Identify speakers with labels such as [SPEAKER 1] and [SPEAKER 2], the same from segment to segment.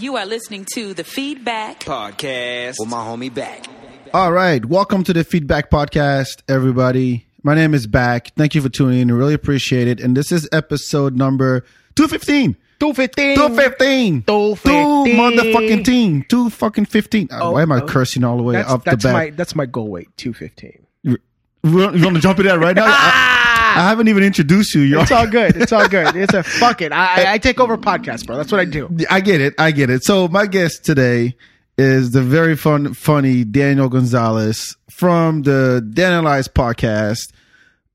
[SPEAKER 1] You are listening to the Feedback.
[SPEAKER 2] podcast with my homie back.
[SPEAKER 3] All right. Welcome to the Feedback Podcast, everybody. My name is Back. Thank you for tuning in. Really appreciate it. And this is episode number 215.
[SPEAKER 4] 215.
[SPEAKER 3] 215.
[SPEAKER 4] 215.
[SPEAKER 3] Two motherfucking team. Two fucking 15. Uh, Why am I
[SPEAKER 4] oh.
[SPEAKER 3] cursing all the way
[SPEAKER 4] That's,
[SPEAKER 3] up
[SPEAKER 4] that's
[SPEAKER 3] the
[SPEAKER 4] my
[SPEAKER 3] back?
[SPEAKER 4] that's my goal weight. Two fifteen.
[SPEAKER 3] You want to jump into that right now? I, I haven't even introduced you. You're
[SPEAKER 4] It's all good. It's all good. It's a fuck it. I, I- I take over podcast, bro. That's what I do.
[SPEAKER 3] I get it. I get it. So my guest today is the very fun, funny Daniel Gonzalez from the Danielized podcast.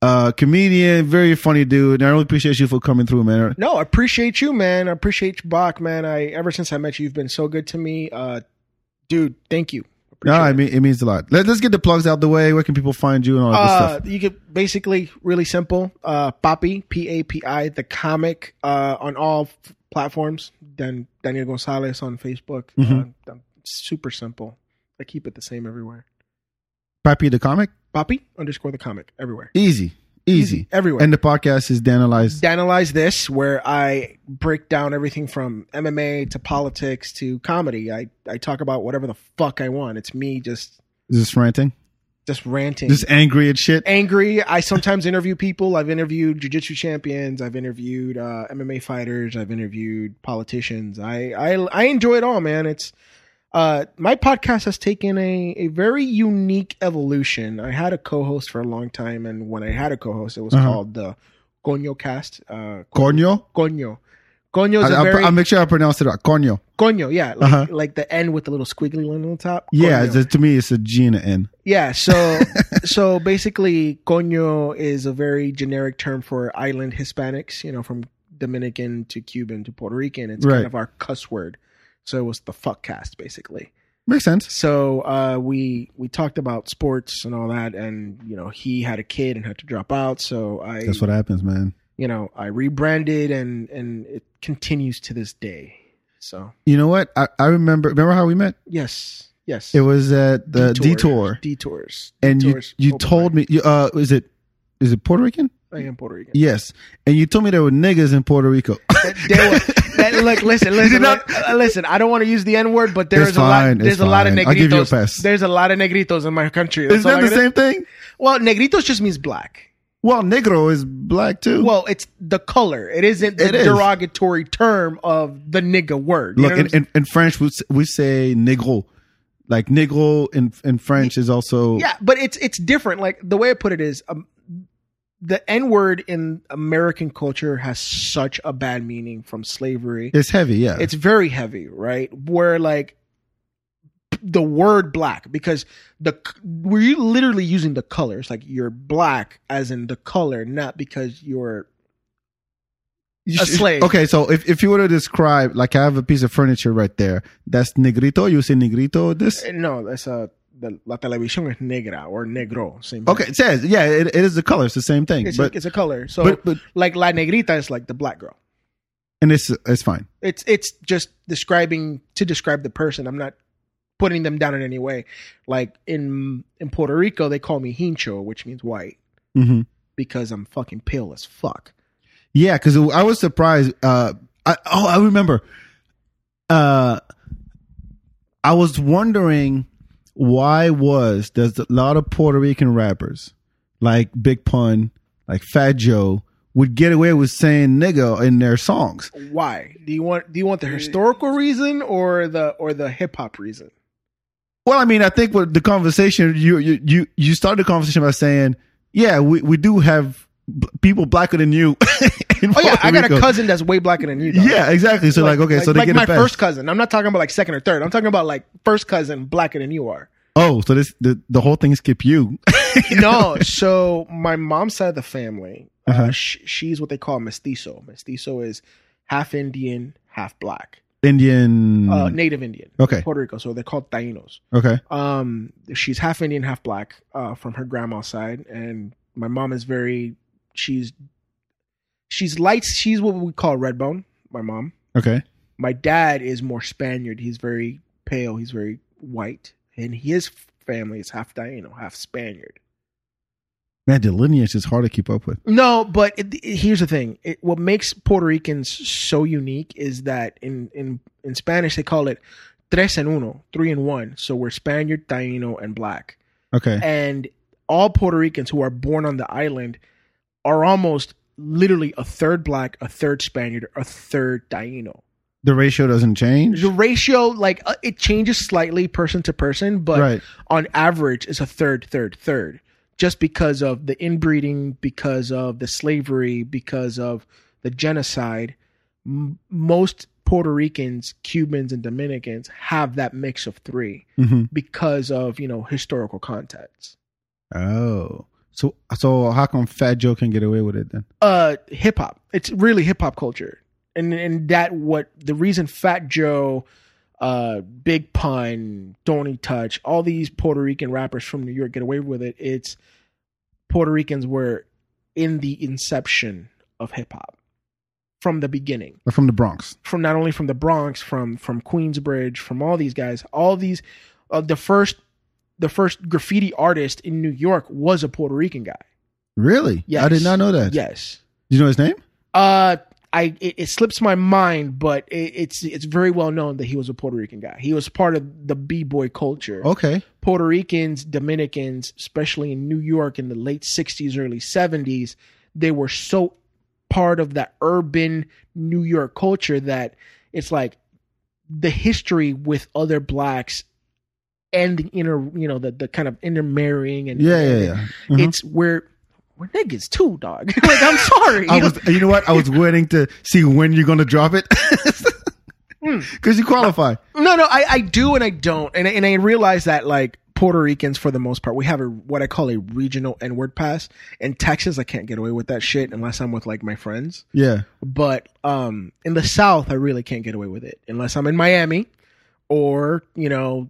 [SPEAKER 3] Uh, comedian, very funny dude. And I really appreciate you for coming through, man.
[SPEAKER 4] No, I appreciate you, man. I appreciate you, Bach, man. I ever since I met you, you've been so good to me, uh, dude. Thank you.
[SPEAKER 3] No,
[SPEAKER 4] Appreciate
[SPEAKER 3] I
[SPEAKER 4] it.
[SPEAKER 3] mean it means a lot. Let, let's get the plugs out the way. Where can people find you and all this
[SPEAKER 4] Uh,
[SPEAKER 3] stuff?
[SPEAKER 4] you get basically really simple. Uh, Poppy, P A P I, the comic, uh, on all f- platforms. Then Daniel Gonzalez on Facebook.
[SPEAKER 3] Mm-hmm.
[SPEAKER 4] Uh, I'm super simple. I keep it the same everywhere.
[SPEAKER 3] Pappy the comic,
[SPEAKER 4] Poppy underscore the comic everywhere.
[SPEAKER 3] easy, easy,
[SPEAKER 4] everywhere.
[SPEAKER 3] And the podcast is Danielized.
[SPEAKER 4] analyze this where I break down everything from MMA to politics to comedy. I, I talk about whatever the fuck I want. It's me just
[SPEAKER 3] Just ranting,
[SPEAKER 4] just ranting.
[SPEAKER 3] just angry at shit.
[SPEAKER 4] angry. I sometimes interview people. I've interviewed jiu-jitsu champions, I've interviewed uh, MMA fighters, I've interviewed politicians. I I I enjoy it all, man. It's uh, my podcast has taken a, a very unique evolution. I had a co-host for a long time, and when I had a co-host, it was
[SPEAKER 3] Uh-huh.
[SPEAKER 4] called the Coño Cast. Uh,
[SPEAKER 3] Coño.
[SPEAKER 4] Coño. Coño
[SPEAKER 3] I,
[SPEAKER 4] is a
[SPEAKER 3] will
[SPEAKER 4] very
[SPEAKER 3] I'll make sure I pronounce it right. Coño.
[SPEAKER 4] coño, yeah, like,
[SPEAKER 3] Uh-huh.
[SPEAKER 4] like the N with the little squiggly line on the top.
[SPEAKER 3] Yeah,
[SPEAKER 4] Coño.
[SPEAKER 3] the- to me it's a G and an N.
[SPEAKER 4] yeah. So, so basically, coño is a very generic term for island Hispanics. You know, from Dominican to Cuban to Puerto Rican, it's
[SPEAKER 3] Right.
[SPEAKER 4] kind of our cuss word. So it was the fuck cast, basically.
[SPEAKER 3] Makes sense.
[SPEAKER 4] So uh, we we talked about sports and all that, and you know, he had a kid and had to drop out. So I,
[SPEAKER 3] That's what happens, man.
[SPEAKER 4] you know, I rebranded, and and it continues to this day. So
[SPEAKER 3] You know what? I, I remember. Remember how we met?
[SPEAKER 4] yes, yes.
[SPEAKER 3] It was at the detour,
[SPEAKER 4] Detours.
[SPEAKER 3] and you
[SPEAKER 4] Detours.
[SPEAKER 3] you
[SPEAKER 4] Open
[SPEAKER 3] told me. You, uh, is it is it Puerto Rican?
[SPEAKER 4] mic. I am Puerto Rican.
[SPEAKER 3] Yes, and you told me there were niggas in Puerto Rico.
[SPEAKER 4] There was- that- look, listen, listen,
[SPEAKER 3] not-
[SPEAKER 4] li- uh, listen. I don't want to use the N word, but there's
[SPEAKER 3] It's
[SPEAKER 4] a
[SPEAKER 3] fine,
[SPEAKER 4] lot.
[SPEAKER 3] it's
[SPEAKER 4] There's a lot of
[SPEAKER 3] fine.
[SPEAKER 4] negritos.
[SPEAKER 3] I'll give you a pass.
[SPEAKER 4] There's a lot of negritos in my country. That's
[SPEAKER 3] is
[SPEAKER 4] all
[SPEAKER 3] that
[SPEAKER 4] I
[SPEAKER 3] the
[SPEAKER 4] gotta-
[SPEAKER 3] same thing?
[SPEAKER 4] Well, negritos just means black.
[SPEAKER 3] Well, negro is black too.
[SPEAKER 4] Well, it's the color. It isn't the
[SPEAKER 3] It is.
[SPEAKER 4] derogatory term of the nigga word. You
[SPEAKER 3] look
[SPEAKER 4] know what I'm
[SPEAKER 3] in, in, in French we s- we say negro, like negro in in French is also
[SPEAKER 4] Yeah, but it's it's different. Like the way I put it is, um, the N word in American culture has such a bad meaning from slavery.
[SPEAKER 3] it's heavy. Yeah,
[SPEAKER 4] It's very heavy, right? Where like the word black because the were you literally using the colors like you're black as in the color, not because you're
[SPEAKER 3] You
[SPEAKER 4] a
[SPEAKER 3] should-
[SPEAKER 4] slave.
[SPEAKER 3] Okay, so if, if you were to describe, like I have a piece of furniture right there. That's negrito. You say negrito. This
[SPEAKER 4] no. That's a the, la televisión es negra or negro. Same. thing.
[SPEAKER 3] okay. It says yeah. It, it is the color. It's the same thing.
[SPEAKER 4] it's,
[SPEAKER 3] but
[SPEAKER 4] a, it's a color. So
[SPEAKER 3] but- but-
[SPEAKER 4] like la negrita is like the black girl.
[SPEAKER 3] and it's it's fine.
[SPEAKER 4] It's it's just describing to describe the person. I'm not putting them down in any way. Like in in Puerto Rico, they call me hincho, which means white, Mm-hmm.
[SPEAKER 3] hmm
[SPEAKER 4] because I'm fucking pale as fuck.
[SPEAKER 3] Yeah, because I was surprised. Uh, I, oh, I remember. Uh, I was wondering why was there's a lot of Puerto Rican rappers like Big Pun, like Fat Joe would get away with saying nigga in their songs.
[SPEAKER 4] Why? Do you want do you
[SPEAKER 3] Mm.
[SPEAKER 4] want the historical reason or the or the hip hop reason?
[SPEAKER 3] Well, I mean, I think what the conversation you you you, you started the conversation by saying, yeah, we, we do have b- people blacker than you. in
[SPEAKER 4] Oh yeah,
[SPEAKER 3] Puerto
[SPEAKER 4] I got a
[SPEAKER 3] Rico.
[SPEAKER 4] cousin that's way blacker than you. Dog.
[SPEAKER 3] Yeah, exactly. So like, okay, so they
[SPEAKER 4] like
[SPEAKER 3] get
[SPEAKER 4] my
[SPEAKER 3] a pass.
[SPEAKER 4] first cousin. I'm not talking about like second or third. I'm talking about like first cousin blacker than you are.
[SPEAKER 3] oh, so this the, the whole thing skip you.
[SPEAKER 4] no, so my mom's side of the family, uh
[SPEAKER 3] Uh-huh.
[SPEAKER 4] sh- she's what they call mestizo. Mestizo is half Indian, half black,
[SPEAKER 3] Indian.
[SPEAKER 4] uh, native Indian.
[SPEAKER 3] Mm. Okay.
[SPEAKER 4] Puerto Rico, so they're called Tainos.
[SPEAKER 3] okay.
[SPEAKER 4] Um, she's half Indian, half black uh, from her grandma's side, and my mom is very she's she's light. She's what we call red bone. My mom.
[SPEAKER 3] Okay.
[SPEAKER 4] My dad is more Spaniard. He's very pale. He's very white, and his family is half Taino, half Spaniard.
[SPEAKER 3] Man, the lineage is hard to keep up with.
[SPEAKER 4] No, but it, it- here's the thing. It, what makes Puerto Ricans so unique is that in, in, in Spanish they call it tres en uno, three in one. So we're Spaniard, Taino, and black.
[SPEAKER 3] Okay.
[SPEAKER 4] And all Puerto Ricans who are born on the island are almost literally a third black, a third Spaniard, a third Taino.
[SPEAKER 3] The ratio doesn't change.
[SPEAKER 4] The ratio, like, uh, it changes slightly person to person, but
[SPEAKER 3] Right.
[SPEAKER 4] on average is a third, third, third, just because of the inbreeding, because of the slavery, because of the genocide. M- most Puerto Ricans, Cubans, and Dominicans have that mix of three
[SPEAKER 3] hmm
[SPEAKER 4] because of you know historical context.
[SPEAKER 3] Oh. So so how come Fat Joe can get away with it then?
[SPEAKER 4] Uh, hip hop. It's really hip hop culture, and and that what the reason Fat Joe. Uh, Big Pun, Tony Touch, all these Puerto Rican rappers from New York get away with it. It's Puerto Ricans were in the inception of hip hop from the beginning.
[SPEAKER 3] Or from the Bronx.
[SPEAKER 4] from not only from the Bronx, from from Queensbridge, from all these guys, all these uh, the first the first graffiti artist in New York was a Puerto Rican guy.
[SPEAKER 3] Really?
[SPEAKER 4] Yes.
[SPEAKER 3] I did not know that.
[SPEAKER 4] Yes.
[SPEAKER 3] Do you know his name?
[SPEAKER 4] Uh I it, it slips my mind, but it, it's it's very well known that he was a Puerto Rican guy. He was part of the b-boy culture.
[SPEAKER 3] Okay.
[SPEAKER 4] Puerto Ricans, Dominicans, especially in New York in the late 60s, early 70s, they were so part of that urban New York culture that it's like the history with other blacks and the inner, you know, the, the kind of intermarrying and
[SPEAKER 3] Yeah, yeah, yeah. Mhm.
[SPEAKER 4] it's where we're niggas too, dog. like I'm sorry.
[SPEAKER 3] I was, you know what? I was waiting to see when you're gonna drop it,
[SPEAKER 4] Hmm.
[SPEAKER 3] because you qualify.
[SPEAKER 4] No, no, I, I do and I don't, and I- and I realize that like Puerto Ricans for the most part, we have a what I call a regional N word pass. In Texas, I can't get away with that shit unless I'm with like my friends.
[SPEAKER 3] Yeah,
[SPEAKER 4] But um, in the South, I really can't get away with it unless I'm in Miami or you know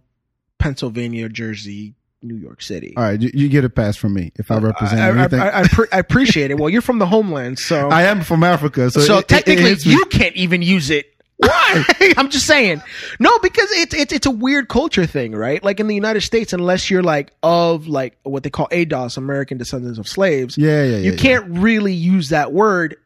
[SPEAKER 4] Pennsylvania, Jersey, New York City.
[SPEAKER 3] all right. You, you get a pass from me if I
[SPEAKER 4] Uh, I,
[SPEAKER 3] represent
[SPEAKER 4] I,
[SPEAKER 3] anything. I,
[SPEAKER 4] I, I, pre- I appreciate it. Well, you're from the homeland, so
[SPEAKER 3] am from Africa, so,
[SPEAKER 4] so
[SPEAKER 3] it- it- it
[SPEAKER 4] technically,
[SPEAKER 3] hits me.
[SPEAKER 4] you can't even use it. Why? I'm just saying. No, because it's it's it's a weird culture thing, right? Like in the United States, unless you're like of like what they call ADOS, American Descendants of Slaves,
[SPEAKER 3] yeah, yeah, yeah.
[SPEAKER 4] you
[SPEAKER 3] yeah.
[SPEAKER 4] can't really use that word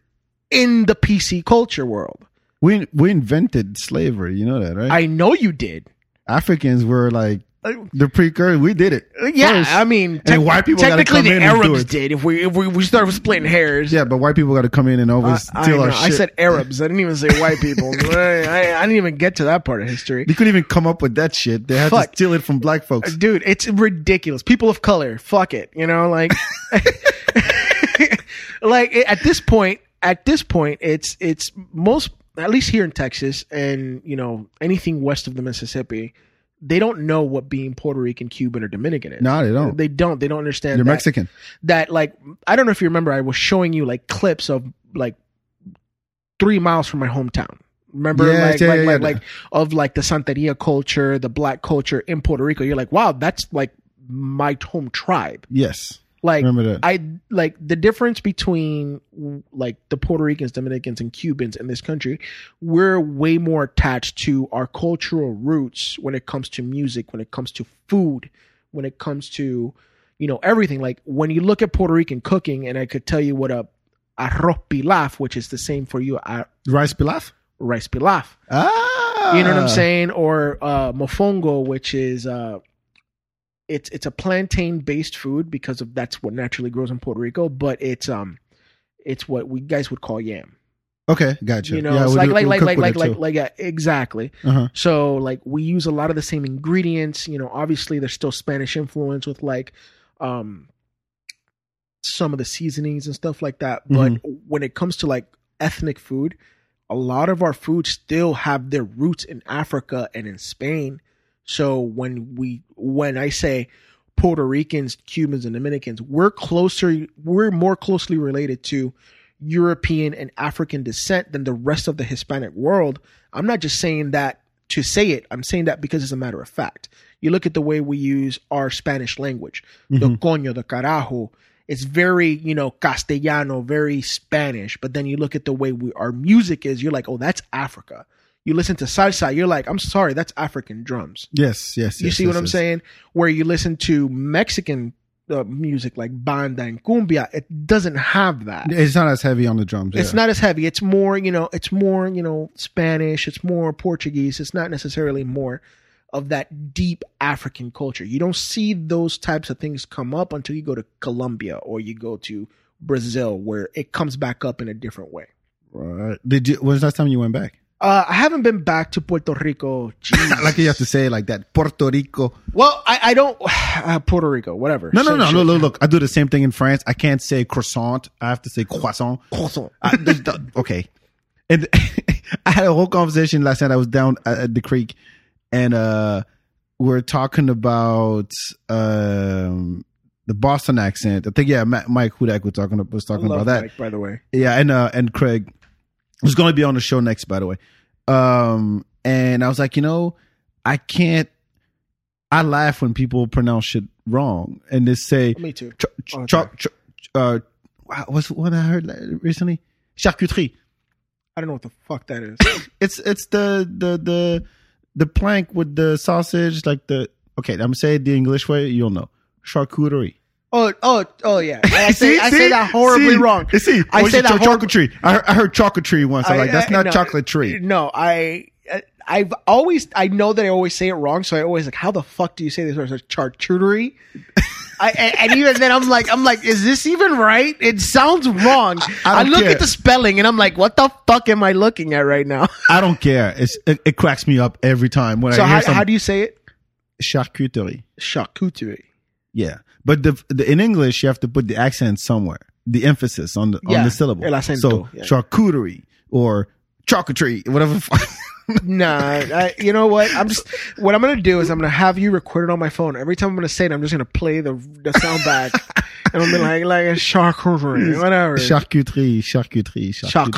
[SPEAKER 4] in the PC culture world.
[SPEAKER 3] We we invented slavery. You know that, right?
[SPEAKER 4] I know you did.
[SPEAKER 3] Africans were like
[SPEAKER 4] Uh,
[SPEAKER 3] the precursor. We did it.
[SPEAKER 4] Yeah,
[SPEAKER 3] First.
[SPEAKER 4] I mean,
[SPEAKER 3] And white people gotta
[SPEAKER 4] technically
[SPEAKER 3] come
[SPEAKER 4] the
[SPEAKER 3] in and do
[SPEAKER 4] Arabs
[SPEAKER 3] it.
[SPEAKER 4] did. If we if we, we started splitting hairs,
[SPEAKER 3] yeah, but white people got to come in and
[SPEAKER 4] I,
[SPEAKER 3] always
[SPEAKER 4] I
[SPEAKER 3] steal our
[SPEAKER 4] know.
[SPEAKER 3] shit.
[SPEAKER 4] I said Arabs. I didn't even say white people. I, I, I didn't even get to that part of history.
[SPEAKER 3] they couldn't even come up with that shit. They had
[SPEAKER 4] Fuck. Uh,
[SPEAKER 3] to steal it from black folks.
[SPEAKER 4] dude it's ridiculous people of color fuck it you know like like at this point at this point it's it's most at least here in texas and you know anything west of the mississippi they don't know what being puerto rican cuban or dominican is
[SPEAKER 3] No, they don't.
[SPEAKER 4] they don't they don't understand
[SPEAKER 3] You're
[SPEAKER 4] that,
[SPEAKER 3] Mexican.
[SPEAKER 4] that like i don't know if you remember i was showing you like clips of like three miles from my hometown remember
[SPEAKER 3] Yeah,
[SPEAKER 4] like
[SPEAKER 3] yeah,
[SPEAKER 4] like,
[SPEAKER 3] yeah,
[SPEAKER 4] like,
[SPEAKER 3] yeah.
[SPEAKER 4] like of like the santeria culture the black culture in puerto rico you're like wow that's like my home tribe
[SPEAKER 3] Yes,
[SPEAKER 4] like
[SPEAKER 3] remember that.
[SPEAKER 4] i like the difference between like the puerto ricans dominicans and cubans in this country we're way more attached to our cultural roots when it comes to music when it comes to food when it comes to you know everything like when you look at puerto rican cooking and i could tell you what a arroz pilaf which is the same for you uh,
[SPEAKER 3] Rice pilaf.
[SPEAKER 4] rice pilaf
[SPEAKER 3] Ah,
[SPEAKER 4] you know what i'm saying or uh mofongo which is uh it's it's a plantain based food because of that's what naturally grows in puerto rico but it's um it's what we guys would call yam
[SPEAKER 3] Okay, gotcha.
[SPEAKER 4] you know
[SPEAKER 3] Yeah,
[SPEAKER 4] it's
[SPEAKER 3] we
[SPEAKER 4] like
[SPEAKER 3] do-
[SPEAKER 4] like
[SPEAKER 3] we
[SPEAKER 4] like
[SPEAKER 3] cook
[SPEAKER 4] like
[SPEAKER 3] with
[SPEAKER 4] like
[SPEAKER 3] it
[SPEAKER 4] like,
[SPEAKER 3] too.
[SPEAKER 4] like yeah exactly
[SPEAKER 3] Uh-huh.
[SPEAKER 4] so like we use a lot of the same ingredients. You know, obviously there's still Spanish influence with like um some of the seasonings and stuff like that. But when it comes to like ethnic food, a lot of our foods still have their roots in Africa and in Spain. So when we when I say Puerto Ricans, Cubans, and Dominicans, we're closer we're more closely related to European and African descent than the rest of the Hispanic world. I'm not just saying that to say it. I'm saying that because it's a matter of fact. You look at the way we use our Spanish language,
[SPEAKER 3] Mm-hmm.
[SPEAKER 4] the coño, the carajo. It's very, you know, castellano, very Spanish. But then you look at the way we our music is, you're like, oh, that's Africa. You listen to salsa, you're like, I'm sorry, that's African drums.
[SPEAKER 3] Yes, yes.
[SPEAKER 4] You
[SPEAKER 3] yes,
[SPEAKER 4] see
[SPEAKER 3] yes,
[SPEAKER 4] what I'm
[SPEAKER 3] yes.
[SPEAKER 4] saying? Where you listen to Mexican uh, music like banda and cumbia. It doesn't have that.
[SPEAKER 3] It's not as heavy on the drums.
[SPEAKER 4] It's
[SPEAKER 3] yeah.
[SPEAKER 4] not as heavy. It's more, you know, it's more, you know, Spanish. It's more Portuguese. It's not necessarily more of that deep African culture. You don't see those types of things come up until you go to Colombia or you go to Brazil, where it comes back up in a different way.
[SPEAKER 3] Right. Did you? When's the last time you went back?
[SPEAKER 4] Uh, I haven't been back to Puerto Rico.
[SPEAKER 3] I like you have to say it like that. Puerto Rico.
[SPEAKER 4] Well, I, I don't uh, Puerto Rico, whatever.
[SPEAKER 3] No, no,
[SPEAKER 4] Same
[SPEAKER 3] no,
[SPEAKER 4] shit.
[SPEAKER 3] no. Look, look, I do the same thing in France. I can't say croissant. I have to say croissant.
[SPEAKER 4] Croissant.
[SPEAKER 3] I, there's the- okay. And I had a whole conversation last night. I was down at, at the creek, and uh, we are talking about um, the Boston accent. I think yeah, Ma- Mike Hudak was talking was talking
[SPEAKER 4] Love
[SPEAKER 3] about that.
[SPEAKER 4] Mike, by the way.
[SPEAKER 3] Yeah, and uh, and Craig was going to be on the show next, by the way. Um, and I was like, you know, I can't. I laugh when people pronounce shit wrong, and they say,
[SPEAKER 4] Me too.
[SPEAKER 3] ch- ch-
[SPEAKER 4] All the
[SPEAKER 3] ch- ch- uh, wow, what's what I heard la- recently? Charcuterie.
[SPEAKER 4] I don't know what the fuck that is.
[SPEAKER 3] It's it's the the the the plank with the sausage, like the okay. I'm gonna say it the English way. You'll know charcuterie.
[SPEAKER 4] Oh, oh, oh, yeah. I, I say, I say that horribly
[SPEAKER 3] See?
[SPEAKER 4] wrong.
[SPEAKER 3] See,
[SPEAKER 4] I
[SPEAKER 3] I
[SPEAKER 4] say
[SPEAKER 3] say
[SPEAKER 4] that hor-
[SPEAKER 3] charcuterie. I heard, I heard charcuterie once. I'm
[SPEAKER 4] I-
[SPEAKER 3] like, that's
[SPEAKER 4] I-
[SPEAKER 3] not
[SPEAKER 4] no.
[SPEAKER 3] chocolate tree.
[SPEAKER 4] No, I, I- I've always, I know that I always say it wrong, so I always like, how the fuck do you say this? Or like charcuterie. I, and, and even then, I'm like, I'm like, is this even right? It sounds wrong. I,
[SPEAKER 3] I don't
[SPEAKER 4] look
[SPEAKER 3] care.
[SPEAKER 4] at the spelling and I'm like, what the fuck am I looking at right now?
[SPEAKER 3] I don't care. It's it, it cracks me up every time when
[SPEAKER 4] So
[SPEAKER 3] I hear
[SPEAKER 4] how,
[SPEAKER 3] some
[SPEAKER 4] how do you say it?
[SPEAKER 3] charcuterie.
[SPEAKER 4] Charcuterie.
[SPEAKER 3] Yeah, but the, the in English you have to put the accent somewhere, the emphasis on the
[SPEAKER 4] Yeah,
[SPEAKER 3] on the syllable.
[SPEAKER 4] el acento,
[SPEAKER 3] So
[SPEAKER 4] yeah.
[SPEAKER 3] charcuterie or charcuterie, whatever. the fuck.
[SPEAKER 4] Nah, I, you know what? I'm just what I'm gonna do is I'm gonna have you record it on my phone. Every time I'm gonna say it, I'm just gonna play the the sound back, and I'm gonna like like a charcuterie, whatever.
[SPEAKER 3] charcuterie, charcuterie, charcuterie.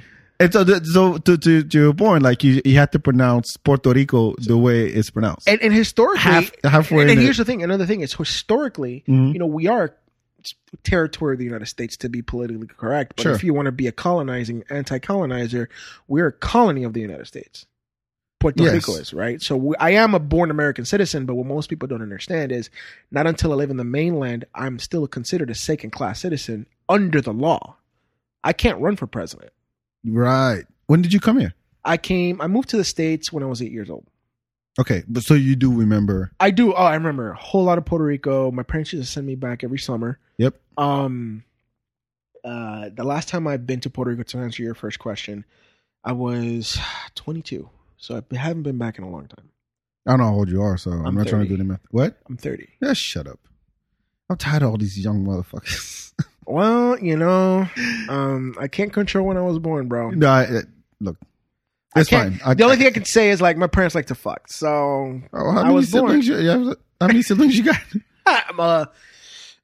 [SPEAKER 4] Charcuterie.
[SPEAKER 3] And so, the, so to, to to your point, like you you had to pronounce Puerto Rico the way it's pronounced.
[SPEAKER 4] And, and historically,
[SPEAKER 3] Half- halfway in
[SPEAKER 4] And, and
[SPEAKER 3] it. Mm-hmm.
[SPEAKER 4] here's the thing. Another thing is historically, you know, we are territory of the United States to be politically correct. But
[SPEAKER 3] Sure.
[SPEAKER 4] if you want to be a colonizing anti-colonizer, we're a colony of the United States. Puerto
[SPEAKER 3] Yes.
[SPEAKER 4] Rico is right. So we, I am a born American citizen, but what most people don't understand is not until I live in the mainland, I'm still considered a second-class citizen under the law. I can't run for president.
[SPEAKER 3] right. When did you come here?
[SPEAKER 4] I came. I moved to the states when I was eight years old.
[SPEAKER 3] Okay, but so you do remember?
[SPEAKER 4] I do. Oh, I remember a whole lot of Puerto Rico. My parents used to send me back every summer.
[SPEAKER 3] Yep.
[SPEAKER 4] Um, uh, the last time I've been to Puerto Rico to answer your first question, I was 22, so I haven't been back in a long time.
[SPEAKER 3] I don't know how old you are, so I'm,
[SPEAKER 4] I'm
[SPEAKER 3] not trying to
[SPEAKER 4] 30.
[SPEAKER 3] do the math. What?
[SPEAKER 4] I'm 30.
[SPEAKER 3] Yeah, shut up. I'm tired of all these young motherfuckers.
[SPEAKER 4] Well, you know, um, I can't control when I was born, bro.
[SPEAKER 3] no, I, I- look,
[SPEAKER 4] I
[SPEAKER 3] it's fine.
[SPEAKER 4] can't-
[SPEAKER 3] I,
[SPEAKER 4] the only thing I can say is like my parents like to fuck, so
[SPEAKER 3] Oh, how
[SPEAKER 4] I
[SPEAKER 3] many
[SPEAKER 4] was born.
[SPEAKER 3] siblings? You, yeah, how many siblings you got?
[SPEAKER 4] I'm, uh,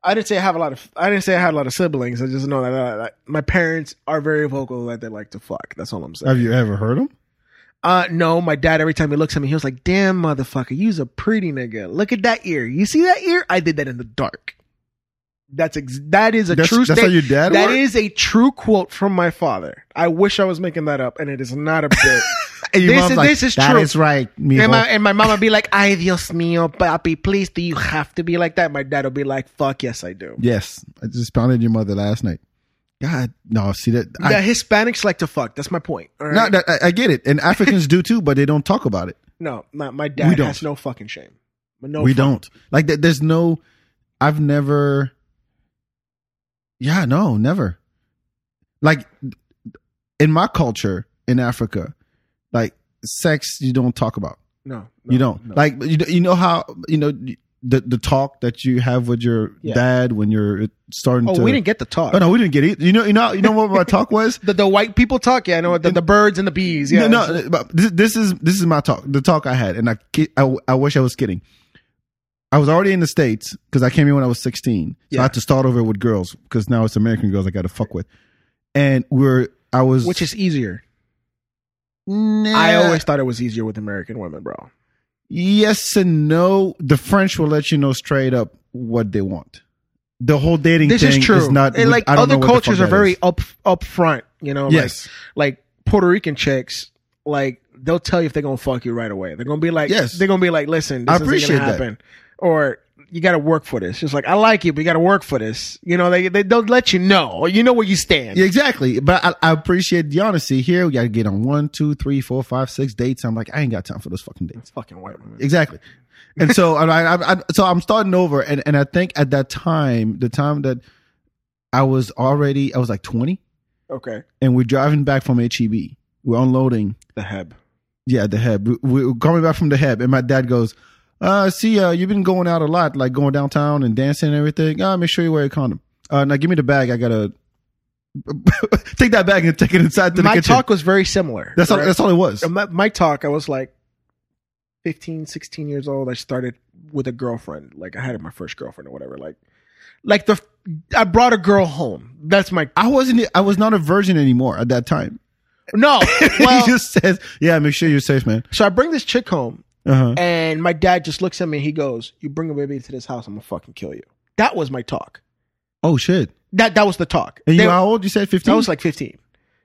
[SPEAKER 4] I didn't say I have a lot of. I didn't say I had a lot of siblings. I just know that uh, my parents are very vocal that they like to fuck. That's all I'm saying.
[SPEAKER 3] Have you ever heard them?
[SPEAKER 4] Uh, no, my dad, every time he looks at me, he was like, damn, motherfucker, you's a pretty nigga. Look at that ear. You see that ear? I did that in the dark. That's ex- that is a
[SPEAKER 3] That's,
[SPEAKER 4] true
[SPEAKER 3] that's how
[SPEAKER 4] state-
[SPEAKER 3] your dad.
[SPEAKER 4] That
[SPEAKER 3] worked?
[SPEAKER 4] is a true quote from my father. I wish I was making that up, and it is not a bit.
[SPEAKER 3] And
[SPEAKER 4] this
[SPEAKER 3] mom's
[SPEAKER 4] is- this is
[SPEAKER 3] "That
[SPEAKER 4] true."
[SPEAKER 3] right, mijo."
[SPEAKER 4] and, my, and my mama be like, ay, Dios mío, papi, please, do you have to be like that? My dad will be like, fuck, yes, I do.
[SPEAKER 3] yes, I just pounded your mother last night. God, no, see that. I,
[SPEAKER 4] the Hispanics like to fuck. That's my point. all right?
[SPEAKER 3] no, that, I, I get it, and Africans do too, but they don't talk about it.
[SPEAKER 4] no, my, my
[SPEAKER 3] We
[SPEAKER 4] dad
[SPEAKER 3] don't.
[SPEAKER 4] has no fucking shame. No
[SPEAKER 3] we
[SPEAKER 4] fuck-
[SPEAKER 3] don't like that. There's no. I've never. Yeah, no, never. Like, in my culture in Africa, like sex, you don't talk about.
[SPEAKER 4] No, no,
[SPEAKER 3] you don't
[SPEAKER 4] no.
[SPEAKER 3] like you, you know how you know the the talk that you have with your
[SPEAKER 4] Yeah.
[SPEAKER 3] dad when you're starting
[SPEAKER 4] Oh,
[SPEAKER 3] to
[SPEAKER 4] we didn't get the talk.
[SPEAKER 3] oh no we didn't get it you know you know you know what my talk was
[SPEAKER 4] The, the white people talk, yeah, I know what the, the birds and the bees, yeah.
[SPEAKER 3] no no but this, this is this is my talk the talk I had and I ki- I, I wish I was kidding I was already in the states because I came here when I was sixteen so
[SPEAKER 4] Yeah.
[SPEAKER 3] I had to start over with girls because now it's American girls I got to fuck with and we're I was
[SPEAKER 4] which is easier.
[SPEAKER 3] Nah.
[SPEAKER 4] I always thought it was easier with American women, bro.
[SPEAKER 3] yes and no. The French will let you know straight up what they want. The whole dating
[SPEAKER 4] This
[SPEAKER 3] thing
[SPEAKER 4] is true.
[SPEAKER 3] not
[SPEAKER 4] And, like
[SPEAKER 3] I don't
[SPEAKER 4] other
[SPEAKER 3] know what the fuck
[SPEAKER 4] cultures are
[SPEAKER 3] that
[SPEAKER 4] very
[SPEAKER 3] is.
[SPEAKER 4] up upfront, you know.
[SPEAKER 3] yes,
[SPEAKER 4] Like, like Puerto Rican chicks, like they'll tell you if they're gonna fuck you right away. They're gonna be like,
[SPEAKER 3] Yes.
[SPEAKER 4] They're gonna be like, listen, this
[SPEAKER 3] I
[SPEAKER 4] isn't
[SPEAKER 3] appreciate
[SPEAKER 4] gonna
[SPEAKER 3] that.
[SPEAKER 4] happen. Or you got to work for this. Just like I like you, but you got to work for this. You know, they they don't let you know. You know where you stand.
[SPEAKER 3] Yeah, exactly. But I, I appreciate the honesty here. We got to get on one, two, three, four, five, six dates. I'm like, I ain't got time for those fucking dates.
[SPEAKER 4] It's fucking white women.
[SPEAKER 3] Exactly. And so I, I, I, so I'm starting over, and and I think at that time, the time that I was already, I was like 20,
[SPEAKER 4] Okay,
[SPEAKER 3] and we're driving back from HEB. We're unloading.
[SPEAKER 4] the heb.
[SPEAKER 3] Yeah, the heb. We- We were coming back from the heb, and my dad goes, "Uh, see, uh, you've been going out a lot, like going downtown and dancing and everything. Uh, make sure you wear a condom. Uh, now give me the bag. I gotta take that bag and take it inside to the
[SPEAKER 4] My
[SPEAKER 3] kitchen.
[SPEAKER 4] talk was very similar.
[SPEAKER 3] that's all.
[SPEAKER 4] right?
[SPEAKER 3] That's all it was.
[SPEAKER 4] Uh, my, my talk i was like 15 16 years old i started with a girlfriend like i had my first girlfriend or whatever like like the i brought a girl home that's my
[SPEAKER 3] I wasn't. e, I was not a virgin anymore at that time.
[SPEAKER 4] no well
[SPEAKER 3] he just says, "Yeah, make sure you're safe, man."
[SPEAKER 4] so i bring this chick home
[SPEAKER 3] Uh-huh.
[SPEAKER 4] and my dad just looks at me and he goes you bring a baby into this house i'm gonna fucking kill you that was my talk
[SPEAKER 3] Oh shit!
[SPEAKER 4] that that was the talk
[SPEAKER 3] And you
[SPEAKER 4] They-
[SPEAKER 3] were how old? You said fifteen.
[SPEAKER 4] I was like 15.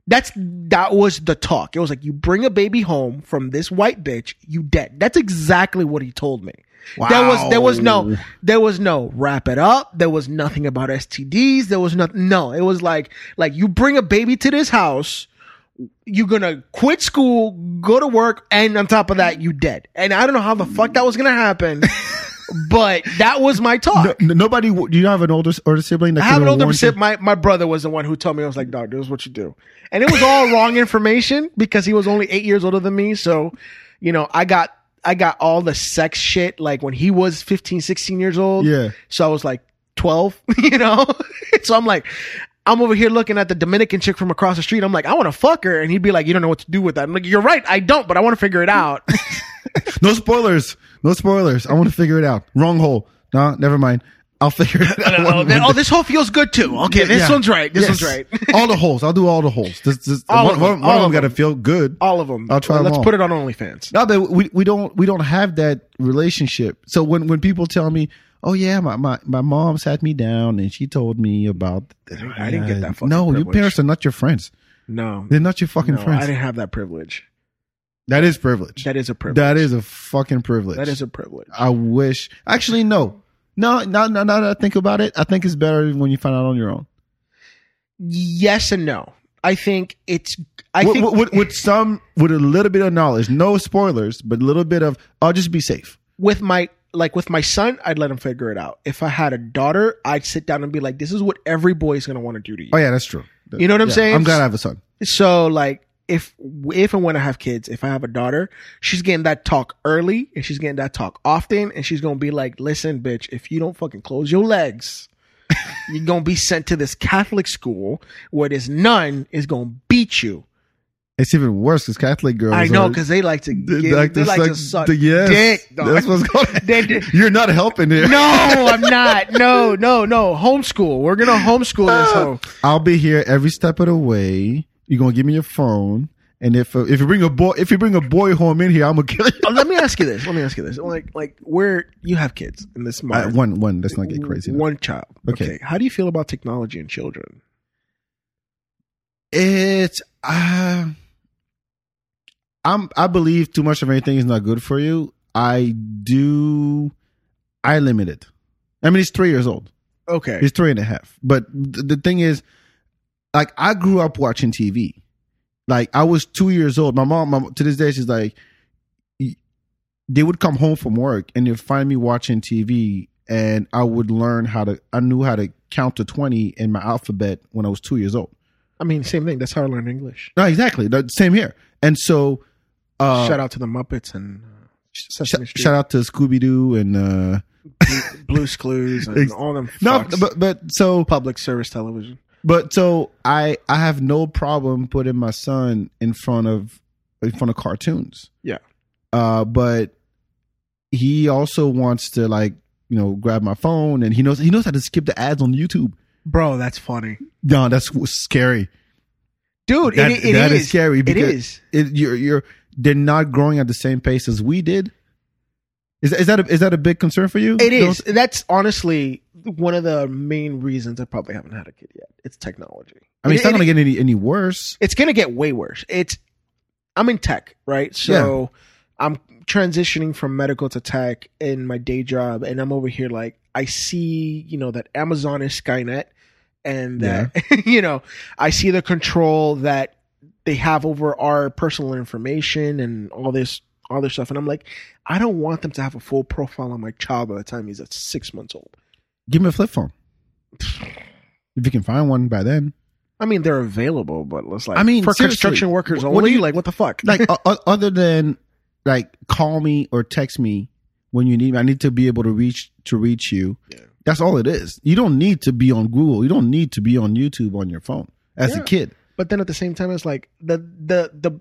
[SPEAKER 4] That's that was the talk. It was like you bring a baby home from this white bitch, you dead. That's exactly what he told me. There was there was no
[SPEAKER 3] Wow.
[SPEAKER 4] there was no wrap it up. There was nothing about STDs. There was nothing. No, it was like like you bring a baby to this house, you're gonna quit school, go to work, and on top of that, you dead. And I don't know how the fuck that was gonna happen, but that was my talk.
[SPEAKER 3] N- nobody. w- You don't have an older older sibling. That
[SPEAKER 4] I
[SPEAKER 3] could
[SPEAKER 4] have an
[SPEAKER 3] have
[SPEAKER 4] older
[SPEAKER 3] warned
[SPEAKER 4] sib-
[SPEAKER 3] you?
[SPEAKER 4] My my brother was the one who told me I was like, "Dog, this is what you do," and it was all wrong information because he was only eight years older than me. So, you know, I got I got all the sex shit like when he was 15, 16 years old.
[SPEAKER 3] Yeah.
[SPEAKER 4] So I was like twelve, you know. so I'm like. I'm over here looking at the Dominican chick from across the street. I'm like, I want to fuck her, and he'd be like, "You don't know what to do with that." I'm like, "You're right, I don't, but I want to figure it out."
[SPEAKER 3] No spoilers. No spoilers. I want to figure it out. Wrong hole. No, never mind. I'll figure it out.
[SPEAKER 4] oh, then- oh, this hole feels good too. Okay, this
[SPEAKER 3] Yeah.
[SPEAKER 4] one's right.
[SPEAKER 3] Yes.
[SPEAKER 4] This one's right.
[SPEAKER 3] all the holes. I'll do all the holes. This, this,
[SPEAKER 4] All
[SPEAKER 3] one of
[SPEAKER 4] of them.
[SPEAKER 3] one, one
[SPEAKER 4] All
[SPEAKER 3] of them
[SPEAKER 4] of
[SPEAKER 3] got to
[SPEAKER 4] them.
[SPEAKER 3] feel good.
[SPEAKER 4] All of them.
[SPEAKER 3] I'll try
[SPEAKER 4] Let's
[SPEAKER 3] them all.
[SPEAKER 4] put it on OnlyFans.
[SPEAKER 3] No, but we, we don't we don't have that relationship. So when, when people tell me, oh yeah, my, my, my mom sat me down and she told me about.
[SPEAKER 4] I didn't get that fucking
[SPEAKER 3] No, your
[SPEAKER 4] privilege.
[SPEAKER 3] parents are not your friends.
[SPEAKER 4] No,
[SPEAKER 3] They're not your fucking
[SPEAKER 4] No, I
[SPEAKER 3] friends.
[SPEAKER 4] didn't have that privilege.
[SPEAKER 3] That is privilege.
[SPEAKER 4] That is a privilege.
[SPEAKER 3] That is a fucking privilege.
[SPEAKER 4] that is a privilege.
[SPEAKER 3] I wish. Actually, no. No, no, no, now that I think about it, I think it's better when you find out on your own.
[SPEAKER 4] Yes and no. I think it's. I
[SPEAKER 3] with,
[SPEAKER 4] think
[SPEAKER 3] with, with, with some, with a little bit of knowledge, no spoilers, but a little bit of, oh, just be safe.
[SPEAKER 4] with my like with my son, I'd let him figure it out. If I had a daughter, I'd sit down and be like, "This is what every boy is going to want to do to you."
[SPEAKER 3] Oh, yeah, that's true.
[SPEAKER 4] You know what I'm
[SPEAKER 3] Yeah,
[SPEAKER 4] saying?
[SPEAKER 3] I'm glad I have a son.
[SPEAKER 4] So like if if and when I have kids, if I have a daughter, she's getting that talk early and she's getting that talk often and she's going to be like, "Listen, bitch, if you don't fucking close your legs, you're going to be sent to this Catholic school where this nun is going to beat you."
[SPEAKER 3] It's even worse because Catholic girls.
[SPEAKER 4] I know
[SPEAKER 3] are-
[SPEAKER 4] because they like to
[SPEAKER 3] they
[SPEAKER 4] give,
[SPEAKER 3] like
[SPEAKER 4] they
[SPEAKER 3] to
[SPEAKER 4] like to
[SPEAKER 3] suck
[SPEAKER 4] suck
[SPEAKER 3] the- yes,
[SPEAKER 4] dick. dog.
[SPEAKER 3] That's what's going
[SPEAKER 4] They do.
[SPEAKER 3] You're not helping here.
[SPEAKER 4] no, I'm not. No, no, no. Homeschool. We're gonna homeschool this hoe.
[SPEAKER 3] I'll be here every step of the way. You're going to give me your phone. And if if you bring a boy if you bring a boy home in here, I'm gonna kill you.
[SPEAKER 4] Oh, Let me ask you this. Let me ask you this. Like, like, where you have kids in this
[SPEAKER 3] Uh,
[SPEAKER 4] modern
[SPEAKER 3] one one. Let's not get crazy. now.
[SPEAKER 4] One child. Okay.
[SPEAKER 3] Okay.
[SPEAKER 4] How do you feel about technology and children?
[SPEAKER 3] It's uh, I'm I believe too much of anything is not good for you. I do. I limit it. I mean, he's three years old.
[SPEAKER 4] Okay.
[SPEAKER 3] He's three and a half. But th- the thing is, like, I grew up watching TV. Like, I was two years old. My mom, my, to this day, she's like, y- they would come home from work and they'd find me watching TV, and I would learn how to. I knew how to count to twenty in my alphabet when I was two years old.
[SPEAKER 4] I mean, same thing. That's how I learned English.
[SPEAKER 3] No, exactly. The same here. And so, uh,
[SPEAKER 4] shout out to the Muppets and uh, Sesame
[SPEAKER 3] sh-
[SPEAKER 4] Street,
[SPEAKER 3] shout out to Scooby Doo and uh,
[SPEAKER 4] Blue- Blue's Clues, and
[SPEAKER 3] Ex-
[SPEAKER 4] all them.
[SPEAKER 3] no,
[SPEAKER 4] fucks.
[SPEAKER 3] but but so
[SPEAKER 4] public service television.
[SPEAKER 3] but so I I have no problem putting my son in front of in front of cartoons.
[SPEAKER 4] Yeah.
[SPEAKER 3] Uh, but he also wants to like you know grab my phone and he knows he knows how to skip the ads on YouTube.
[SPEAKER 4] Bro, that's funny,
[SPEAKER 3] No, that's w- scary.
[SPEAKER 4] dude.
[SPEAKER 3] That-
[SPEAKER 4] it, it
[SPEAKER 3] that is
[SPEAKER 4] is.
[SPEAKER 3] scary
[SPEAKER 4] It
[SPEAKER 3] because-
[SPEAKER 4] is.
[SPEAKER 3] It, you're you're they're not growing at the same pace as we did. Is that is that a, is that a big concern for you?
[SPEAKER 4] It
[SPEAKER 3] Those-
[SPEAKER 4] is. That's honestly one of the main reasons I probably haven't had a kid yet. It's technology.
[SPEAKER 3] I mean, it's
[SPEAKER 4] It-
[SPEAKER 3] not
[SPEAKER 4] it-
[SPEAKER 3] going to get any any worse.
[SPEAKER 4] it's gonna get way worse. It's I'm in tech, right? So I'm transitioning from medical to tech in my day job, and I'm over here like I see, you know, that Amazon is Skynet, and that you know, I see the control that they have over our personal information and all this all this stuff, and I'm like, I don't want them to have a full profile on my child by the time he's at six months old.
[SPEAKER 3] Give him a flip phone. If you can find one by then.
[SPEAKER 4] I mean, they're available, but let's like
[SPEAKER 3] I mean,
[SPEAKER 4] for
[SPEAKER 3] seriously,
[SPEAKER 4] construction workers
[SPEAKER 3] what do
[SPEAKER 4] only.
[SPEAKER 3] you-
[SPEAKER 4] like, what the fuck?
[SPEAKER 3] Like o- o- other than like call me or text me when you need me. I need to be able to reach to reach you. That's all it is. You don't need to be on Google. You don't need to be on YouTube on your phone as
[SPEAKER 4] Yeah.
[SPEAKER 3] a kid.
[SPEAKER 4] but then at the same time, it's like the the the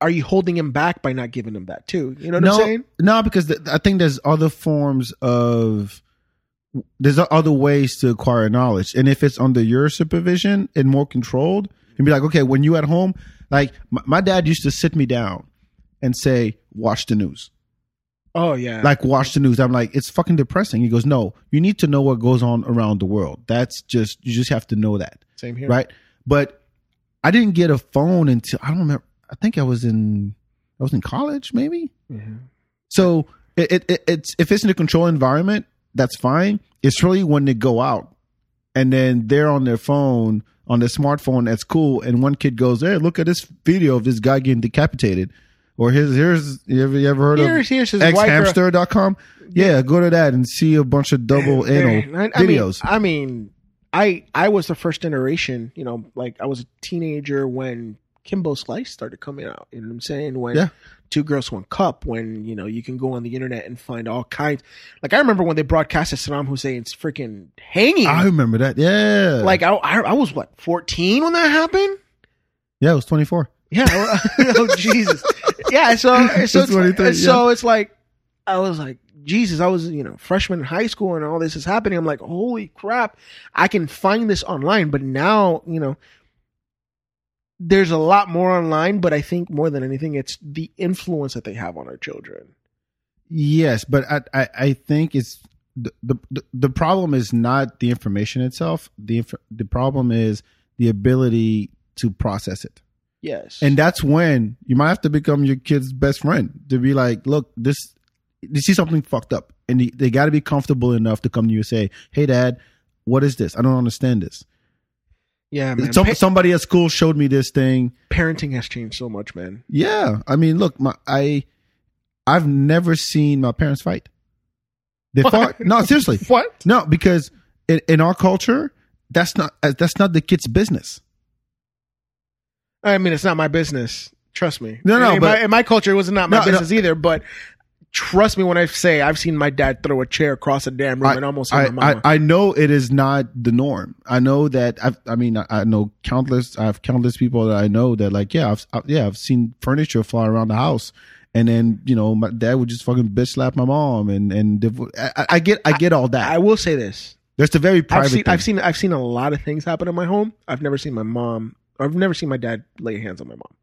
[SPEAKER 4] are you holding him back by not giving him that too? You know what
[SPEAKER 3] no,
[SPEAKER 4] I'm saying?
[SPEAKER 3] no, because th- I think there's other forms of there's other ways to acquire knowledge, and if it's under your supervision and more controlled, and be like, okay, when you at home, like my, my dad used to sit me down and say, watch the news,
[SPEAKER 4] Oh yeah,
[SPEAKER 3] like watch the news. I'm like, it's fucking depressing. He goes, no, you need to know what goes on around the world. That's just you just have to know that,
[SPEAKER 4] same here,
[SPEAKER 3] right? But I didn't get a phone until I don't remember. I think I was in I was in college, maybe. So it, it, it it's if it's in a controlled environment, that's fine. It's really when they go out and then they're on their phone on their smartphone that's cool and one kid goes hey look at this video of this guy getting decapitated or here's here's you ever, you ever heard
[SPEAKER 4] Here's-
[SPEAKER 3] of
[SPEAKER 4] here's his wife uh, or-
[SPEAKER 3] xhamster.com yeah go to that and see a bunch of double anal
[SPEAKER 4] I, I
[SPEAKER 3] videos
[SPEAKER 4] Mean, I mean, I I was the first generation. You know, like I was a teenager when Kimbo Slice started coming out. You know what I'm saying? When
[SPEAKER 3] Yeah.
[SPEAKER 4] Two Girls One Cup. When you know you can go on the internet and find all kinds. Like I remember when they broadcasted Saddam Hussein's freaking hanging.
[SPEAKER 3] I, remember that yeah
[SPEAKER 4] like I, I I was what 14 when that happened.
[SPEAKER 3] yeah it was 24
[SPEAKER 4] Yeah. oh Jesus. Yeah. So so
[SPEAKER 3] It's 23,
[SPEAKER 4] it's, so it's like I was like Jesus. I was you know freshman in high school and all this is happening. I'm like holy crap. I can find this online, but now you know there's a lot more online. But I think more than anything, it's the influence that they have on our children.
[SPEAKER 3] Yes, but I I, I think it's the, the the problem is not the information itself. The inf- the problem is the ability to process it,
[SPEAKER 4] Yes.
[SPEAKER 3] and that's when you might have to become your kid's best friend to be like, look, this they see something fucked up, and they, they got to be comfortable enough to come to you and say, hey, dad. What is this? I don't understand this.
[SPEAKER 4] yeah, man.
[SPEAKER 3] Some,
[SPEAKER 4] Pa-
[SPEAKER 3] somebody at school showed me this thing.
[SPEAKER 4] parenting has changed so much, man.
[SPEAKER 3] Yeah, I mean, look, my I, I've never seen my parents fight. They fought. No, seriously.
[SPEAKER 4] What?
[SPEAKER 3] No, because in, in our culture, that's not uh, that's not the kid's business.
[SPEAKER 4] I mean, it's not my business. Trust me.
[SPEAKER 3] No, no,
[SPEAKER 4] In,
[SPEAKER 3] but-
[SPEAKER 4] my, in my culture, it was not my
[SPEAKER 3] No, no.
[SPEAKER 4] business either. But trust me when I say I've seen my dad throw a chair across a damn room
[SPEAKER 3] I,
[SPEAKER 4] and almost
[SPEAKER 3] I,
[SPEAKER 4] hit my mama.
[SPEAKER 3] I, I know it is not the norm. I know that. I've, I mean, I, I know countless. I have countless people that I know that like, yeah, I've I, yeah, I've seen furniture fly around the house, and then you know, my dad would just fucking bitch slap my mom, and and div- I, I- I get I get all
[SPEAKER 4] I,
[SPEAKER 3] that.
[SPEAKER 4] will say this:
[SPEAKER 3] That's the very private.
[SPEAKER 4] I've seen,
[SPEAKER 3] thing.
[SPEAKER 4] I've seen, I've seen a lot of things happen in my home. I've never seen my mom. I've never seen my dad lay hands on my mom.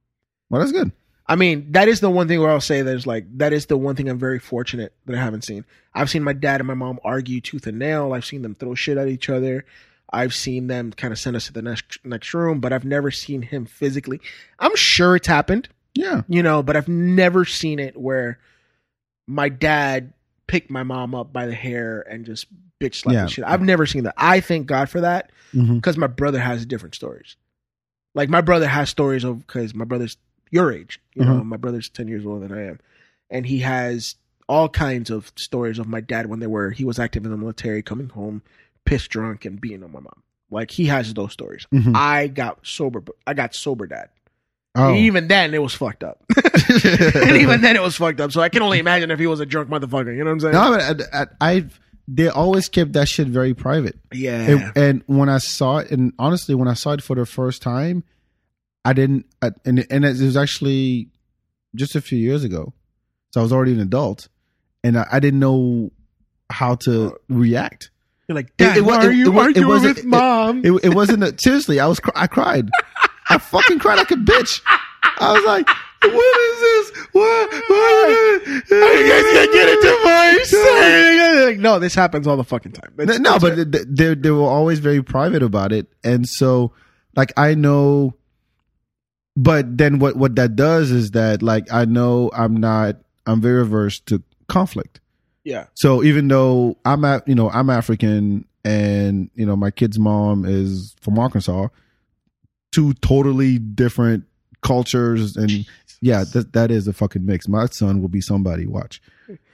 [SPEAKER 3] Well, that's good.
[SPEAKER 4] I mean, that is the one thing where I'll say there's like that is the one thing I'm very fortunate that I haven't seen. I've seen my dad and my mom argue tooth and nail. I've seen them throw shit at each other. I've seen them kind of send us to the next next room, but I've never seen him physically. I'm sure it's happened,
[SPEAKER 3] Yeah.
[SPEAKER 4] you know, but I've never seen it where my dad picked my mom up by the hair and just bitch slapped
[SPEAKER 3] Yeah.
[SPEAKER 4] the shit. I've never seen that. I thank God for that
[SPEAKER 3] Mm-hmm.
[SPEAKER 4] because my brother has different stories. Like my brother has stories of because my brother's your age, you know,
[SPEAKER 3] Mm-hmm.
[SPEAKER 4] my brother's ten years older than I am, and he has all kinds of stories of my dad when they were he was active in the military, coming home pissed drunk and beating on my mom. Like he has those stories.
[SPEAKER 3] Mhm.
[SPEAKER 4] I got sober, I got sober dad.
[SPEAKER 3] Oh.
[SPEAKER 4] And even then, it was fucked up. and even then, it was fucked up. So I can only imagine if he was a drunk motherfucker. You know what I'm saying?
[SPEAKER 3] no, but I, I, I've they always kept that shit very private.
[SPEAKER 4] yeah.
[SPEAKER 3] And- and when I saw it, and honestly, when I saw it for the first time, I didn't. I, and and it was actually just a few years ago, so I was already an adult, and I, I didn't know how to react.
[SPEAKER 4] You're like,
[SPEAKER 3] It-
[SPEAKER 4] Dad,
[SPEAKER 3] it wa-
[SPEAKER 4] why
[SPEAKER 3] it-
[SPEAKER 4] are
[SPEAKER 3] it
[SPEAKER 4] you
[SPEAKER 3] wa- it
[SPEAKER 4] arguing
[SPEAKER 3] wasn't- it-
[SPEAKER 4] with mom?
[SPEAKER 3] It, it wasn't a, seriously. I was cr- I cried. I fucking cried like a bitch. I was like, "What is this? What? what is this? Are you guys gonna get it
[SPEAKER 4] Like, no, this happens all the fucking time. It's-
[SPEAKER 3] no,
[SPEAKER 4] it's-
[SPEAKER 3] but th- th- they they were always very private about it, and so like I know, but then what what that does is that like I know I'm not I'm very averse to conflict.
[SPEAKER 4] Yeah.
[SPEAKER 3] So even though I'm at, you know, I'm African and, you know, my kid's mom is from Arkansas, two totally different cultures and yeah, that that is a fucking mix. My son will be somebody watch.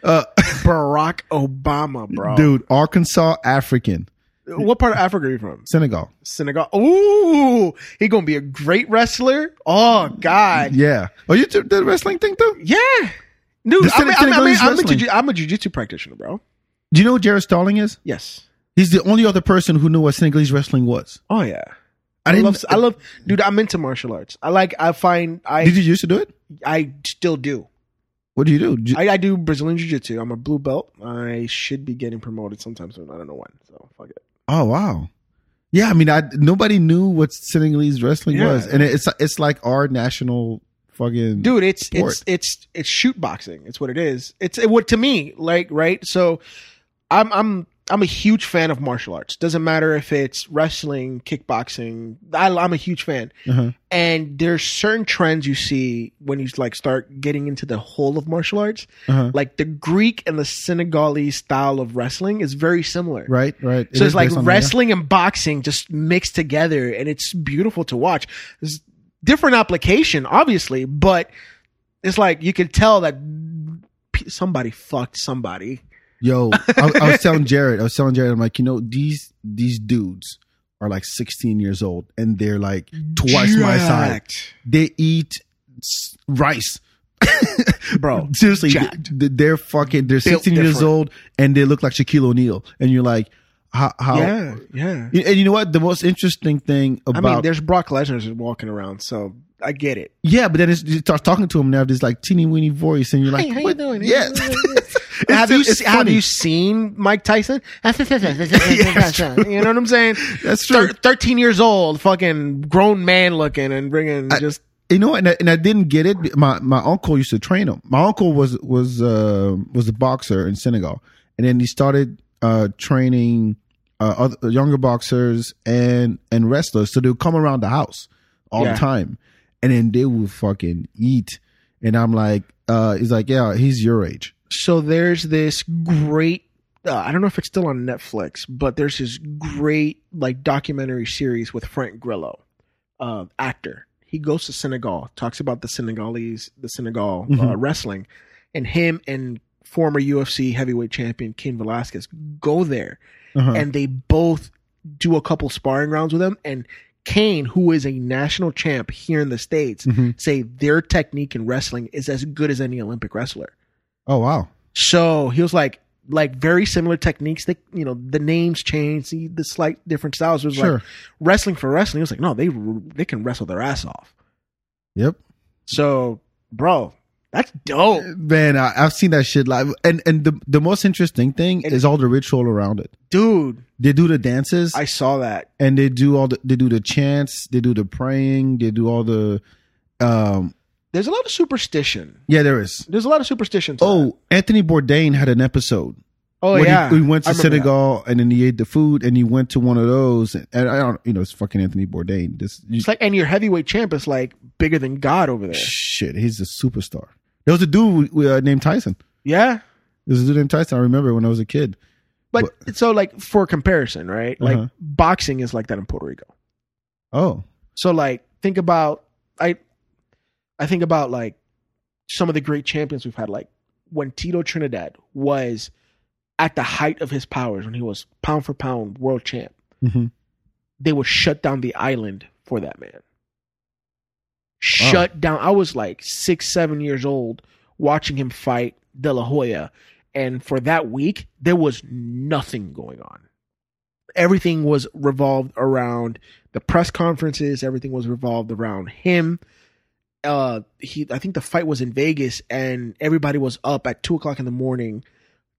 [SPEAKER 3] Uh
[SPEAKER 4] Barack Obama, bro.
[SPEAKER 3] dude, Arkansas African,
[SPEAKER 4] What part of Africa are you from?
[SPEAKER 3] Senegal.
[SPEAKER 4] Senegal. Ooh, he gonna be a great wrestler. Oh God,
[SPEAKER 3] Yeah. Oh, you did the wrestling thing too?
[SPEAKER 4] yeah, dude.
[SPEAKER 3] The
[SPEAKER 4] I mean, I mean, I mean,
[SPEAKER 3] Senegalese
[SPEAKER 4] I'm, a
[SPEAKER 3] wrestling.
[SPEAKER 4] jiu- I'm a jujitsu practitioner, bro.
[SPEAKER 3] Do you know who Jared Stalling is?
[SPEAKER 4] Yes.
[SPEAKER 3] He's the only other person who knew what Senegalese wrestling was.
[SPEAKER 4] Oh yeah.
[SPEAKER 3] I
[SPEAKER 4] I
[SPEAKER 3] didn't.
[SPEAKER 4] love. I love, dude. I'm into martial arts. I like. I find. I.
[SPEAKER 3] did you used to do it?
[SPEAKER 4] I still do.
[SPEAKER 3] What do you do? Ju-
[SPEAKER 4] I, I do Brazilian jiu jitsu. I'm a blue belt. I should be getting promoted sometime soon. I don't know when. So fuck it.
[SPEAKER 3] oh wow. Yeah, I mean, I nobody knew what Senegalese wrestling
[SPEAKER 4] Yeah.
[SPEAKER 3] was, and it's it's like our national fucking
[SPEAKER 4] dude it's
[SPEAKER 3] sport.
[SPEAKER 4] it's it's it's shoot boxing it's what it is it's it, what to me like right so i'm i'm i'm a huge fan of martial arts doesn't matter if it's wrestling kickboxing I, i'm a huge fan
[SPEAKER 3] Uh-huh.
[SPEAKER 4] and there's certain trends you see when you like start getting into the whole of martial arts
[SPEAKER 3] Uh-huh.
[SPEAKER 4] like the greek and the senegalese style of wrestling is very similar
[SPEAKER 3] Right, right. It
[SPEAKER 4] so
[SPEAKER 3] is
[SPEAKER 4] it's like
[SPEAKER 3] based on that, yeah.
[SPEAKER 4] wrestling and boxing just mixed together, and it's beautiful to watch. It's different application, obviously, but it's like you could tell that p- somebody fucked somebody.
[SPEAKER 3] Yo, I, I was telling Jared, I was telling Jared, I'm like, you know, these these dudes are like 16 years old, and they're like twice my size.
[SPEAKER 4] Jacked.
[SPEAKER 3] They eat s- rice,
[SPEAKER 4] bro.
[SPEAKER 3] Seriously,
[SPEAKER 4] jacked.
[SPEAKER 3] th- th- they're fucking. They're
[SPEAKER 4] Built
[SPEAKER 3] 16 years
[SPEAKER 4] different.
[SPEAKER 3] old, and they look like Shaquille O'Neal, and you're like, how? how
[SPEAKER 4] Yeah, yeah.
[SPEAKER 3] Y- And you know what? The most interesting thing
[SPEAKER 4] I
[SPEAKER 3] about
[SPEAKER 4] mean, there's Brock Lesnar's walking around, so I get it.
[SPEAKER 3] yeah, but then it's, you start talking to him now. This like teeny weeny voice, and you're like,
[SPEAKER 4] Hey, how you
[SPEAKER 3] what?
[SPEAKER 4] doing?
[SPEAKER 3] Yeah.
[SPEAKER 4] have you
[SPEAKER 3] it's
[SPEAKER 4] se- have
[SPEAKER 3] funny.
[SPEAKER 4] you seen Mike Tyson? you know what I'm saying?
[SPEAKER 3] That's true.
[SPEAKER 4] Thir- Thirteen years old, fucking grown man looking, and bringing just
[SPEAKER 3] you know, and I, and I didn't get it. My my uncle used to train him. My uncle was was uh, was a boxer in Senegal, and then he started uh, training uh, other, younger boxers and and wrestlers. So they would come around the house all
[SPEAKER 4] Yeah.
[SPEAKER 3] the time, and then they would fucking eat. And I'm like, uh, he's like, yeah, he's your age.
[SPEAKER 4] so there's this great uh, i don't know if it's still on netflix but there's this great like documentary series with frank grillo uh, actor he goes to senegal talks about the senegalese the senegal uh,
[SPEAKER 3] Mhm.
[SPEAKER 4] wrestling and him and former ufc heavyweight champion king velasquez go there
[SPEAKER 3] Uh-huh.
[SPEAKER 4] and they both do a couple sparring rounds with him and kane who is a national champ here in the states
[SPEAKER 3] Mhm.
[SPEAKER 4] say their technique in wrestling is as good as any olympic wrestler
[SPEAKER 3] Oh wow.
[SPEAKER 4] so he was like, like very similar techniques. That you know, the names changed, the, the slight different styles. It was
[SPEAKER 3] Sure.
[SPEAKER 4] like wrestling for wrestling. He was like, no, they they can wrestle their ass off.
[SPEAKER 3] Yep.
[SPEAKER 4] So, bro, that's dope.
[SPEAKER 3] Man, I, I've seen that shit live, and and the the most interesting thing
[SPEAKER 4] And-
[SPEAKER 3] is all the ritual around it.
[SPEAKER 4] dude.
[SPEAKER 3] They do the dances.
[SPEAKER 4] I saw that.
[SPEAKER 3] and they do all the they do the chants, they do the praying, they do all the um
[SPEAKER 4] There's a lot of superstition.
[SPEAKER 3] yeah, there is.
[SPEAKER 4] There's a lot of superstition. To that.
[SPEAKER 3] Oh, Anthony Bourdain had an episode.
[SPEAKER 4] oh
[SPEAKER 3] where he-
[SPEAKER 4] yeah.
[SPEAKER 3] he, went
[SPEAKER 4] I
[SPEAKER 3] to
[SPEAKER 4] remember that.
[SPEAKER 3] Senegal and then he ate the food and he went to one of those and, and I don't you know it's fucking Anthony Bourdain. This you-
[SPEAKER 4] It's like, and your heavyweight champ is like bigger than God over there.
[SPEAKER 3] shit, he's a superstar. There was a dude uh, named Tyson.
[SPEAKER 4] Yeah.
[SPEAKER 3] There was a dude named Tyson. I remember when I was a kid.
[SPEAKER 4] But, so, like, for comparison, right? Like,
[SPEAKER 3] Uh-huh.
[SPEAKER 4] boxing is like that in Puerto Rico.
[SPEAKER 3] Oh,
[SPEAKER 4] So like think about I I think about like some of the great champions we've had like when Tito Trinidad was at the height of his powers when he was pound for pound world champ
[SPEAKER 3] Mhm.
[SPEAKER 4] they would shut down the island for that man. Shut down. I was like six, seven years old watching him fight De La Hoya. And for that week, there was nothing going on. Everything was revolved around the press conferences, everything was revolved around him. Uh, he, I think the fight was in Vegas, and everybody was up at two o'clock in the morning,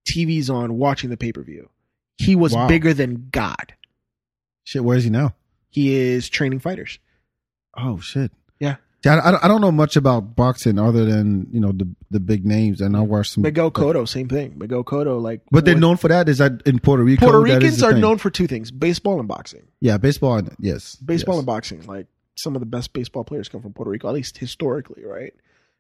[SPEAKER 4] TV's on, watching the pay per view. He was
[SPEAKER 3] Wow.
[SPEAKER 4] bigger than God.
[SPEAKER 3] shit, where is he now?
[SPEAKER 4] He is training fighters.
[SPEAKER 3] Oh shit.
[SPEAKER 4] Yeah.
[SPEAKER 3] See, I, I don't- I don't know much about boxing other than you know the the big names, and I watch some.
[SPEAKER 4] Miguel Cotto, same thing. Miguel Cotto, like,
[SPEAKER 3] But they're
[SPEAKER 4] when-
[SPEAKER 3] known for that. Is that in Puerto Rico?
[SPEAKER 4] Puerto
[SPEAKER 3] that is
[SPEAKER 4] Ricans
[SPEAKER 3] the
[SPEAKER 4] are
[SPEAKER 3] thing.
[SPEAKER 4] known for two things: baseball and boxing.
[SPEAKER 3] Yeah, baseball. And, yes,
[SPEAKER 4] Baseball
[SPEAKER 3] yes.
[SPEAKER 4] and boxing, like some of the best baseball players come from Puerto Rico, at least historically, right?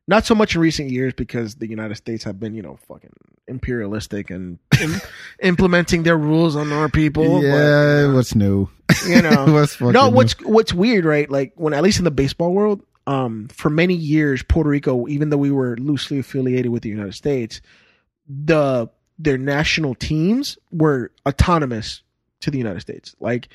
[SPEAKER 4] Not so much in recent years because the United States have been, you know, fucking imperialistic and im- implementing their rules on our people. but,
[SPEAKER 3] yeah, what's new?
[SPEAKER 4] you know.
[SPEAKER 3] What's fucking
[SPEAKER 4] Uh, no,
[SPEAKER 3] new?
[SPEAKER 4] what's what's weird, right? Like when at least in the baseball world, um, for many years, Puerto Rico, even though we were loosely affiliated with the United States, the their national teams were autonomous to the United States. Like,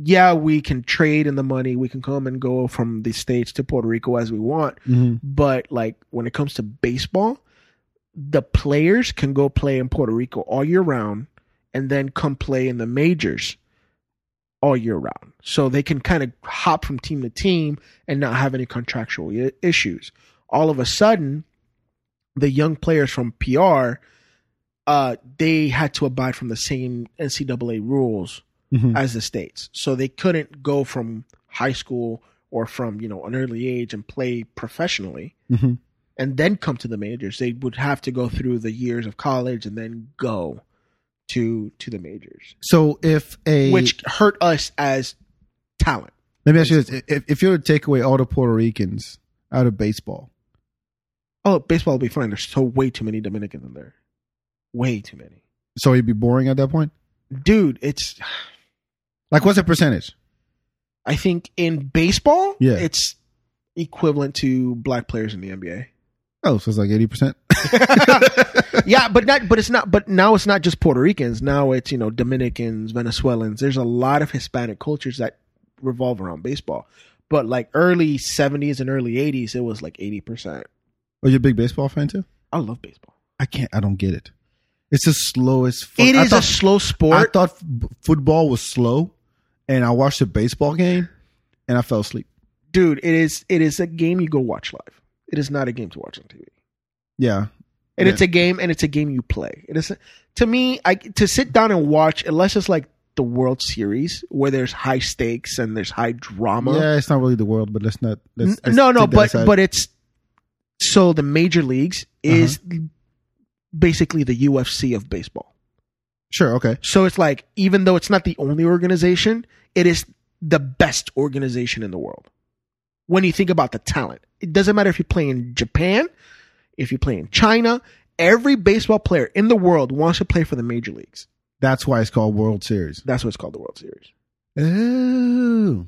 [SPEAKER 4] yeah, we can trade in the money, we can come and go from the states to Puerto Rico as we want,
[SPEAKER 3] Mhm.
[SPEAKER 4] but like when it comes to baseball, the players can go play in Puerto Rico all year round and then come play in the majors all year round. So they can kind of hop from team to team and not have any contractual i- issues. All of a sudden, the young players from PR, uh, they had to abide from the same NCAA rules
[SPEAKER 3] Mhm.
[SPEAKER 4] as the states. So they couldn't go from high school or from, you know, an early age and play professionally
[SPEAKER 3] Mhm.
[SPEAKER 4] and then come to the majors. They would have to go through the years of college and then go to to the majors,
[SPEAKER 3] So if a
[SPEAKER 4] which hurt us as talent.
[SPEAKER 3] let me ask you this: if, if you were to take away all the Puerto Ricans out of baseball,
[SPEAKER 4] Oh, baseball will be fine. There's so way too many Dominicans in there, way too many.
[SPEAKER 3] so it'd be boring at that point.
[SPEAKER 4] Dude, it's
[SPEAKER 3] Like, what's the percentage?
[SPEAKER 4] I think in baseball,
[SPEAKER 3] Yeah.
[SPEAKER 4] it's equivalent to black players in the NBA.
[SPEAKER 3] Oh, so it's like eighty percent.
[SPEAKER 4] yeah, but not. But it's not. But now it's not just Puerto Ricans. Now it's you know Dominicans, Venezuelans. There's a lot of Hispanic cultures that revolve around baseball. But like early '70s and early '80s, it was like 80. percent
[SPEAKER 3] Are you a big baseball fan too?
[SPEAKER 4] I love baseball.
[SPEAKER 3] I can't. I don't get it. It's the slowest. Fuck.
[SPEAKER 4] It is
[SPEAKER 3] I
[SPEAKER 4] a
[SPEAKER 3] thought-
[SPEAKER 4] slow
[SPEAKER 3] I
[SPEAKER 4] sport.
[SPEAKER 3] thought f- football was slow, and I watched a baseball game, and I fell asleep.
[SPEAKER 4] dude. It is. It is a game you go watch live. It is not a game to watch on TV.
[SPEAKER 3] Yeah,
[SPEAKER 4] and
[SPEAKER 3] Yeah.
[SPEAKER 4] it's a game and it's a game you play it is to me i to sit down and watch unless it's like the world series where there's high stakes and there's high drama
[SPEAKER 3] yeah. It's not really the world, but let's not. Let's,
[SPEAKER 4] N-
[SPEAKER 3] let's
[SPEAKER 4] no no
[SPEAKER 3] take that
[SPEAKER 4] but
[SPEAKER 3] aside.
[SPEAKER 4] but it's so the major leagues is basically the ufc of baseball
[SPEAKER 3] sure, okay.
[SPEAKER 4] so it's like even though it's not the only organization it is the best organization in the world when you think about the talent it doesn't matter if you play in japan if you play in china every baseball player in the world wants to play for the major leagues
[SPEAKER 3] That's why it's called World Series.
[SPEAKER 4] That's what it's called, the World Series.
[SPEAKER 3] Oh,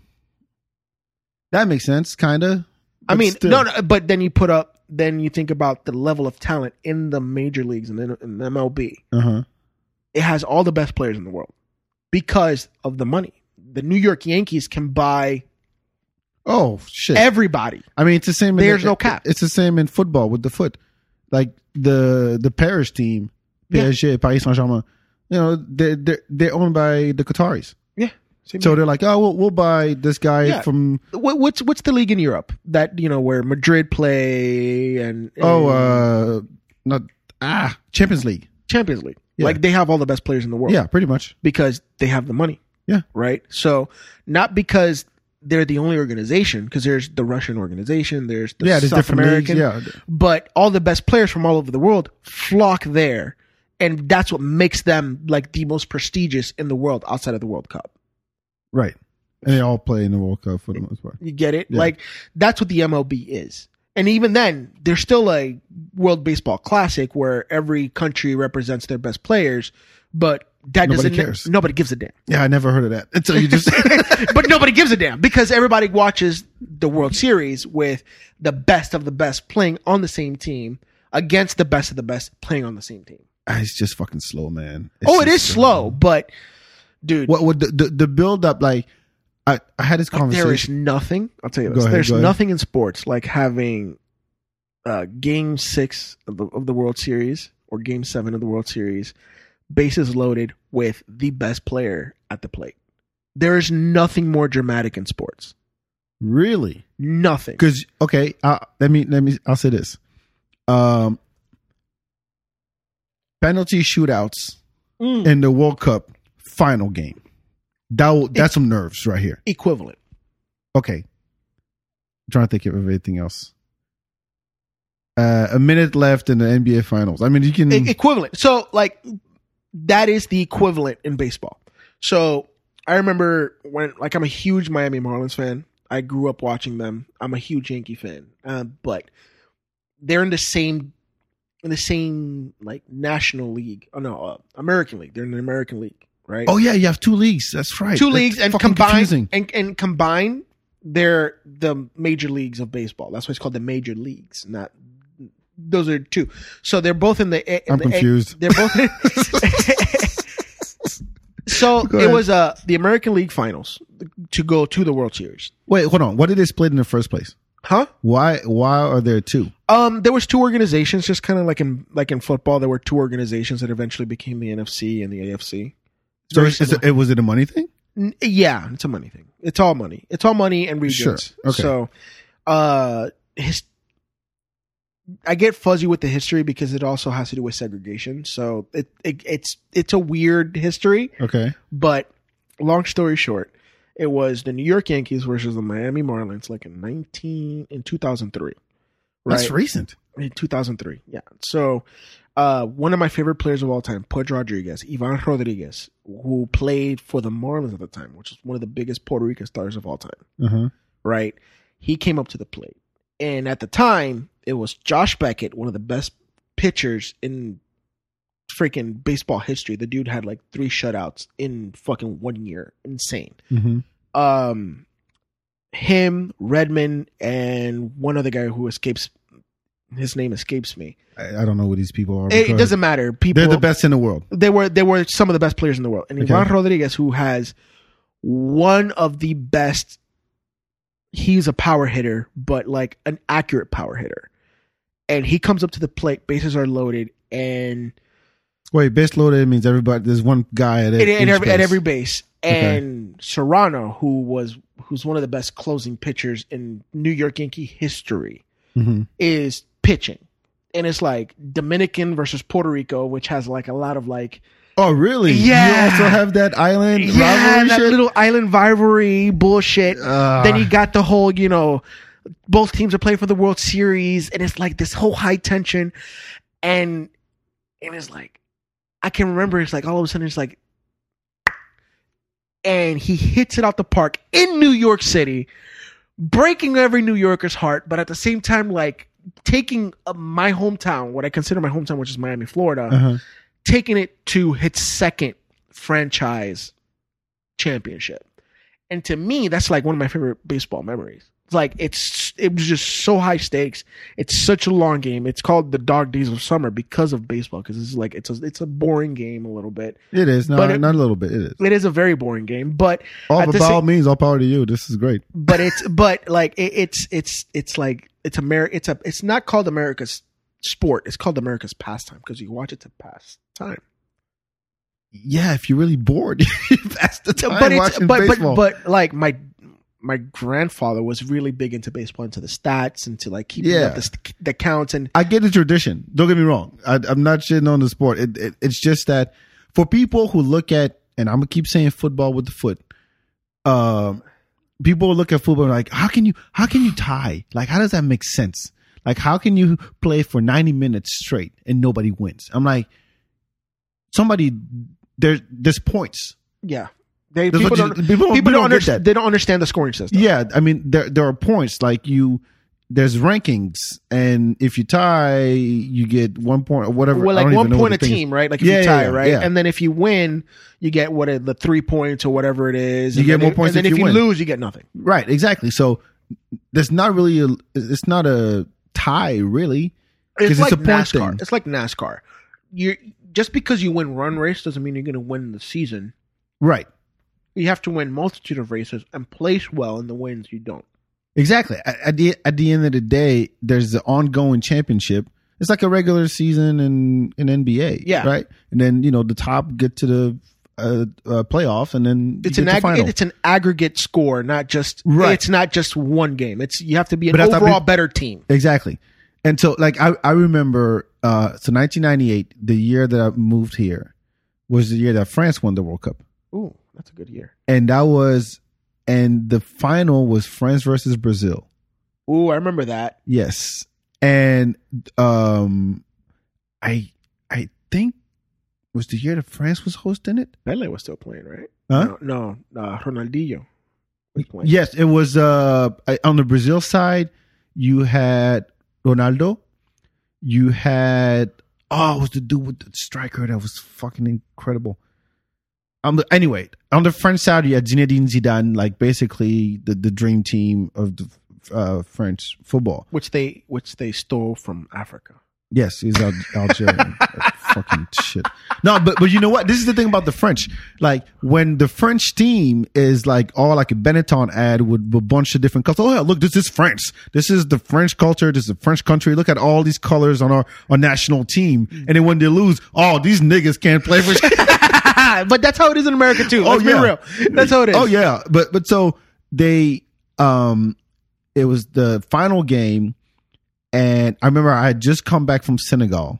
[SPEAKER 3] that makes sense, kind of.
[SPEAKER 4] I mean, no, no, but then you put up, then you think about the level of talent in the major leagues and then in MLB.
[SPEAKER 3] Uh huh.
[SPEAKER 4] It has all the best players in the world because of the money. The New York Yankees can buy
[SPEAKER 3] Oh shit.
[SPEAKER 4] everybody.
[SPEAKER 3] I mean, it's the same. in-
[SPEAKER 4] There's no cap.
[SPEAKER 3] It's the same in football with the foot, like the the Paris team,
[SPEAKER 4] Yeah.
[SPEAKER 3] PSG, Paris Saint Germain. You know, they they they're owned by the Qataris,
[SPEAKER 4] Yeah. Same
[SPEAKER 3] so they're like, oh, we'll, we'll buy this guy
[SPEAKER 4] Yeah.
[SPEAKER 3] from
[SPEAKER 4] here. What, what's what's the league in Europe that you know where Madrid play and, and
[SPEAKER 3] oh, uh, not ah Champions League.
[SPEAKER 4] Champions League?
[SPEAKER 3] Yeah.
[SPEAKER 4] Like they have all the best players in the world.
[SPEAKER 3] Yeah, pretty much.
[SPEAKER 4] because they have the money.
[SPEAKER 3] Yeah.
[SPEAKER 4] Right. So not because they're the only organization, because there's the Russian organization, there's the
[SPEAKER 3] yeah, there's
[SPEAKER 4] South
[SPEAKER 3] different
[SPEAKER 4] American,
[SPEAKER 3] leagues. Yeah,
[SPEAKER 4] but all the best players from all over the world flock there, and that's what makes them like the most prestigious in the world outside of the World Cup.
[SPEAKER 3] right. And they all play in the World Cup for the most part.
[SPEAKER 4] You get it?
[SPEAKER 3] Yeah.
[SPEAKER 4] Like that's what the MLB is. And even then, there's still a World Baseball Classic where every country represents their best players, but that
[SPEAKER 3] Nobody
[SPEAKER 4] doesn't
[SPEAKER 3] cares.
[SPEAKER 4] nobody gives a damn.
[SPEAKER 3] Yeah, I never heard of that until you just.
[SPEAKER 4] but nobody gives a damn because everybody watches the World Series with the best of the best playing on the same team against the best of the best playing on the same team.
[SPEAKER 3] Ah, it's just fucking slow, man. It's
[SPEAKER 4] oh, it is
[SPEAKER 3] just
[SPEAKER 4] slow, but dude,
[SPEAKER 3] What what the the, the build up like? I I had this conversation.
[SPEAKER 4] there is nothing. I'll tell you
[SPEAKER 3] Go
[SPEAKER 4] this.
[SPEAKER 3] ahead,
[SPEAKER 4] there's
[SPEAKER 3] go ahead.
[SPEAKER 4] nothing in sports like having uh, game six of the, of the World Series or game seven of the World Series, bases loaded with the best player at the plate. There is nothing more dramatic in sports.
[SPEAKER 3] Really?
[SPEAKER 4] Nothing.
[SPEAKER 3] Because okay, I, let me let me. I'll say this: um, penalty shootouts
[SPEAKER 4] Mm.
[SPEAKER 3] in the World Cup final game. That will, that's some nerves right here.
[SPEAKER 4] Equivalent.
[SPEAKER 3] Okay, I'm trying to think of everything else. Uh, a minute left in the NBA Finals. I mean, you can.
[SPEAKER 4] E- equivalent. So like that is the equivalent in baseball. So I remember when like I'm a huge Miami Marlins fan. I grew up watching them. I'm a huge Yankee fan. Uh, but they're in the same in the same like national league. Oh no, uh, American league. They're in the American league, right?
[SPEAKER 3] Oh yeah, you have two leagues. That's right.
[SPEAKER 4] two
[SPEAKER 3] That's
[SPEAKER 4] leagues and
[SPEAKER 3] fucking
[SPEAKER 4] combine
[SPEAKER 3] confusing.
[SPEAKER 4] and, and combine they're the major leagues of baseball. That's why it's called the major leagues, not those are two. So they're both in the A- in
[SPEAKER 3] I'm
[SPEAKER 4] the A-
[SPEAKER 3] confused.
[SPEAKER 4] they're both So
[SPEAKER 3] Go
[SPEAKER 4] it
[SPEAKER 3] ahead.
[SPEAKER 4] was uh the American League Finals to go to the World Series.
[SPEAKER 3] Wait, hold on. What did they split in the first place?
[SPEAKER 4] Huh?
[SPEAKER 3] Why? Why are there two?
[SPEAKER 4] Um, there was two organizations, just kind of like in like in football, there were two organizations that eventually became the NFC and the AFC.
[SPEAKER 3] So
[SPEAKER 4] Very
[SPEAKER 3] is, is
[SPEAKER 4] similar.
[SPEAKER 3] it, was it a money thing?
[SPEAKER 4] N- yeah, it's a money thing. It's all money. It's all money and regions.
[SPEAKER 3] Sure. Okay.
[SPEAKER 4] So, uh, his, I get fuzzy with the history because it also has to do with segregation. So it, it it's it's a weird history,
[SPEAKER 3] Okay.
[SPEAKER 4] but long story short, it was the New York Yankees versus the Miami Marlins, like in nineteen in two thousand three.
[SPEAKER 3] That's recent.
[SPEAKER 4] In 2003. Yeah. So, uh, one of my favorite players of all time, Pudge Rodriguez, Ivan Rodriguez, who played for the Marlins at the time, which is one of the biggest Puerto Rican stars of all time,
[SPEAKER 3] Uh huh.
[SPEAKER 4] right? He came up to the plate. And at the time, it was Josh Beckett, one of the best pitchers in freaking baseball history. The dude had like three shutouts in fucking one year. Insane
[SPEAKER 3] Mm-hmm.
[SPEAKER 4] um him, Redmond, and one other guy who escapes his name escapes me.
[SPEAKER 3] I, I don't know who these people are. but
[SPEAKER 4] It,
[SPEAKER 3] go
[SPEAKER 4] it
[SPEAKER 3] ahead.
[SPEAKER 4] doesn't matter. People
[SPEAKER 3] They're the best in the world.
[SPEAKER 4] they were they were some of the best players in the world. And
[SPEAKER 3] Okay.
[SPEAKER 4] Ivan Rodriguez, who has one of the best, he's a power hitter, but like an accurate power hitter. And he comes up to the plate, bases are loaded, and
[SPEAKER 3] Wait, base loaded means everybody. There's one guy at,
[SPEAKER 4] at,
[SPEAKER 3] each
[SPEAKER 4] at, every, at
[SPEAKER 3] base.
[SPEAKER 4] every base.
[SPEAKER 3] Okay.
[SPEAKER 4] And Serrano, who was who's one of the best closing pitchers in New York Yankee history,
[SPEAKER 3] Mhm.
[SPEAKER 4] is pitching. And it's like Dominican versus Puerto Rico, which has like a lot of like
[SPEAKER 3] Oh, really?
[SPEAKER 4] Yeah.
[SPEAKER 3] You also have that island
[SPEAKER 4] yeah,
[SPEAKER 3] rivalry
[SPEAKER 4] that
[SPEAKER 3] shit?
[SPEAKER 4] little island rivalry bullshit.
[SPEAKER 3] Ah.
[SPEAKER 4] then you got the whole, you know, both teams are playing for the World Series, and it's like this whole high tension, and it was like I can remember it's like all of a sudden it's like, and he hits it out the park in New York City, breaking every New Yorker's heart, but at the same time like taking uh, my hometown, what I consider my hometown, which is Miami, Florida
[SPEAKER 3] Uh-huh.
[SPEAKER 4] taking it to its second franchise championship. And to me, that's like one of my favorite baseball memories. It's Like it's it was just so high stakes. It's such a long game. It's called the Dog Days of Summer because of baseball. Because it's like it's a it's a boring game a little bit.
[SPEAKER 3] It is. No,
[SPEAKER 4] But it-
[SPEAKER 3] not a little bit. It is.
[SPEAKER 4] It is a very boring game, but
[SPEAKER 3] All,
[SPEAKER 4] at
[SPEAKER 3] but
[SPEAKER 4] the
[SPEAKER 3] by
[SPEAKER 4] same-
[SPEAKER 3] all means, all power to you. This is great.
[SPEAKER 4] but it's but like it, it's it's it's like it's America. It's a it's not called America's sport. It's called America's pastime because you watch it to pass time.
[SPEAKER 3] Yeah, if you're really bored, that's the time
[SPEAKER 4] but it's,
[SPEAKER 3] watching
[SPEAKER 4] but,
[SPEAKER 3] baseball.
[SPEAKER 4] but but like my my grandfather was really big into baseball, into the stats, into like keeping
[SPEAKER 3] Yeah.
[SPEAKER 4] up the, st- the counts, and
[SPEAKER 3] I get the tradition. Don't get me wrong. I, I'm not shitting on the sport. It, it, it's just that for people who look at, and I'm gonna keep saying football with the foot. Um, people look at football and like, how can you, how can you tie? Like, how does that make sense? Like, how can you play for 90 minutes straight and nobody wins? I'm like, somebody, there's there's points.
[SPEAKER 4] yeah, they
[SPEAKER 3] That's
[SPEAKER 4] people
[SPEAKER 3] what you-
[SPEAKER 4] don't
[SPEAKER 3] people don't-
[SPEAKER 4] people
[SPEAKER 3] we
[SPEAKER 4] don't
[SPEAKER 3] don't get
[SPEAKER 4] understand
[SPEAKER 3] that.
[SPEAKER 4] they don't understand the scoring system.
[SPEAKER 3] Yeah, I mean there there are points like you. There's rankings, and if you tie, you get one point or whatever.
[SPEAKER 4] Well,
[SPEAKER 3] I
[SPEAKER 4] like
[SPEAKER 3] don't even
[SPEAKER 4] one
[SPEAKER 3] know what
[SPEAKER 4] point
[SPEAKER 3] the
[SPEAKER 4] a
[SPEAKER 3] thing is.
[SPEAKER 4] team, right? Like if
[SPEAKER 3] Yeah,
[SPEAKER 4] you
[SPEAKER 3] yeah,
[SPEAKER 4] tie,
[SPEAKER 3] yeah,
[SPEAKER 4] right?
[SPEAKER 3] yeah.
[SPEAKER 4] And then if you win, you get what are the three points or whatever it is.
[SPEAKER 3] You
[SPEAKER 4] and
[SPEAKER 3] get
[SPEAKER 4] then
[SPEAKER 3] more
[SPEAKER 4] it-
[SPEAKER 3] points
[SPEAKER 4] and then
[SPEAKER 3] if
[SPEAKER 4] if
[SPEAKER 3] you
[SPEAKER 4] you
[SPEAKER 3] win.
[SPEAKER 4] lose, you get nothing.
[SPEAKER 3] Right, exactly. So there's not really a it's not a tie really
[SPEAKER 4] It's like
[SPEAKER 3] point
[SPEAKER 4] NASCAR.
[SPEAKER 3] thing.
[SPEAKER 4] It's like NASCAR. You just because you win one race doesn't mean you're going to win the season.
[SPEAKER 3] Right,
[SPEAKER 4] You have to win multitude of races and place well in the wins you don't.
[SPEAKER 3] exactly. At, at the at the end of the day, there's the ongoing championship. It's like a regular season in in NBA.
[SPEAKER 4] Yeah.
[SPEAKER 3] right. And then you know the top get to the uh, uh, playoff, and then
[SPEAKER 4] it's
[SPEAKER 3] you
[SPEAKER 4] an
[SPEAKER 3] get the
[SPEAKER 4] ag-
[SPEAKER 3] final.
[SPEAKER 4] it's an aggregate score, not just
[SPEAKER 3] Right.
[SPEAKER 4] It's not just one game. It's you have to be an
[SPEAKER 3] But that's not
[SPEAKER 4] overall
[SPEAKER 3] big-
[SPEAKER 4] better team.
[SPEAKER 3] Exactly. And so like I, I remember uh so 1998 the year that I moved here was the year that France won the World Cup.
[SPEAKER 4] Ooh, that's a good year.
[SPEAKER 3] And that was and the final was France versus Brazil.
[SPEAKER 4] Ooh, I remember that.
[SPEAKER 3] Yes. And um I I think was the year that France was hosting it?
[SPEAKER 4] Pele was still playing, right?
[SPEAKER 3] Huh?
[SPEAKER 4] No, no uh, Ronaldinho was playing.
[SPEAKER 3] Yes, it was uh I- on the Brazil side you had Ronaldo You had oh, it was the dude with the striker that was fucking incredible. On the anyway, on the French side, you had Zinedine Zidane, like basically the the dream team of the uh, French football.
[SPEAKER 4] which they which they stole from Africa.
[SPEAKER 3] Yes, he's Al- Algerian. fucking shit. No, but but you know what? This is the thing about the French. Like when the French team is like all like a Benetton ad with a bunch of different colors. Oh yeah, look, this is France. This is the French culture. This is the French country. Look at all these colors on our, our national team. And then when they lose, oh these niggas can't play for shit.
[SPEAKER 4] but that's how it is in America too.
[SPEAKER 3] Oh,
[SPEAKER 4] Let's
[SPEAKER 3] yeah.
[SPEAKER 4] be real. That's how it is.
[SPEAKER 3] Oh yeah, but but so they um it was the final game and I remember I had just come back from Senegal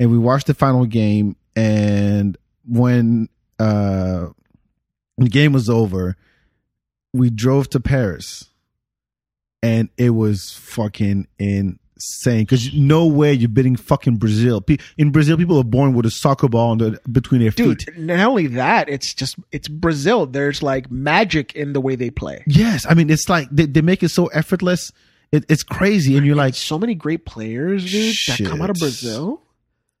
[SPEAKER 3] and we watched the final game and when uh the game was over we drove to Paris and it was fucking insane because nowhere you're bidding fucking Brazil. Pe- In Brazil, people are born with a soccer ball in the, between their
[SPEAKER 4] Dude,
[SPEAKER 3] feet.
[SPEAKER 4] not only that, it's just it's Brazil. There's like magic in the way they play.
[SPEAKER 3] Yes, I mean it's like they, they make it so effortless. It, it's crazy, and you're like,
[SPEAKER 4] So many great players, dude, that come out of
[SPEAKER 3] Shit.
[SPEAKER 4] Brazil.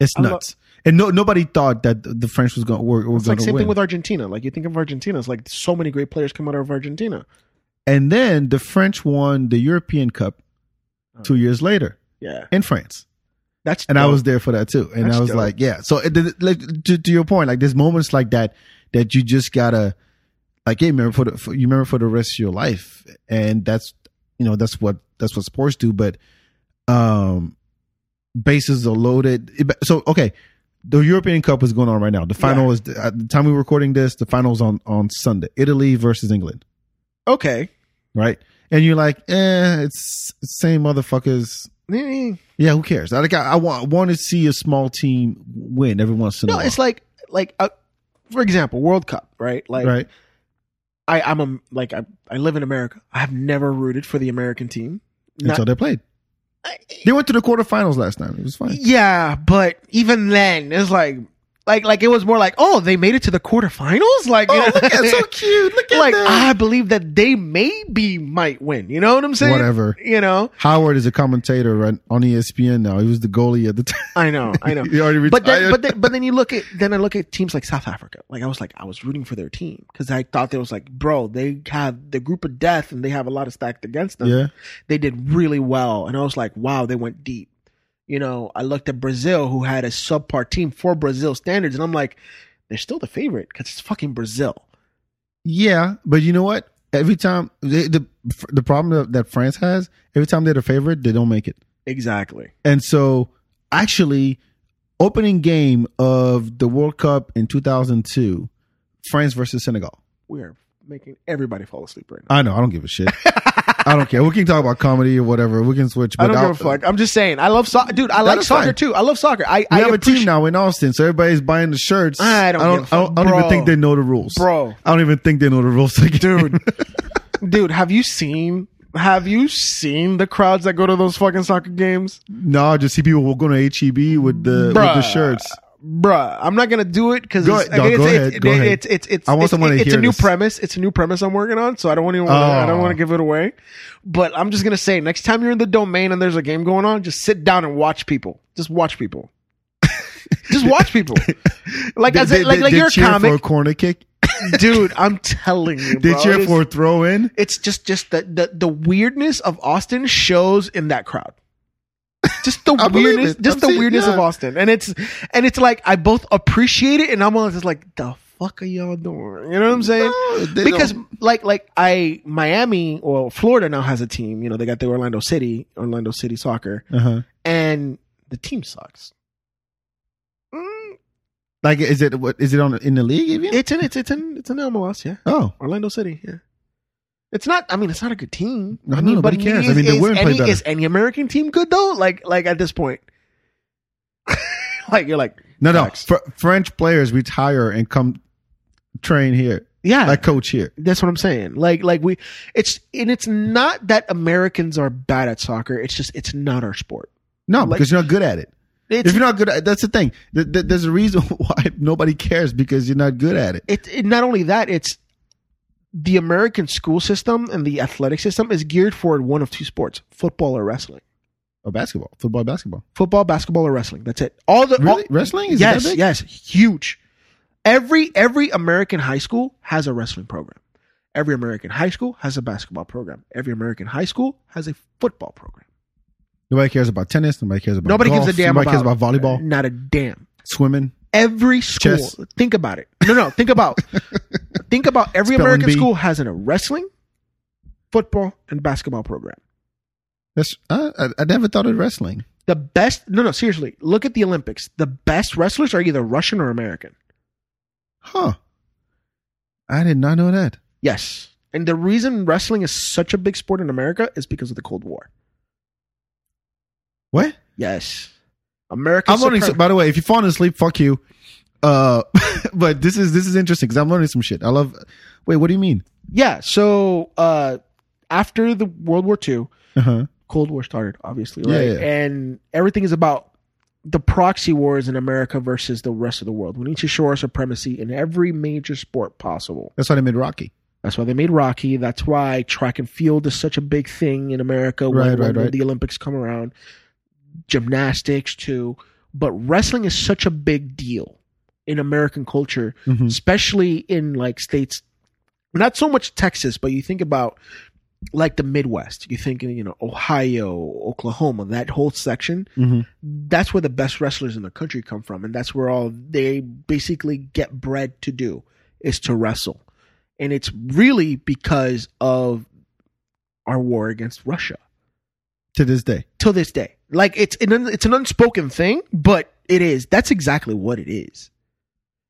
[SPEAKER 3] it's
[SPEAKER 4] I love-
[SPEAKER 3] nuts. and no, nobody thought that the French was going were, were
[SPEAKER 4] It's
[SPEAKER 3] going
[SPEAKER 4] like
[SPEAKER 3] to
[SPEAKER 4] same
[SPEAKER 3] win.
[SPEAKER 4] thing with Argentina. Like you think of Argentina, it's like so many great players come out of Argentina.
[SPEAKER 3] and then the French won the European Cup
[SPEAKER 4] Oh.
[SPEAKER 3] two years later
[SPEAKER 4] Yeah,
[SPEAKER 3] in France,
[SPEAKER 4] that's
[SPEAKER 3] and I
[SPEAKER 4] dope.
[SPEAKER 3] was there for that too. And
[SPEAKER 4] That's
[SPEAKER 3] I was
[SPEAKER 4] dope.
[SPEAKER 3] like, yeah. So it, it- like, to, to your point, like there's moments like that that you just gotta like, hey, remember for, the, for you remember for the rest of your life, and that's you know that's what that's what sports do. But um bases are loaded. It- So okay, the European Cup is going on right now. The final is at the time we're recording this. The final is on on Sunday. Italy versus England,
[SPEAKER 4] okay.
[SPEAKER 3] right? And you're like, eh, it's same motherfuckers.
[SPEAKER 4] Eh.
[SPEAKER 3] Yeah, who cares? I, like, I, I want want to see a small team win every once in a
[SPEAKER 4] No,
[SPEAKER 3] while.
[SPEAKER 4] it's like like uh, for example, World Cup, right? Like
[SPEAKER 3] right.
[SPEAKER 4] I, I'm a like I, I live in America. I have never rooted for the American team. Not-
[SPEAKER 3] Until they played, they went to the quarterfinals last time. It was fine.
[SPEAKER 4] Yeah, but even then, it's like, like, like it was more like, oh, they made it to the quarterfinals. Like, you
[SPEAKER 3] Oh,
[SPEAKER 4] know?
[SPEAKER 3] look at so cute. Look at
[SPEAKER 4] like
[SPEAKER 3] that.
[SPEAKER 4] I believe that they maybe might win. You know what I'm saying?
[SPEAKER 3] Whatever.
[SPEAKER 4] You know,
[SPEAKER 3] Howard is a commentator right, on E ESPN now. He was the goalie at the time.
[SPEAKER 4] I know, I know.
[SPEAKER 3] He already
[SPEAKER 4] but then,
[SPEAKER 3] retired.
[SPEAKER 4] but then, but then you look at then I look at teams like South Africa. Like I was like I was rooting for their team because I thought they was like, bro, they have the group of death and they have a lot of stacked against them.
[SPEAKER 3] yeah.
[SPEAKER 4] they did really well. And I was like, wow, they went deep. You know, I looked at Brazil, who had a subpar team for Brazil standards, and I'm like, they're still the favorite because it's fucking Brazil.
[SPEAKER 3] Yeah, but you know what? Every time the the, the problem that- that France has, every time they're the favorite, they don't make it.
[SPEAKER 4] Exactly.
[SPEAKER 3] And so, actually, opening game of the World Cup in 2002, France versus Senegal.
[SPEAKER 4] We are making everybody fall asleep right now.
[SPEAKER 3] I know, I don't give a shit. I don't care. We can talk about comedy or whatever. We can switch.
[SPEAKER 4] I don't
[SPEAKER 3] I'll-
[SPEAKER 4] give a fuck. I'm just saying. I love soccer, dude. I like
[SPEAKER 3] is
[SPEAKER 4] soccer
[SPEAKER 3] fine.
[SPEAKER 4] too. I love soccer. I,
[SPEAKER 3] We
[SPEAKER 4] I
[SPEAKER 3] have a team
[SPEAKER 4] appreciate-
[SPEAKER 3] now in Austin, so everybody's buying the shirts.
[SPEAKER 4] I don't
[SPEAKER 3] I
[SPEAKER 4] give
[SPEAKER 3] don't,
[SPEAKER 4] a
[SPEAKER 3] I
[SPEAKER 4] fuck,
[SPEAKER 3] don't, I don't even
[SPEAKER 4] bro.
[SPEAKER 3] think they know the rules,
[SPEAKER 4] Bro.
[SPEAKER 3] I don't even think they know the rules,
[SPEAKER 4] dude. dude, have you seen? Have you seen the crowds that go to those fucking soccer games?
[SPEAKER 3] no, I just see people going to HEB with the with the
[SPEAKER 4] Bruh.
[SPEAKER 3] shirts.
[SPEAKER 4] bruh, I'm not gonna do it because
[SPEAKER 3] Go
[SPEAKER 4] it's,
[SPEAKER 3] ahead. No,
[SPEAKER 4] it's,
[SPEAKER 3] go
[SPEAKER 4] it's,
[SPEAKER 3] ahead.
[SPEAKER 4] it's,
[SPEAKER 3] Go ahead.
[SPEAKER 4] it's, it's, it's,
[SPEAKER 3] I want
[SPEAKER 4] it's-
[SPEAKER 3] someone to
[SPEAKER 4] it's
[SPEAKER 3] hear
[SPEAKER 4] a new
[SPEAKER 3] this.
[SPEAKER 4] premise. It's a new premise I'm working on, so I don't want to. I don't
[SPEAKER 3] Oh.
[SPEAKER 4] want to give it away. But I'm just gonna say, next time you're in the domain and there's a game going on, just sit down and watch people. Just watch people. just watch people. Like as
[SPEAKER 3] They-
[SPEAKER 4] it, like,
[SPEAKER 3] they-
[SPEAKER 4] like
[SPEAKER 3] they
[SPEAKER 4] you're a
[SPEAKER 3] cheer for a
[SPEAKER 4] comic,
[SPEAKER 3] corner kick.
[SPEAKER 4] dude. I'm telling you,
[SPEAKER 3] They
[SPEAKER 4] bro,
[SPEAKER 3] cheer
[SPEAKER 4] it's,
[SPEAKER 3] for a throw in.
[SPEAKER 4] It's just just the, the the weirdness of Austin shows in that crowd. Just the
[SPEAKER 3] I believe
[SPEAKER 4] weirdness,
[SPEAKER 3] it.
[SPEAKER 4] just
[SPEAKER 3] I've
[SPEAKER 4] the
[SPEAKER 3] seen it,
[SPEAKER 4] weirdness of
[SPEAKER 3] yeah.
[SPEAKER 4] Austin, and it's and it's like I both appreciate it, and I'm always just like, the fuck are y'all doing? You know what I'm saying?
[SPEAKER 3] No, they
[SPEAKER 4] because
[SPEAKER 3] don't-
[SPEAKER 4] like like I Miami or Florida now has a team. You know they got the Orlando City, Orlando City Soccer,
[SPEAKER 3] Uh-huh.
[SPEAKER 4] and the team sucks. Mm,
[SPEAKER 3] Like, is it what is it on in the league? Even?
[SPEAKER 4] It's in it's it's in it's in MLS, yeah.
[SPEAKER 3] oh,
[SPEAKER 4] Orlando City, yeah. It's not. I mean, it's not a good team.
[SPEAKER 3] No,
[SPEAKER 4] I
[SPEAKER 3] no,
[SPEAKER 4] mean,
[SPEAKER 3] nobody
[SPEAKER 4] but
[SPEAKER 3] cares.
[SPEAKER 4] Is,
[SPEAKER 3] I mean, they
[SPEAKER 4] is
[SPEAKER 3] wouldn't play
[SPEAKER 4] any,
[SPEAKER 3] better.
[SPEAKER 4] Is any American team good though? Like, like at this point, like you're like,
[SPEAKER 3] no, no.
[SPEAKER 4] Facts.
[SPEAKER 3] Fr- French players retire and come train here,
[SPEAKER 4] yeah,
[SPEAKER 3] like coach here.
[SPEAKER 4] that's what I'm saying. Like, like we, it's and it's not that Americans are bad at soccer. It's just it's not our sport.
[SPEAKER 3] No,
[SPEAKER 4] Like-
[SPEAKER 3] because you're not good at it.
[SPEAKER 4] It's
[SPEAKER 3] If you're not good at that's the thing. Th- th- There's a reason why nobody cares because you're not good at it.
[SPEAKER 4] it, it not only that it's the American school system and the athletic system is geared for one of two sports: football or wrestling.
[SPEAKER 3] or Oh, basketball, football, basketball.
[SPEAKER 4] football, basketball, or wrestling. That's it. All the
[SPEAKER 3] Really?
[SPEAKER 4] all-
[SPEAKER 3] Wrestling? Is it
[SPEAKER 4] yes,
[SPEAKER 3] that big?
[SPEAKER 4] yes, huge. Every every American high school has a wrestling program. Every American high school has a basketball program. Every American high school has a football program.
[SPEAKER 3] Nobody cares about tennis. Nobody cares about
[SPEAKER 4] Nobody
[SPEAKER 3] golf,
[SPEAKER 4] gives a damn.
[SPEAKER 3] Nobody
[SPEAKER 4] about, Uh,
[SPEAKER 3] cares about volleyball,
[SPEAKER 4] Not a damn.
[SPEAKER 3] swimming.
[SPEAKER 4] Every school.
[SPEAKER 3] Chess.
[SPEAKER 4] Think about it. No, no. Think about. think about every
[SPEAKER 3] Spelling
[SPEAKER 4] American
[SPEAKER 3] bee.
[SPEAKER 4] school has a wrestling, football, and basketball program.
[SPEAKER 3] That's uh, I, I never thought of wrestling.
[SPEAKER 4] The best. No, no. Seriously, look at the Olympics. The best wrestlers are either Russian or American.
[SPEAKER 3] Huh. I did not know that.
[SPEAKER 4] Yes. And the reason wrestling is such a big sport in America is because of the Cold War.
[SPEAKER 3] What?
[SPEAKER 4] Yes. America.
[SPEAKER 3] I'm learning. so- by the way, if you're falling asleep, fuck you. Uh, but this is this is interesting because I'm learning some shit. I love. Wait, what do you mean?
[SPEAKER 4] yeah. So uh, after the World War II,
[SPEAKER 3] Uh huh.
[SPEAKER 4] Cold War started, obviously,
[SPEAKER 3] Yeah,
[SPEAKER 4] right?
[SPEAKER 3] yeah.
[SPEAKER 4] And everything is about the proxy wars in America versus the rest of the world. We need to show our supremacy in every major sport possible.
[SPEAKER 3] That's why they made Rocky.
[SPEAKER 4] That's why they made Rocky. That's why track and field is such a big thing in America when,
[SPEAKER 3] Right, right,
[SPEAKER 4] when
[SPEAKER 3] right.
[SPEAKER 4] the Olympics come around. Gymnastics too. But wrestling is such a big deal in American culture,
[SPEAKER 3] Mhm.
[SPEAKER 4] especially in like states not so much Texas, but you think about like the Midwest. You think you know, Ohio, Oklahoma, that whole section
[SPEAKER 3] Mm-hmm.
[SPEAKER 4] that's where the best wrestlers in the country come from and that's where all they basically get bred to do is to wrestle and it's really because of our war against russia
[SPEAKER 3] To this day,
[SPEAKER 4] till this day like it's an, it's an unspoken thing but it is that's exactly what it is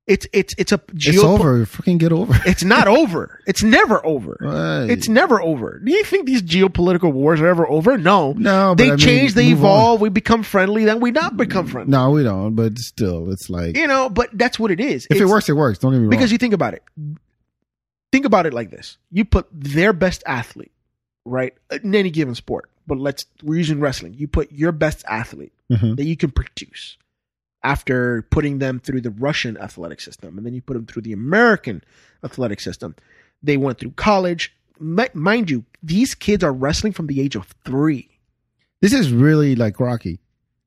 [SPEAKER 4] it's it's it's a
[SPEAKER 3] it's over. Fucking get over. it.
[SPEAKER 4] it's not over it's never over
[SPEAKER 3] Right.
[SPEAKER 4] it's never over do you think these geopolitical wars are ever over no
[SPEAKER 3] no. but
[SPEAKER 4] they
[SPEAKER 3] I mean,
[SPEAKER 4] change they
[SPEAKER 3] move on.
[SPEAKER 4] evolve we become friendly then we not become friendly
[SPEAKER 3] No, we don't. But still, it's like
[SPEAKER 4] you know but that's what it is
[SPEAKER 3] if it
[SPEAKER 4] It's-
[SPEAKER 3] works, it works. Don't get me wrong.
[SPEAKER 4] because you think about it think about it like this you put their best athlete right in any given sport but let's we're using wrestling you put your best athlete
[SPEAKER 3] Mhm.
[SPEAKER 4] that you can produce after putting them through the russian athletic system and then you put them through the american athletic system they went through college Mi- mind you these kids are wrestling from the age of three
[SPEAKER 3] this is really like Rocky.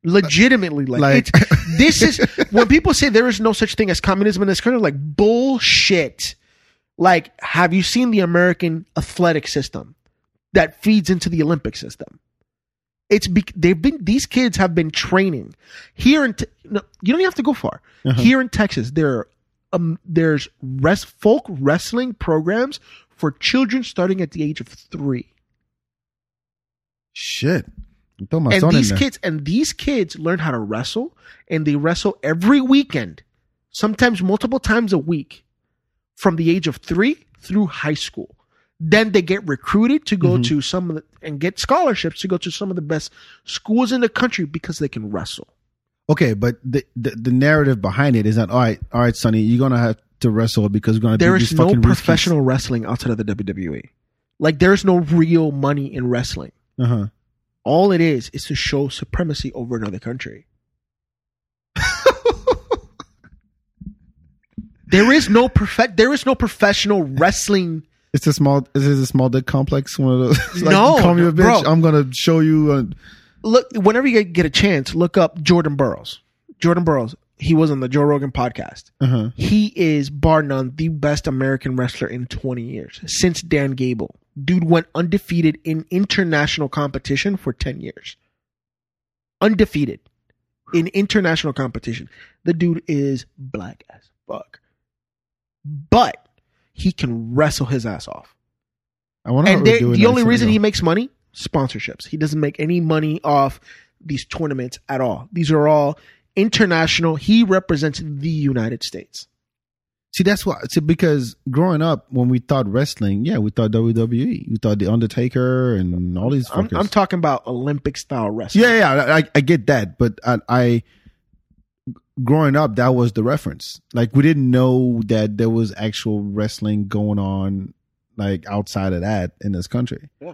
[SPEAKER 4] legitimately like,
[SPEAKER 3] Like-
[SPEAKER 4] it's, this is when people say there is no such thing as communism in this country like bullshit like have you seen the american athletic system that feeds into the olympic system it's be, they've been these kids have been training here in Te- no, you don't have to go far here in texas there are, um, there's res, folk wrestling programs for children starting at the age of 3
[SPEAKER 3] Shit. I Throw my
[SPEAKER 4] and
[SPEAKER 3] son in
[SPEAKER 4] these
[SPEAKER 3] there.
[SPEAKER 4] kids and these kids learn how to wrestle and they wrestle every weekend sometimes multiple times a week from the age of three through high school then they get recruited to
[SPEAKER 3] Mm-hmm.
[SPEAKER 4] go to some of the, and get scholarships to go to some of the best schools in the country because they can wrestle
[SPEAKER 3] okay, but the, the the narrative behind it is that all right, all right, Sonny, you're gonna have to wrestle because we're gonna
[SPEAKER 4] there
[SPEAKER 3] beat
[SPEAKER 4] is
[SPEAKER 3] these
[SPEAKER 4] no
[SPEAKER 3] fucking roof kids.
[SPEAKER 4] professional wrestling outside of the wwe like there is no real money in wrestling
[SPEAKER 3] Uh-huh.
[SPEAKER 4] all it is is to show supremacy over another country. there is no perfect. There is no professional wrestling.
[SPEAKER 3] It's a small. Is this a small dick complex? One of those. like,
[SPEAKER 4] No,
[SPEAKER 3] call me a bitch.
[SPEAKER 4] bro.
[SPEAKER 3] I'm gonna show you. Uh,
[SPEAKER 4] Look, whenever you get a chance, look up Jordan Burroughs. Jordan Burroughs. He was on the Joe Rogan podcast.
[SPEAKER 3] uh-huh.
[SPEAKER 4] He is bar none the best American wrestler in 20 years since Dan Gable. Dude went undefeated in international competition for 10 years. Undefeated in international competition. The dude is black as fuck. But he can wrestle his ass off.
[SPEAKER 3] I want
[SPEAKER 4] and they, the only reason he makes money sponsorships. He doesn't make any money off these tournaments at all. These are all international. He represents the United States.
[SPEAKER 3] see that's why. See, because growing up, when we thought wrestling, yeah, we thought WWE. We thought the Undertaker and all these.
[SPEAKER 4] I'm,
[SPEAKER 3] Fuckers.
[SPEAKER 4] I'm talking about Olympic style wrestling.
[SPEAKER 3] yeah, yeah, I, I- I get that, but I, I growing up, that was the reference. Like we didn't know that there was actual wrestling going on, like outside of that in this country.
[SPEAKER 4] Yeah.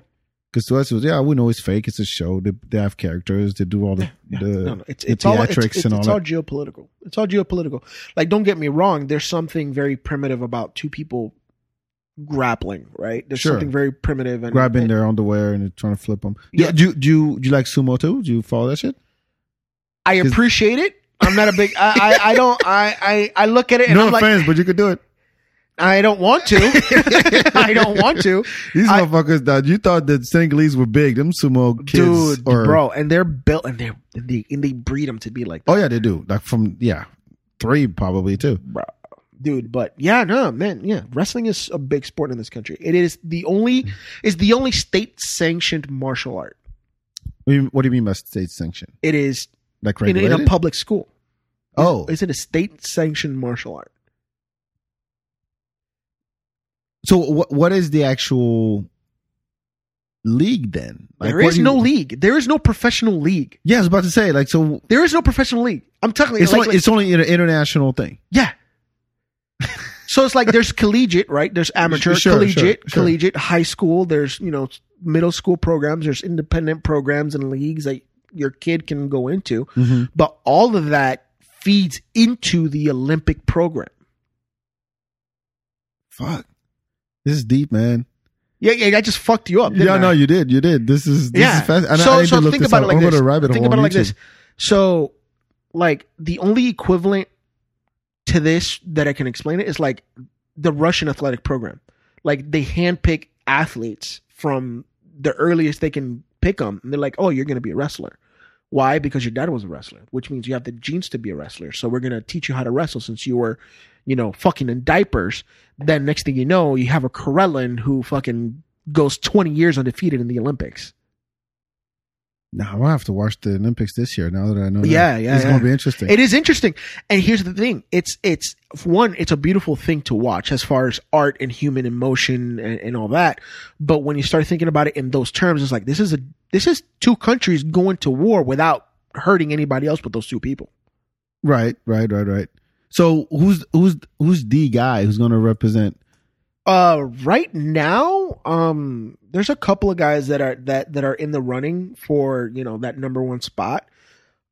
[SPEAKER 3] Because to us, it was yeah, we know it's fake. It's a show. They, they have characters. They do all the, the,
[SPEAKER 4] no, no, it's
[SPEAKER 3] the
[SPEAKER 4] it's all it's,
[SPEAKER 3] theatrics
[SPEAKER 4] it's,
[SPEAKER 3] and all
[SPEAKER 4] it's
[SPEAKER 3] that.
[SPEAKER 4] all geopolitical. It's all geopolitical. Like, don't get me wrong. There's something very primitive about two people grappling, right? There's
[SPEAKER 3] Sure.
[SPEAKER 4] something very primitive and
[SPEAKER 3] grabbing their underwear and trying to flip them.
[SPEAKER 4] Yeah.
[SPEAKER 3] Yeah. Do, do you do you like sumo too? Do you follow that shit?
[SPEAKER 4] I appreciate it. I'm not a big. I I, I don't. I, I I look at it and
[SPEAKER 3] no
[SPEAKER 4] I'm like,
[SPEAKER 3] offense, but you could do it.
[SPEAKER 4] I don't want to. I don't want to,
[SPEAKER 3] These
[SPEAKER 4] I-
[SPEAKER 3] motherfuckers that you thought that Senegalese were big, them sumo kids,
[SPEAKER 4] dude,
[SPEAKER 3] are-
[SPEAKER 4] bro. And they're built and they're and they and they breed them to be like that,
[SPEAKER 3] Oh yeah, they do. Like from yeah, three probably too.
[SPEAKER 4] bro. Dude, but yeah, no, man, yeah. Wrestling is a big sport in this country. It is the only is the only state sanctioned martial art.
[SPEAKER 3] What do you, what do you mean by state sanction?
[SPEAKER 4] It is
[SPEAKER 3] Like
[SPEAKER 4] in, in
[SPEAKER 3] regulated?
[SPEAKER 4] a public school.
[SPEAKER 3] oh,
[SPEAKER 4] Is it a state sanctioned martial art?
[SPEAKER 3] so what what is the actual league then? Like,
[SPEAKER 4] there
[SPEAKER 3] what
[SPEAKER 4] is
[SPEAKER 3] do you-
[SPEAKER 4] no league. There is no professional league.
[SPEAKER 3] Yeah, I was about to say like so.
[SPEAKER 4] There is no professional league. I'm talking
[SPEAKER 3] It's
[SPEAKER 4] like-
[SPEAKER 3] only
[SPEAKER 4] like-
[SPEAKER 3] it's only an international thing.
[SPEAKER 4] Yeah. so it's like there's collegiate, right? There's amateur,
[SPEAKER 3] Sure,
[SPEAKER 4] collegiate,
[SPEAKER 3] sure, sure.
[SPEAKER 4] collegiate, high school. There's you know middle school programs. There's independent programs and leagues that your kid can go into.
[SPEAKER 3] Mhm.
[SPEAKER 4] But all of that feeds into the Olympic program.
[SPEAKER 3] Fuck, this is deep, man.
[SPEAKER 4] Yeah, yeah. I just fucked you up. didn't
[SPEAKER 3] Yeah,
[SPEAKER 4] I?
[SPEAKER 3] no, you did. You did. This is this
[SPEAKER 4] yeah.
[SPEAKER 3] is fast. And I-
[SPEAKER 4] so
[SPEAKER 3] I need
[SPEAKER 4] so
[SPEAKER 3] to look
[SPEAKER 4] think
[SPEAKER 3] this
[SPEAKER 4] about
[SPEAKER 3] up.
[SPEAKER 4] it like
[SPEAKER 3] I'm
[SPEAKER 4] this.
[SPEAKER 3] gonna rabbit
[SPEAKER 4] think
[SPEAKER 3] hole
[SPEAKER 4] about it
[SPEAKER 3] on
[SPEAKER 4] like this.
[SPEAKER 3] YouTube.
[SPEAKER 4] So, like the only equivalent to this that I can explain it is like the Russian athletic program. Like they handpick athletes from the earliest they can pick them, and they're like, "Oh, you're going to be a wrestler." Why? Because your dad was a wrestler, which means you have the genes to be a wrestler. So we're going to teach you how to wrestle since you were, you know, fucking in diapers. Then next thing you know, you have a Karelin who fucking goes 20 years undefeated in the Olympics.
[SPEAKER 3] Nah, I'm gonna have to watch the Olympics this year. Now that I know, that.
[SPEAKER 4] Yeah, yeah,
[SPEAKER 3] it's
[SPEAKER 4] yeah.
[SPEAKER 3] gonna be interesting.
[SPEAKER 4] It is interesting. And here's the thing. It's it's one, it's a beautiful thing to watch as far as art and human emotion and, and all that. But when you start thinking about it in those terms, it's like this is a this is two countries going to war without hurting anybody else but those two people.
[SPEAKER 3] right, right, right, right. So who's who's who's the guy who's gonna represent?
[SPEAKER 4] Uh right now, um there's a couple of guys that are that that are in the running for, you know, that number one spot.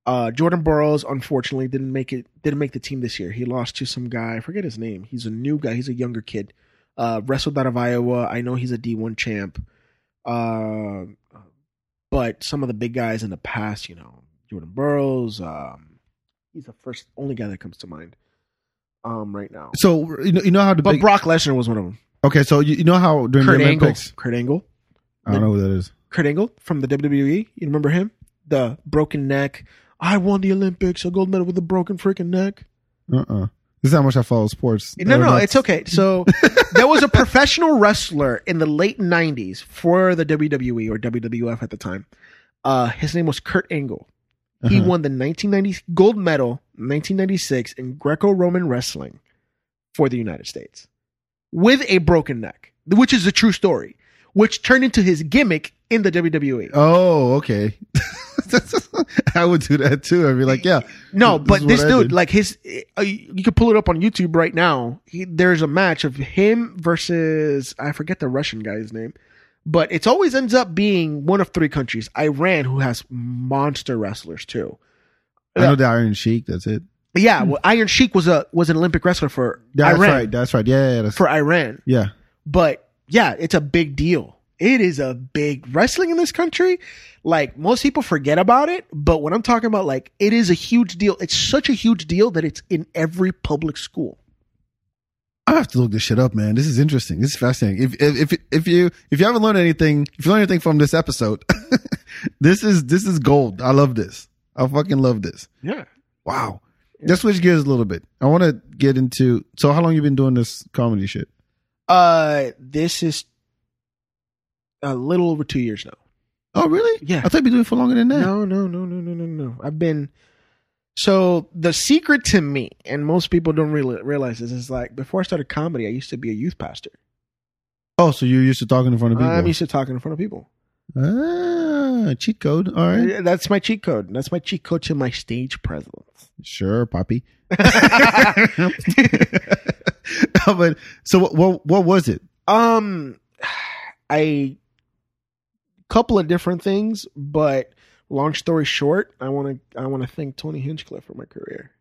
[SPEAKER 4] Uh Jordan Burroughs unfortunately didn't make it didn't make the team this year. He lost to some guy, I forget his name. He's a new guy, he's a younger kid. Uh wrestled out of Iowa. I know he's a D1 champ. Uh but some of the big guys in the past, you know, Jordan Burroughs, um he's the first only guy that comes to mind um right now.
[SPEAKER 3] So you know, you know how the
[SPEAKER 4] But
[SPEAKER 3] big,
[SPEAKER 4] Brock Lesnar was one of them.
[SPEAKER 3] okay. So you, you know how during
[SPEAKER 4] Kurt
[SPEAKER 3] the
[SPEAKER 4] Angle.
[SPEAKER 3] Olympics,
[SPEAKER 4] Kurt Angle.
[SPEAKER 3] I don't know who that is.
[SPEAKER 4] Kurt Angle from the WWE. You remember him? The broken neck. I won the Olympics, a gold medal with a broken freaking neck.
[SPEAKER 3] Uh uh This is how much I follow sports.
[SPEAKER 4] No,
[SPEAKER 3] I
[SPEAKER 4] no,
[SPEAKER 3] don't know.
[SPEAKER 4] it's okay. So there was a professional wrestler in the late '90s for the WWE or WWF at the time. Uh, his name was Kurt Angle. He
[SPEAKER 3] Uh-huh.
[SPEAKER 4] won the 1990 gold medal, 1996 in Greco-Roman wrestling for the United States with a broken neck, which is a true story, which turned into his gimmick in the E. WWE.
[SPEAKER 3] Oh, okay. I would do that too. I'd be like, yeah,
[SPEAKER 4] No,
[SPEAKER 3] This
[SPEAKER 4] but
[SPEAKER 3] is
[SPEAKER 4] this
[SPEAKER 3] what I
[SPEAKER 4] dude,
[SPEAKER 3] did.
[SPEAKER 4] like his, uh, you you can pull it up on YouTube right now. He, there's a match of him versus I forget the Russian guy's name, but it's always ends up being one of three countries. Iran, who has monster wrestlers too.
[SPEAKER 3] I know the Iron Sheik. That's it.
[SPEAKER 4] But yeah, well, Iron Sheik was a was an Olympic wrestler for
[SPEAKER 3] Hmm. That's
[SPEAKER 4] Iran
[SPEAKER 3] right. That's right. Yeah, yeah, that's,
[SPEAKER 4] for Iran.
[SPEAKER 3] yeah.
[SPEAKER 4] But yeah, it's a big deal. It is a big wrestling in this country. Like most people forget about it, but when I'm talking about like it is a huge deal. It's such a huge deal that it's in every public school.
[SPEAKER 3] I have to look this shit up, man. This is interesting. This is fascinating. If if if, if you if you haven't learned anything, if you learned anything from this episode, this is this is gold. I love this. I fucking love this.
[SPEAKER 4] Yeah.
[SPEAKER 3] Wow. Let's switch gears a little bit. I want to get into. So, how long you been doing this comedy shit?
[SPEAKER 4] Uh this is a little over 2 years now.
[SPEAKER 3] Oh, really?
[SPEAKER 4] Yeah.
[SPEAKER 3] I thought you'd be doing it for longer than that.
[SPEAKER 4] No, no, no, no, no, no, no. I've been so the secret to me, and most people don't really realize this, is like before I started comedy, I used to be a youth pastor.
[SPEAKER 3] Oh, so you used to talking in front of people?
[SPEAKER 4] I'm used to talking in front of people.
[SPEAKER 3] ah, cheat code. All right.
[SPEAKER 4] Yeah, That's my cheat code. That's my cheat code to my stage presence.
[SPEAKER 3] Sure, Poppy. No, but so what, what? What was it?
[SPEAKER 4] um, I couple of different things, but long story short, I want to I want to thank Tony Hinchcliffe for my career.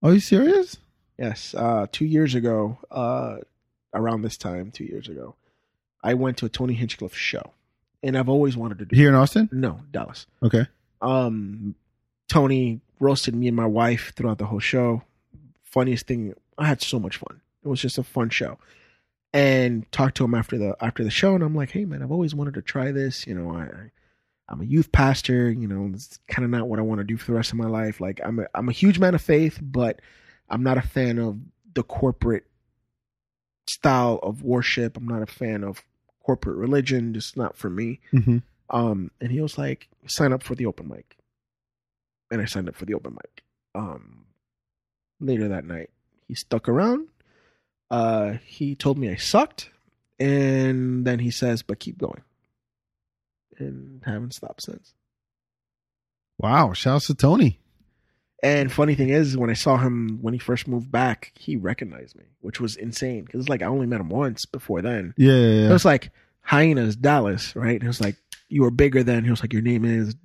[SPEAKER 3] Are you serious?
[SPEAKER 4] Yes, uh, two years ago, uh, around this time two years ago, I went to a Tony Hinchcliffe show, and I've always wanted to do.
[SPEAKER 3] Here in Austin?
[SPEAKER 4] No, Dallas.
[SPEAKER 3] Okay.
[SPEAKER 4] Um, Tony roasted me and my wife throughout the whole show. Funniest thing, I had so much fun. It was just a fun show. And talked to him after the after the show, and I'm like, hey man, I've always wanted to try this. You know, I, I I'm a youth pastor. You know, it's kind of not what I want to do for the rest of my life. Like I'm a, I'm a huge man of faith, but I'm not a fan of the corporate style of worship. I'm not a fan of corporate religion. Just not for me.
[SPEAKER 3] Mm-hmm.
[SPEAKER 4] Um, and he was like, sign up for the open mic. And I signed up for the open mic. Um, later that night, he stuck around. Uh, he told me I sucked. And then he says, but keep going. And haven't stopped since.
[SPEAKER 3] Wow. Shouts to Tony.
[SPEAKER 4] And funny thing is, when I saw him when he first moved back, he recognized me, which was insane. Because like I only met him once before then.
[SPEAKER 3] Yeah. yeah,
[SPEAKER 4] It
[SPEAKER 3] yeah.
[SPEAKER 4] was like hyenas, Dallas, right? And it was like you were bigger than. He was like, your name is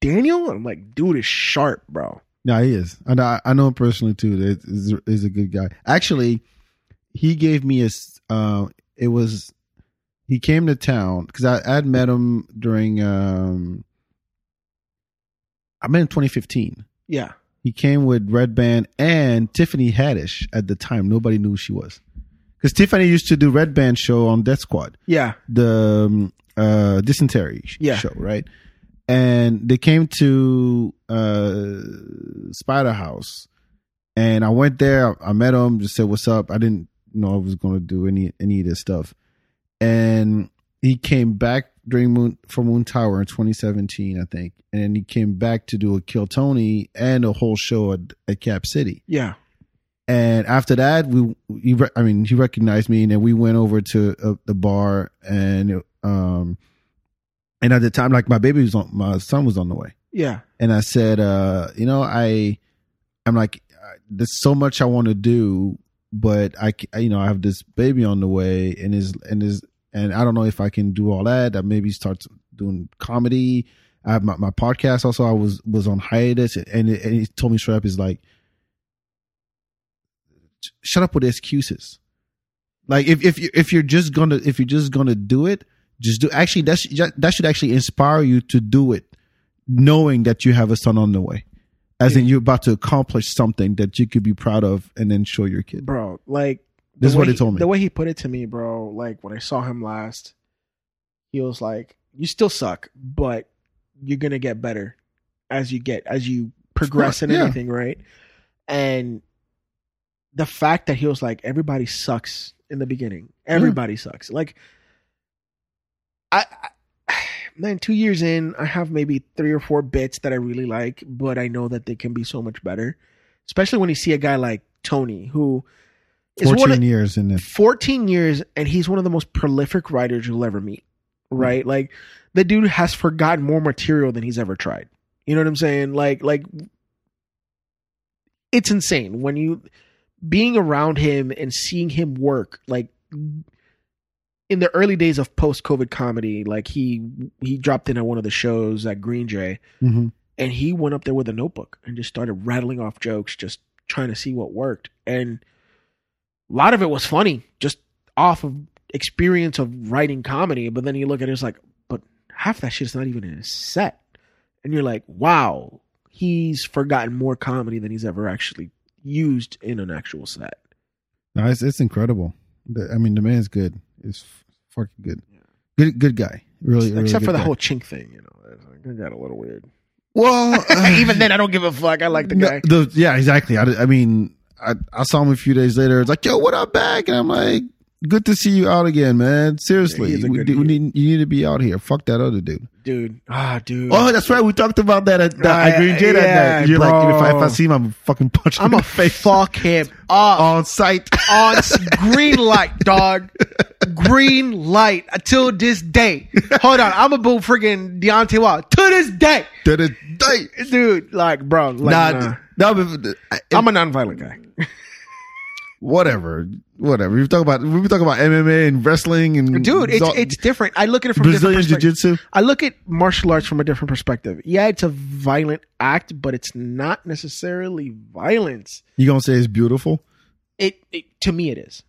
[SPEAKER 4] Daniel. I'm like, dude is sharp, bro.
[SPEAKER 3] Yeah, he is. And I, I know him personally too. That Is is a good guy. Actually, he gave me a. s- Uh, it was he came to town because I I had met him during. Um, I met him in 2015.
[SPEAKER 4] Yeah,
[SPEAKER 3] He came with Red Band and Tiffany Haddish at the time. Nobody knew who she was because Tiffany used to do Red Band show on Death Squad
[SPEAKER 4] yeah,
[SPEAKER 3] the um, uh, dysentery sh-
[SPEAKER 4] Yeah.
[SPEAKER 3] show, right? And they came to uh, Spider House, and I went there. I, I met him, just said what's up. I didn't know I was going to do any any of this stuff, and he came back during Moon for Moon Tower in 2017, I think, and then he came back to do a Kill Tony and a whole show at, at Cap City.
[SPEAKER 4] yeah,
[SPEAKER 3] And after that, we, he, re- I mean, he recognized me, and then we went over to uh, the bar, and um, and at the time, like my baby was on, my son was on the way,
[SPEAKER 4] yeah,
[SPEAKER 3] and I said, uh, you know, I, I'm like, uh, there's so much I want to do, but I, c- you know, I have this baby on the way, and is and is and I don't know if I can do all that. I maybe start doing comedy. I have my, my podcast also. I was was on hiatus, and and he told me straight up, is like, shut up with the excuses. Like if if you if you're just gonna if you're just gonna do it, just do. Actually, that should, that should actually inspire you to do it, knowing that you have a son on the way, as in you're about to accomplish something that you could be proud of and then show your kid.
[SPEAKER 4] bro. Like
[SPEAKER 3] This
[SPEAKER 4] the
[SPEAKER 3] is what
[SPEAKER 4] way
[SPEAKER 3] he told me.
[SPEAKER 4] The way he put it to me, bro. Like when I saw him last, he was like, "You still suck, but you're gonna get better as you get as you progress in
[SPEAKER 3] Yeah.
[SPEAKER 4] anything, right?" And the fact that he was like, "Everybody sucks in the beginning. Everybody sucks." Like, I, I man, two years in, I have maybe three or four bits that I really like, but I know that they can be so much better. Especially when you see a guy like Tony, who is one
[SPEAKER 3] Fourteen
[SPEAKER 4] of,
[SPEAKER 3] years in it.
[SPEAKER 4] 14 years and he's one of the most prolific writers you'll ever meet right like the dude has forgotten more material than he's ever tried you know what i'm saying like like it's insane when you being around him and seeing him work like in the early days of post covid comedy like he he dropped in at one of the shows at green jay
[SPEAKER 3] Mhm.
[SPEAKER 4] and he went up there with a notebook and just started rattling off jokes just trying to see what worked and a lot of it was funny just off of experience of writing comedy but then you look at it it's like but half that shit's not even in his set and you're like wow he's forgotten more comedy than he's ever actually used in an actual set
[SPEAKER 3] No, it's, it's incredible. The- I mean, the man's good. It's fucking good. Good good guy. Really, really
[SPEAKER 4] except
[SPEAKER 3] good
[SPEAKER 4] for the
[SPEAKER 3] guy.
[SPEAKER 4] whole chink thing you know it's like, it got a little weird
[SPEAKER 3] Well, uh,
[SPEAKER 4] even then i don't give a fuck i like the
[SPEAKER 3] No,
[SPEAKER 4] guy
[SPEAKER 3] the- yeah, exactly. I, I mean, I, I saw him a few days later. It's like, yo, what up, back? And I'm like, good to see you out again, man. Seriously,
[SPEAKER 4] Yeah, he's a
[SPEAKER 3] we,
[SPEAKER 4] good
[SPEAKER 3] do- we
[SPEAKER 4] dude.
[SPEAKER 3] need, you need to be out here. Fuck that other dude.
[SPEAKER 4] dude ah dude
[SPEAKER 3] Oh, that's right. We talked about that at, the,
[SPEAKER 4] Uh,
[SPEAKER 3] at Green J that
[SPEAKER 4] yeah,
[SPEAKER 3] night. You're like, if I, if I
[SPEAKER 4] bro.
[SPEAKER 3] see him, I'm fucking punching
[SPEAKER 4] i'm
[SPEAKER 3] him
[SPEAKER 4] a
[SPEAKER 3] in the face
[SPEAKER 4] fuck him up
[SPEAKER 3] on sight.
[SPEAKER 4] on s- green light, dog. Green light until this day. Hold on, I'm about freaking Deontay Wilder to this day,
[SPEAKER 3] to the day.
[SPEAKER 4] dude. Like, bro, like,
[SPEAKER 3] Nah,
[SPEAKER 4] nah.
[SPEAKER 3] nah, but- uh, I-
[SPEAKER 4] I'm a non-violent guy.
[SPEAKER 3] whatever, whatever. You talk about we talk about MMA and wrestling and
[SPEAKER 4] dude it's,
[SPEAKER 3] zo-
[SPEAKER 4] it's different i look at it from
[SPEAKER 3] Brazilian
[SPEAKER 4] a different perspective.
[SPEAKER 3] jiu-jitsu?
[SPEAKER 4] i look at martial arts from a different perspective yeah it's a violent act but it's not necessarily violence
[SPEAKER 3] You gonna say it's beautiful?
[SPEAKER 4] it, it to me it is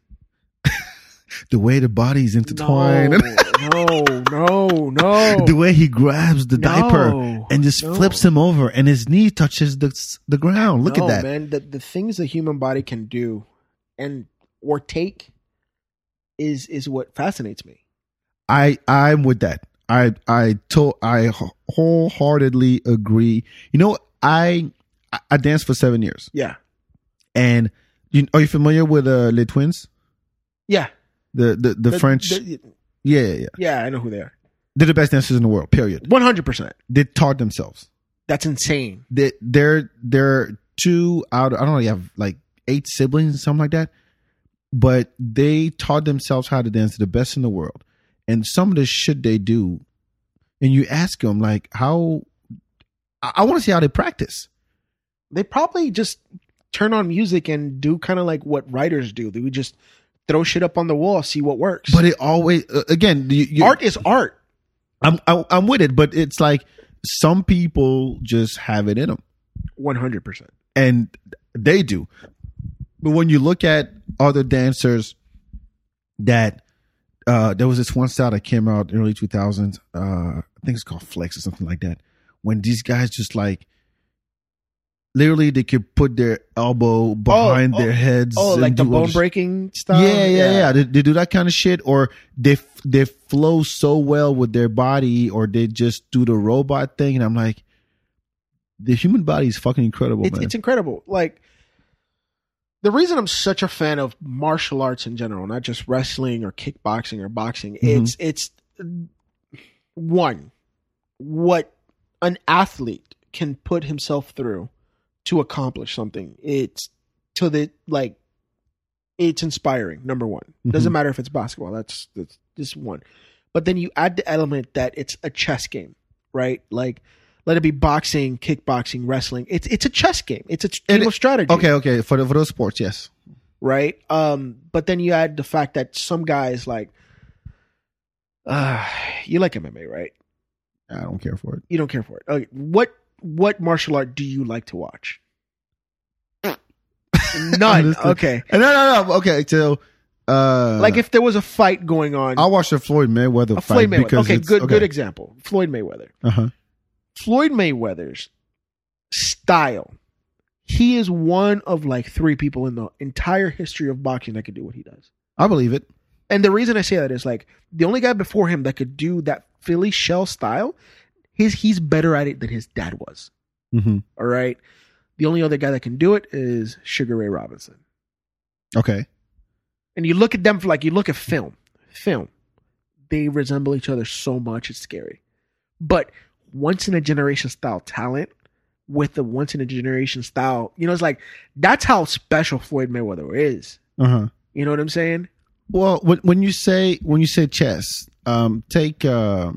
[SPEAKER 3] the way the bodies intertwine, and
[SPEAKER 4] no, no, no.
[SPEAKER 3] the way he grabs the diaper
[SPEAKER 4] No,
[SPEAKER 3] and just
[SPEAKER 4] no.
[SPEAKER 3] flips him over, and his knee touches the s- the ground. Look
[SPEAKER 4] No,
[SPEAKER 3] at that.
[SPEAKER 4] man. The, the things the human body can do and or take is is what fascinates me.
[SPEAKER 3] I I'm with that. I I to I wh- wholeheartedly agree. You know, I I- I danced for seven years,
[SPEAKER 4] Yeah,
[SPEAKER 3] and you, are you familiar with uh, Les Twins,
[SPEAKER 4] yeah.
[SPEAKER 3] the the, the, French?
[SPEAKER 4] the-
[SPEAKER 3] yeah, yeah, yeah.
[SPEAKER 4] yeah, I know who they are.
[SPEAKER 3] They're the best dancers in the world. Period.
[SPEAKER 4] One hundred percent.
[SPEAKER 3] They taught themselves.
[SPEAKER 4] That's insane.
[SPEAKER 3] They they're they're two out. I don't know. You have like eight siblings, something like that. But they taught themselves how to dance. The best in the world. and some of the shit they do, and you ask them like how I, I want to see how they practice.
[SPEAKER 4] They probably just turn on music and do kind of like what writers do. They would just throw shit up on the wall, see what works.
[SPEAKER 3] But it always uh, again you, you,
[SPEAKER 4] art is art.
[SPEAKER 3] I'm I, I'm with it, but it's like some people just have it in them,
[SPEAKER 4] One hundred percent.
[SPEAKER 3] and they do. But when you look at other dancers, that uh, there was this one style that came out in early 2000s. Uh, I think it's called Flex or something like that. When these guys just like literally they could put their elbow behind
[SPEAKER 4] oh,
[SPEAKER 3] their heads.
[SPEAKER 4] Oh,
[SPEAKER 3] and
[SPEAKER 4] like the
[SPEAKER 3] do all
[SPEAKER 4] bone
[SPEAKER 3] this-
[SPEAKER 4] breaking stuff.
[SPEAKER 3] Yeah, yeah, yeah. They, they do that kind of shit, or they f- they flow so well with their body, or they just do the robot thing. And I'm like, the human body is fucking incredible,
[SPEAKER 4] it's,
[SPEAKER 3] man.
[SPEAKER 4] it's incredible. Like the reason I'm such a fan of martial arts in general, not just wrestling or kickboxing or boxing,
[SPEAKER 3] Mm-hmm.
[SPEAKER 4] it's it's one what an athlete can put himself through to accomplish something. It's to the like it's inspiring. Number one,
[SPEAKER 3] Mm-hmm.
[SPEAKER 4] doesn't matter if it's basketball. That's that's just one. But then you add the element that it's a chess game, right? Like let it be boxing, kickboxing, wrestling. It's it's a chess game. It's a game
[SPEAKER 3] And it-
[SPEAKER 4] of strategy.
[SPEAKER 3] okay, okay. For the, for those sports, yes.
[SPEAKER 4] Right. Um. But then you add the fact that some guys like, uh, you like MMA, right?
[SPEAKER 3] I don't care for it.
[SPEAKER 4] You don't care for it. Okay. What what martial art do you like to watch? None.
[SPEAKER 3] Understood.
[SPEAKER 4] okay.
[SPEAKER 3] And no, no, no. Okay, so uh,
[SPEAKER 4] Like if there was a fight going on,
[SPEAKER 3] I watched the Floyd Mayweather
[SPEAKER 4] a
[SPEAKER 3] fight
[SPEAKER 4] Floyd Mayweather.
[SPEAKER 3] because
[SPEAKER 4] Okay,
[SPEAKER 3] it's-
[SPEAKER 4] good good example. Floyd Mayweather.
[SPEAKER 3] Uh-huh.
[SPEAKER 4] Floyd Mayweather's style. He is one of like three people in the entire history of boxing that can do what he does.
[SPEAKER 3] I believe it.
[SPEAKER 4] And the reason I say that is like the only guy before him that could do that Philly shell style, his he's better at it than his dad was.
[SPEAKER 3] Mm-hmm.
[SPEAKER 4] All right. The only other guy that can do it is Sugar Ray Robinson.
[SPEAKER 3] Okay,
[SPEAKER 4] And you look at them for like you look at film. Film. They resemble each other so much it's scary. But once in a generation style talent with the once in a generation style, you know, it's like that's how special Floyd Mayweather is.
[SPEAKER 3] uh huh.
[SPEAKER 4] You know what I'm saying?
[SPEAKER 3] Well, when when you say when you say chess, um, take uh,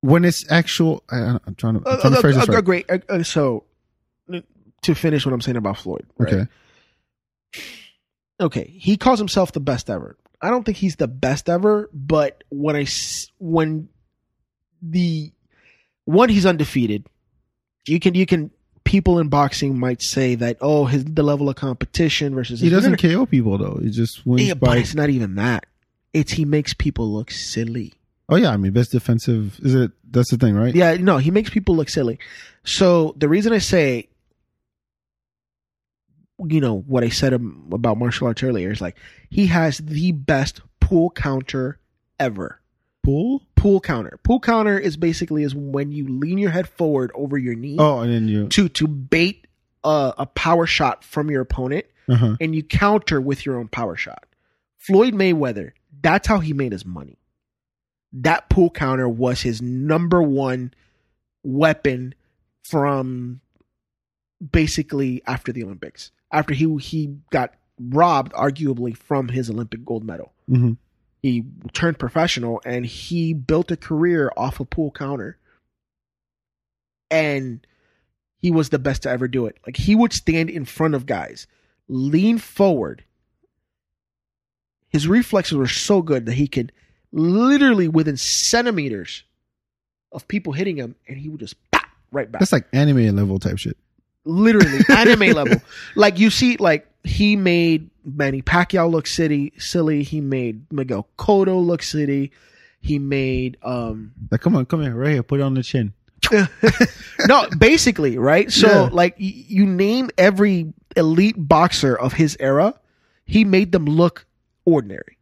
[SPEAKER 3] when it's actual. I, I'm trying to, I'm trying to phrase this
[SPEAKER 4] Uh, uh,
[SPEAKER 3] right.
[SPEAKER 4] Great. Uh, uh, so, uh, to finish what I'm saying about Floyd, right?
[SPEAKER 3] Okay,
[SPEAKER 4] okay, he calls himself the best ever. I don't think he's the best ever, but when I s- when the one he's undefeated. You can you can people in boxing might say that oh his the level of competition versus
[SPEAKER 3] he doesn't KO people though. He just wins
[SPEAKER 4] Yeah, but
[SPEAKER 3] by.
[SPEAKER 4] it's not even that. It's he makes people look silly.
[SPEAKER 3] Oh yeah, I mean best defensive is it? That's the thing, right?
[SPEAKER 4] Yeah, no, he makes people look silly. So the reason I say, you know, what I said am- about martial arts earlier is like he has the best pool counter ever.
[SPEAKER 3] Pull.
[SPEAKER 4] Pool counter. Pool counter is basically is when you lean your head forward over your knee
[SPEAKER 3] Oh, and then you.
[SPEAKER 4] to to bait a, a power shot from your opponent,
[SPEAKER 3] Uh huh.
[SPEAKER 4] and you counter with your own power shot. Floyd Mayweather. That's how he made his money. That pool counter was his number one weapon from basically after the Olympics. After he he got robbed, arguably from his Olympic gold medal,
[SPEAKER 3] hmm
[SPEAKER 4] he turned professional and he built a career off of pool counter. And he was the best to ever do it. Like he would stand in front of guys, lean forward. His reflexes were so good that he could literally within centimeters of people hitting him, and he would just pop right back
[SPEAKER 3] That's like anime level type shit.
[SPEAKER 4] literally anime level. Like you see, like he made Manny Pacquiao look silly. Silly. He made Miguel Cotto look silly. He made um
[SPEAKER 3] Like, come on, come here, right here. Put it on the chin.
[SPEAKER 4] no, basically, right? So
[SPEAKER 3] Yeah.
[SPEAKER 4] like y- you name every elite boxer of his era, he made them look ordinary.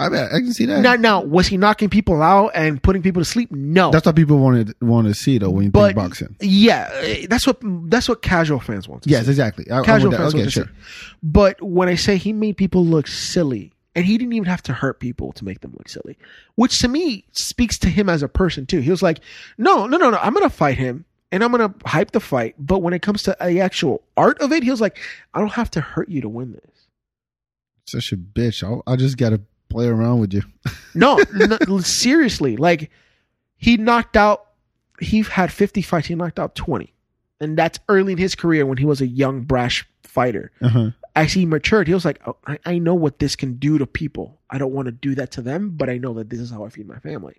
[SPEAKER 3] I bet I can see that.
[SPEAKER 4] Now, now was he knocking people out and putting people to sleep? No,
[SPEAKER 3] That's what people wanted want to see though when you
[SPEAKER 4] but
[SPEAKER 3] think boxing.
[SPEAKER 4] Yeah, eh, that's what that's what casual fans want. To
[SPEAKER 3] Yes,
[SPEAKER 4] see.
[SPEAKER 3] exactly. I,
[SPEAKER 4] casual
[SPEAKER 3] I want
[SPEAKER 4] fans
[SPEAKER 3] that.
[SPEAKER 4] want
[SPEAKER 3] Okay,
[SPEAKER 4] to
[SPEAKER 3] sure.
[SPEAKER 4] see. But when I say he made people look silly, and he didn't even have to hurt people to make them look silly, which to me speaks to him as a person too. He was like, no, no, no, no, I'm gonna fight him. And I'm gonna hype the fight, but when it comes to the actual art of it, he was like, "I don't have to hurt you to win this."
[SPEAKER 3] Such a bitch. I'll, I just gotta play around with you.
[SPEAKER 4] No, n- seriously. Like he knocked out. He had fifty fights. He knocked out twenty, and that's early in his career when he was a young, brash fighter.
[SPEAKER 3] Uh-huh.
[SPEAKER 4] As he matured, he was like, oh, I, "I know what this can do to people. I don't want to do that to them, but I know that this is how I feed my family."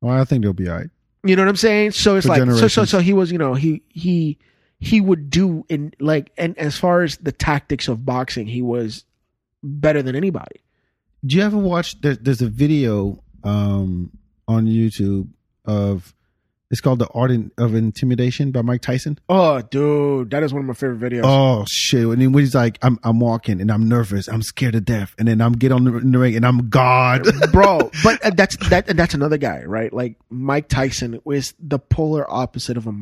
[SPEAKER 3] Well, I think they'll be all right.
[SPEAKER 4] You know what I'm saying? So it's
[SPEAKER 3] For
[SPEAKER 4] like so so
[SPEAKER 3] generations.
[SPEAKER 4] so he was, you know, he he he would do in like and as far as the tactics of boxing, he was better than anybody.
[SPEAKER 3] Do you ever watch? There, there's a video um, on YouTube of it's called the art in, of intimidation by Mike Tyson.
[SPEAKER 4] Oh, dude, that is one of my favorite videos.
[SPEAKER 3] Oh shit! And then when he's like, I'm I'm walking and I'm nervous, I'm scared to death, and then I'm get on the, in the ring and I'm God.
[SPEAKER 4] bro. But uh, that's that. And that's another guy, right? Like Mike Tyson is the polar opposite of a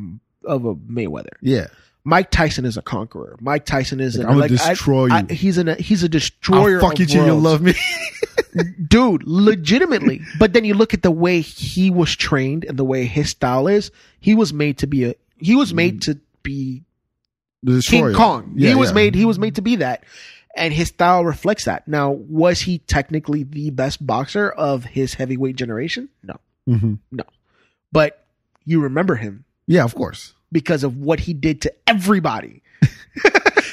[SPEAKER 4] of a Mayweather.
[SPEAKER 3] yeah,
[SPEAKER 4] Mike Tyson is a conqueror. Mike Tyson is
[SPEAKER 3] Like,
[SPEAKER 4] an,
[SPEAKER 3] I'm gonna
[SPEAKER 4] like, I-
[SPEAKER 3] destroy you.
[SPEAKER 4] I- he's an he's a destroyer.
[SPEAKER 3] I'll fuck
[SPEAKER 4] of
[SPEAKER 3] you till you
[SPEAKER 4] worlds.
[SPEAKER 3] love me.
[SPEAKER 4] dude. Legitimately, but then you look at the way he was trained and the way his style is. He was made to be a. He was made to be
[SPEAKER 3] Destroy
[SPEAKER 4] King
[SPEAKER 3] you.
[SPEAKER 4] Kong.
[SPEAKER 3] Yeah,
[SPEAKER 4] he was
[SPEAKER 3] yeah.
[SPEAKER 4] made. He was made to be that, and his style reflects that. Now, was he technically the best boxer of his heavyweight generation? No.
[SPEAKER 3] Mhm.
[SPEAKER 4] but you remember him
[SPEAKER 3] Yeah, of course.
[SPEAKER 4] because of what he did to everybody.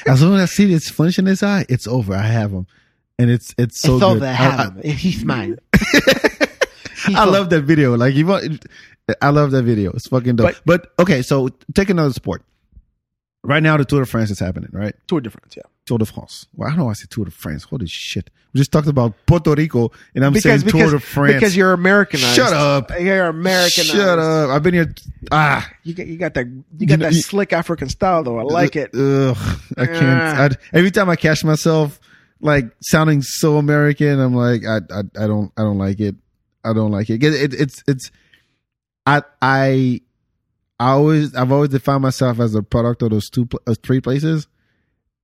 [SPEAKER 3] As soon as I see this flinch in his eye, it's over. I have him, and it's it's so
[SPEAKER 4] it's all
[SPEAKER 3] good.
[SPEAKER 4] that
[SPEAKER 3] I-
[SPEAKER 4] happened. He's mine. He's
[SPEAKER 3] I, I
[SPEAKER 4] all-
[SPEAKER 3] love that video. Like you, want- I love that video. It's fucking dope. But, okay, so take another sport. Right now, the Tour de France is happening. Right,
[SPEAKER 4] Tour de France, yeah.
[SPEAKER 3] Tour de France. Well, I don't know. why I say Tour de France. Holy shit! We just talked about Puerto Rico, and I'm saying Tour de France
[SPEAKER 4] because you're Americanized.
[SPEAKER 3] Shut up.
[SPEAKER 4] You're Americanized.
[SPEAKER 3] Shut up! I've been here. Ah,
[SPEAKER 4] You got you got that you got that
[SPEAKER 3] You-
[SPEAKER 4] slick African style though. I like it.
[SPEAKER 3] Ugh, I can't. I, every time I catch myself like sounding so American, I'm like, I, I, I don't, I don't like it. I don't like it. It, it. It's, it's, I, I, I always, I've always defined myself as a product of those two, pl- uh, three places,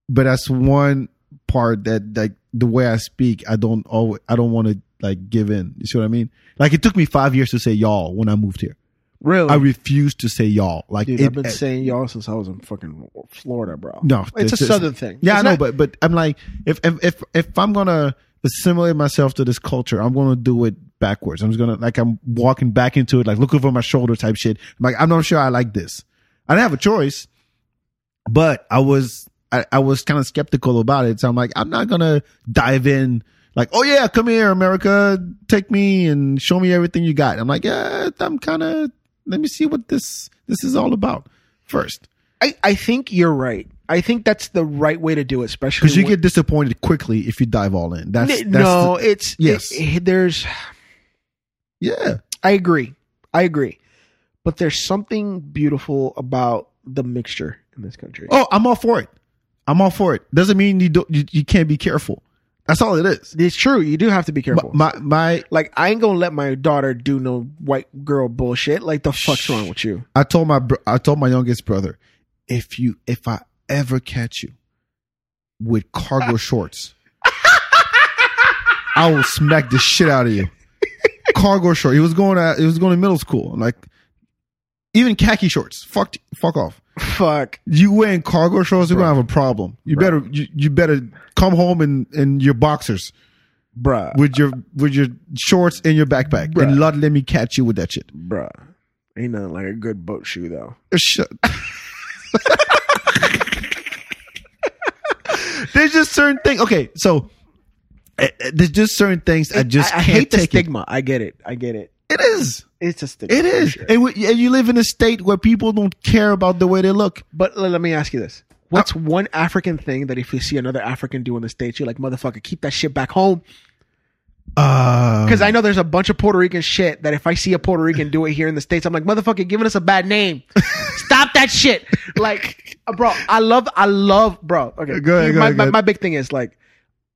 [SPEAKER 3] but that's one part that like the way I speak, I don't always, I don't want to like give in. You see what I mean? Like it took me five years to say y'all when I moved here.
[SPEAKER 4] Really?
[SPEAKER 3] I refuse to say y'all. Like
[SPEAKER 4] Dude,
[SPEAKER 3] it-
[SPEAKER 4] I've been saying y'all since I was in fucking Florida, bro.
[SPEAKER 3] no,
[SPEAKER 4] it's a southern thing.
[SPEAKER 3] Yeah,
[SPEAKER 4] It's
[SPEAKER 3] I know,
[SPEAKER 4] not-
[SPEAKER 3] but but I'm like, if if if if I'm gonna assimilate myself to this culture, I'm gonna do it backwards. I'm just gonna like I'm walking back into it, like look over my shoulder type shit. I'm like, I'm not sure I like this. I didn't have a choice, but I was I, I was kind of skeptical about it. So I'm like, I'm not gonna dive in. Like, oh yeah, come here, America, take me and show me everything you got. I'm like, yeah, I'm kind of. Let me see what this this is all about first,
[SPEAKER 4] I, I think you're right. I think that's the right way to do it, especially
[SPEAKER 3] because you
[SPEAKER 4] when-
[SPEAKER 3] get disappointed quickly if you dive all in. That's, that's
[SPEAKER 4] N- no,
[SPEAKER 3] the-
[SPEAKER 4] it's
[SPEAKER 3] Yes.
[SPEAKER 4] it- there's
[SPEAKER 3] yeah.
[SPEAKER 4] I agree. I agree. But there's something beautiful about the mixture in this country.
[SPEAKER 3] Oh, I'm all for it. I'm all for it. Doesn't mean you don't you, you can't be careful. That's all it is.
[SPEAKER 4] It's true. You do have to be careful.
[SPEAKER 3] My my
[SPEAKER 4] like I ain't gonna let my daughter do no white girl bullshit. Like the fuck's wrong with you?
[SPEAKER 3] I told my br- I told my youngest brother, if you if I ever catch you with cargo shorts, I will smack the shit out of you. Cargo shorts. He was going to he was going to middle school. I'm like even khaki shorts. Fuck fuck off.
[SPEAKER 4] Fuck.
[SPEAKER 3] you wearing cargo shorts, you're gonna have a problem. You
[SPEAKER 4] Bro.
[SPEAKER 3] better you, you better come home in, in your boxers
[SPEAKER 4] Bruh.
[SPEAKER 3] with your with your shorts in your backpack,
[SPEAKER 4] Bruh.
[SPEAKER 3] and Lord, let me catch you with that shit.
[SPEAKER 4] Bruh. Ain't nothing like a good boat shoe though.
[SPEAKER 3] Shut. there's just certain things. Okay, so uh, uh, there's just certain things I just
[SPEAKER 4] I,
[SPEAKER 3] can't
[SPEAKER 4] hate the
[SPEAKER 3] take it.
[SPEAKER 4] stigma. I get it. I get it.
[SPEAKER 3] It is.
[SPEAKER 4] It's a stigma.
[SPEAKER 3] It
[SPEAKER 4] for
[SPEAKER 3] is.
[SPEAKER 4] sure.
[SPEAKER 3] And, we, and you live in a state where people don't care about the way they look.
[SPEAKER 4] But le- let me ask you this: What's one African thing that if you see another African do in the states, you're like, motherfucker, keep that shit back home?
[SPEAKER 3] Um, Uh,
[SPEAKER 4] Because I know there's a bunch of Puerto Rican shit that if I see a Puerto Rican do it here in the states, I'm like, motherfucker, you're giving us a bad name. Stop that shit. Like, uh, bro, I love, I love, bro. Okay,
[SPEAKER 3] Go ahead, go
[SPEAKER 4] my,
[SPEAKER 3] ahead, go
[SPEAKER 4] my,
[SPEAKER 3] ahead.
[SPEAKER 4] my big thing is like,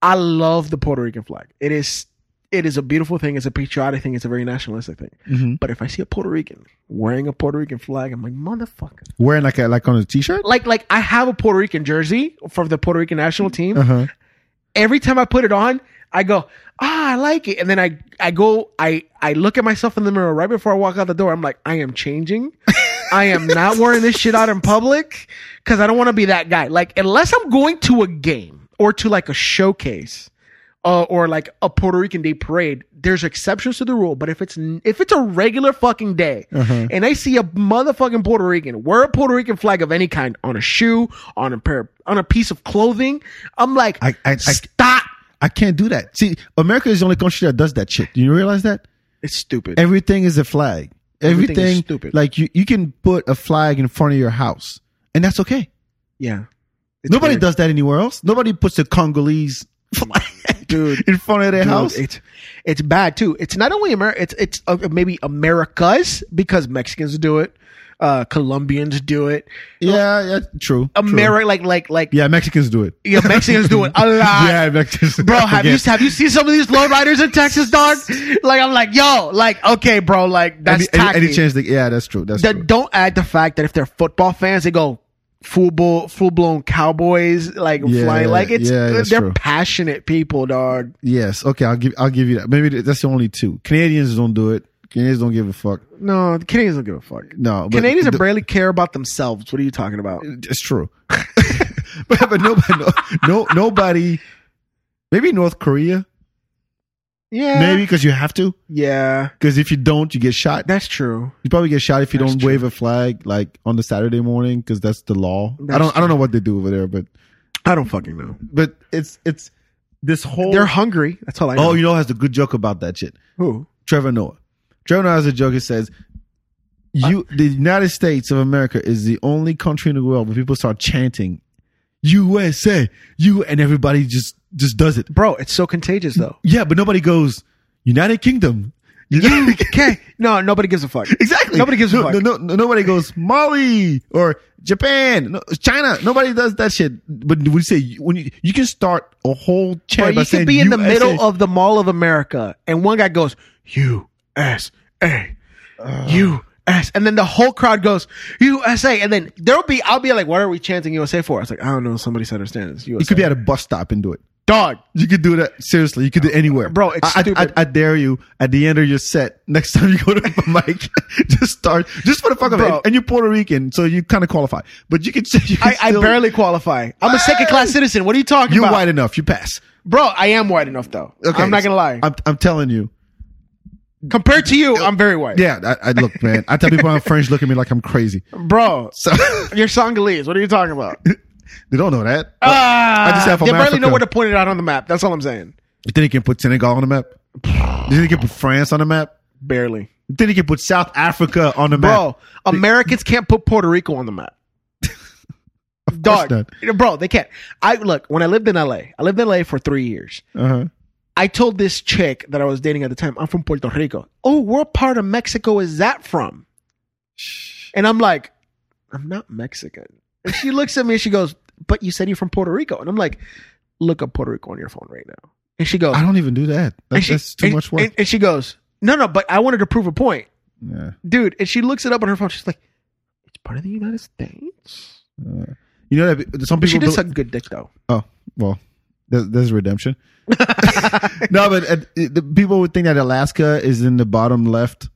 [SPEAKER 4] I love the Puerto Rican flag. It is, it is a beautiful thing. It's a patriotic thing. It's a very nationalistic thing.
[SPEAKER 3] Mm-hmm.
[SPEAKER 4] But if I see a Puerto Rican wearing a Puerto Rican flag, I'm like, motherfucker
[SPEAKER 3] wearing like a like on a t-shirt.
[SPEAKER 4] like like I have a Puerto Rican jersey from the Puerto Rican national team.
[SPEAKER 3] Uh-huh.
[SPEAKER 4] Every time I put it on, I go, ah, I like it. And then I I go, I I look at myself in the mirror right before I walk out the door. I'm like, I am changing. I am not wearing this shit out in public because I don't want to be that guy. Like unless I'm going to a game or to like a showcase. Uh, or like a Puerto Rican Day parade. There's exceptions to the rule, but if it's n- if it's a regular fucking day,
[SPEAKER 3] Uh-huh.
[SPEAKER 4] and I see a motherfucking Puerto Rican wear a Puerto Rican flag of any kind on a shoe, on a pair, on a piece of clothing, I'm like,
[SPEAKER 3] I- I- I-
[SPEAKER 4] stop!
[SPEAKER 3] I can't do that. See, America is the only country that does that shit. Do you realize that?
[SPEAKER 4] It's stupid.
[SPEAKER 3] Everything is a flag. Everything,
[SPEAKER 4] Everything is stupid.
[SPEAKER 3] Like you, you can put a flag in front of your house, and that's okay.
[SPEAKER 4] yeah, It's
[SPEAKER 3] Nobody
[SPEAKER 4] weird.
[SPEAKER 3] does that anywhere else. Nobody puts a Congolese flag
[SPEAKER 4] Dude.
[SPEAKER 3] in front of their
[SPEAKER 4] Dude,
[SPEAKER 3] house.
[SPEAKER 4] It's it's bad too. It's not only America. It's it's uh, maybe Americas because Mexicans do it, uh, Colombians do it,
[SPEAKER 3] yeah, yeah, true.
[SPEAKER 4] America like like like
[SPEAKER 3] true. Yeah, Mexicans do it.
[SPEAKER 4] yeah, Mexicans do it a lot.
[SPEAKER 3] yeah, Mexicans.
[SPEAKER 4] bro. Have you
[SPEAKER 3] Again.
[SPEAKER 4] have you seen some of these lowriders in Texas, dog? Like I'm like, yo, like okay, bro, like that's
[SPEAKER 3] Any, any,
[SPEAKER 4] tacky.
[SPEAKER 3] any chance? That, yeah, that's true. That's true.
[SPEAKER 4] that don't add the fact that if they're football fans, they go full full blown cowboys, like
[SPEAKER 3] Yeah,
[SPEAKER 4] flying, like it's
[SPEAKER 3] yeah, that's
[SPEAKER 4] they're
[SPEAKER 3] true.
[SPEAKER 4] passionate people, dog.
[SPEAKER 3] Yes. Okay. I'll give. I'll give you that. Maybe that's the only two. Canadians don't do it. Canadians don't give a fuck.
[SPEAKER 4] No, the Canadians don't give a fuck.
[SPEAKER 3] No. but-
[SPEAKER 4] Canadians
[SPEAKER 3] the-
[SPEAKER 4] barely care about themselves. What are you talking about?
[SPEAKER 3] It's true. but but nobody, no, no, nobody. Maybe North Korea.
[SPEAKER 4] Yeah,
[SPEAKER 3] Maybe because you have to.
[SPEAKER 4] Yeah,
[SPEAKER 3] Because if you don't, you get shot.
[SPEAKER 4] that's true.
[SPEAKER 3] You probably get shot if you
[SPEAKER 4] That's
[SPEAKER 3] don't
[SPEAKER 4] true.
[SPEAKER 3] wave a flag like on the Saturday morning because that's the law. I
[SPEAKER 4] That's
[SPEAKER 3] don't. I don't know what they do over there, but
[SPEAKER 4] I don't fucking know.
[SPEAKER 3] but it's it's this whole.
[SPEAKER 4] They're hungry. That's all I know.
[SPEAKER 3] oh, you know, has a good joke about that shit.
[SPEAKER 4] Who?
[SPEAKER 3] Trevor Noah. Trevor Noah has a joke. It says, "You, the United States of America, is the only country in the world where people start chanting USA, you, and everybody just just does it.
[SPEAKER 4] Bro, it's so contagious though.
[SPEAKER 3] Yeah, but nobody goes United Kingdom. United
[SPEAKER 4] okay. No, nobody gives a fuck.
[SPEAKER 3] Exactly.
[SPEAKER 4] Nobody gives a
[SPEAKER 3] no,
[SPEAKER 4] fuck.
[SPEAKER 3] No, no, no- nobody goes Mali or Japan, no, China. Nobody does that shit. But when you say when you, you can start a whole
[SPEAKER 4] Bro,
[SPEAKER 3] chant by
[SPEAKER 4] you
[SPEAKER 3] saying
[SPEAKER 4] could be in the
[SPEAKER 3] USA.
[SPEAKER 4] middle of the Mall of America, and one guy goes USA, US, and then the whole crowd goes USA, and then there'll be I'll be like, "What are we chanting USA for?" I was like, "I don't know. Somebody said understand this." USA.
[SPEAKER 3] You could be at a bus stop and do it.
[SPEAKER 4] dog.
[SPEAKER 3] You could do that seriously. You could do it anywhere,
[SPEAKER 4] Oh, Bro, it's
[SPEAKER 3] I, I-
[SPEAKER 4] stupid.
[SPEAKER 3] I, I dare you. At the end of your set, next time you go to the mic, just start just for the fuck of
[SPEAKER 4] Bro.
[SPEAKER 3] it. And you're Puerto Rican, so you kind of qualify. But you could say you can
[SPEAKER 4] I, I
[SPEAKER 3] still-
[SPEAKER 4] barely qualify. I'm a second class citizen. What are you talking
[SPEAKER 3] You're
[SPEAKER 4] about?
[SPEAKER 3] white enough. You pass.
[SPEAKER 4] bro. I am white enough though.
[SPEAKER 3] Okay,
[SPEAKER 4] I'm not gonna lie.
[SPEAKER 3] I'm, I'm telling you.
[SPEAKER 4] Compared to you, I'm very white.
[SPEAKER 3] Yeah, I, I look, man. I tell people I'm French. Look at me like I'm crazy.
[SPEAKER 4] bro.
[SPEAKER 3] So
[SPEAKER 4] You're Songolese. What are you talking about?
[SPEAKER 3] they don't know that.
[SPEAKER 4] Ah,
[SPEAKER 3] just have
[SPEAKER 4] they
[SPEAKER 3] from
[SPEAKER 4] barely know
[SPEAKER 3] Africa.
[SPEAKER 4] where to point it out on the map. That's all I'm saying.
[SPEAKER 3] You think you can put Senegal on the map? You think you can put France on the map?
[SPEAKER 4] Barely.
[SPEAKER 3] You think you can put South Africa on the map?
[SPEAKER 4] Bro, Americans can't put Puerto Rico on the map. Dog. Bro, they can't. I look, when I lived in LA, I lived in LA for three years.
[SPEAKER 3] Uh-huh.
[SPEAKER 4] I told this chick that I was dating at the time, I'm from Puerto Rico. Oh, what part of Mexico is that from? And I'm like, I'm not Mexican. And she looks at me and she goes, But you said you're from Puerto Rico. And I'm like, Look up Puerto Rico on your phone right now. And she goes,
[SPEAKER 3] I don't even do that. That-
[SPEAKER 4] and she-
[SPEAKER 3] that's too
[SPEAKER 4] and-
[SPEAKER 3] much work.
[SPEAKER 4] And, and she goes, No, no, but I wanted to prove a point
[SPEAKER 3] yeah.
[SPEAKER 4] dude. And she looks it up on her phone. She's like, "It's part of the United States."
[SPEAKER 3] You know that some
[SPEAKER 4] But she
[SPEAKER 3] people.
[SPEAKER 4] did
[SPEAKER 3] don't-
[SPEAKER 4] suck good dick though.
[SPEAKER 3] Oh well, there's, there's redemption. no, but uh, it- the people would think that Alaska is in the bottom left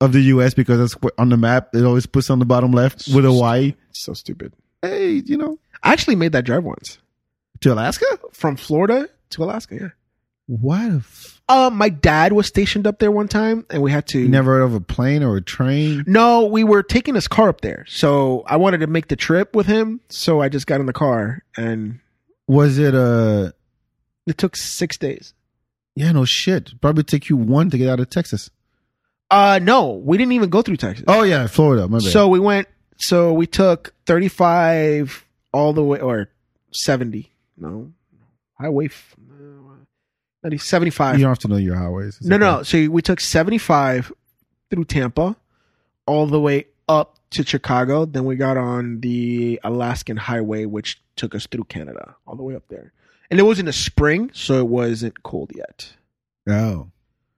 [SPEAKER 3] of the U.S. because that's where- on the map. It always puts on the bottom left with Hawaii.
[SPEAKER 4] So stupid.
[SPEAKER 3] Hey, you know,
[SPEAKER 4] I actually made that drive once
[SPEAKER 3] to Alaska.
[SPEAKER 4] from Florida to Alaska. Yeah.
[SPEAKER 3] What? If,
[SPEAKER 4] Um, my dad was stationed up there one time, and we had to.
[SPEAKER 3] you never heard of a plane or a train?
[SPEAKER 4] No, we were taking his car up there, so I wanted to make the trip with him. So I just got in the car, and
[SPEAKER 3] Was it a?
[SPEAKER 4] it took six days.
[SPEAKER 3] Yeah, no shit. Probably take you one to get out of Texas.
[SPEAKER 4] Uh, no, we didn't Oh, even go through Texas.
[SPEAKER 3] Oh yeah, Florida. My bad.
[SPEAKER 4] So we went. So we took thirty-five all the way or 70 no highway f- 90, 75
[SPEAKER 3] You don't have to know your highways. It's
[SPEAKER 4] no
[SPEAKER 3] okay.
[SPEAKER 4] no so we took 75 through tampa all the way up to chicago then we got on the alaskan highway which took us through canada all the way up there and it was in the spring so it wasn't cold yet
[SPEAKER 3] Oh.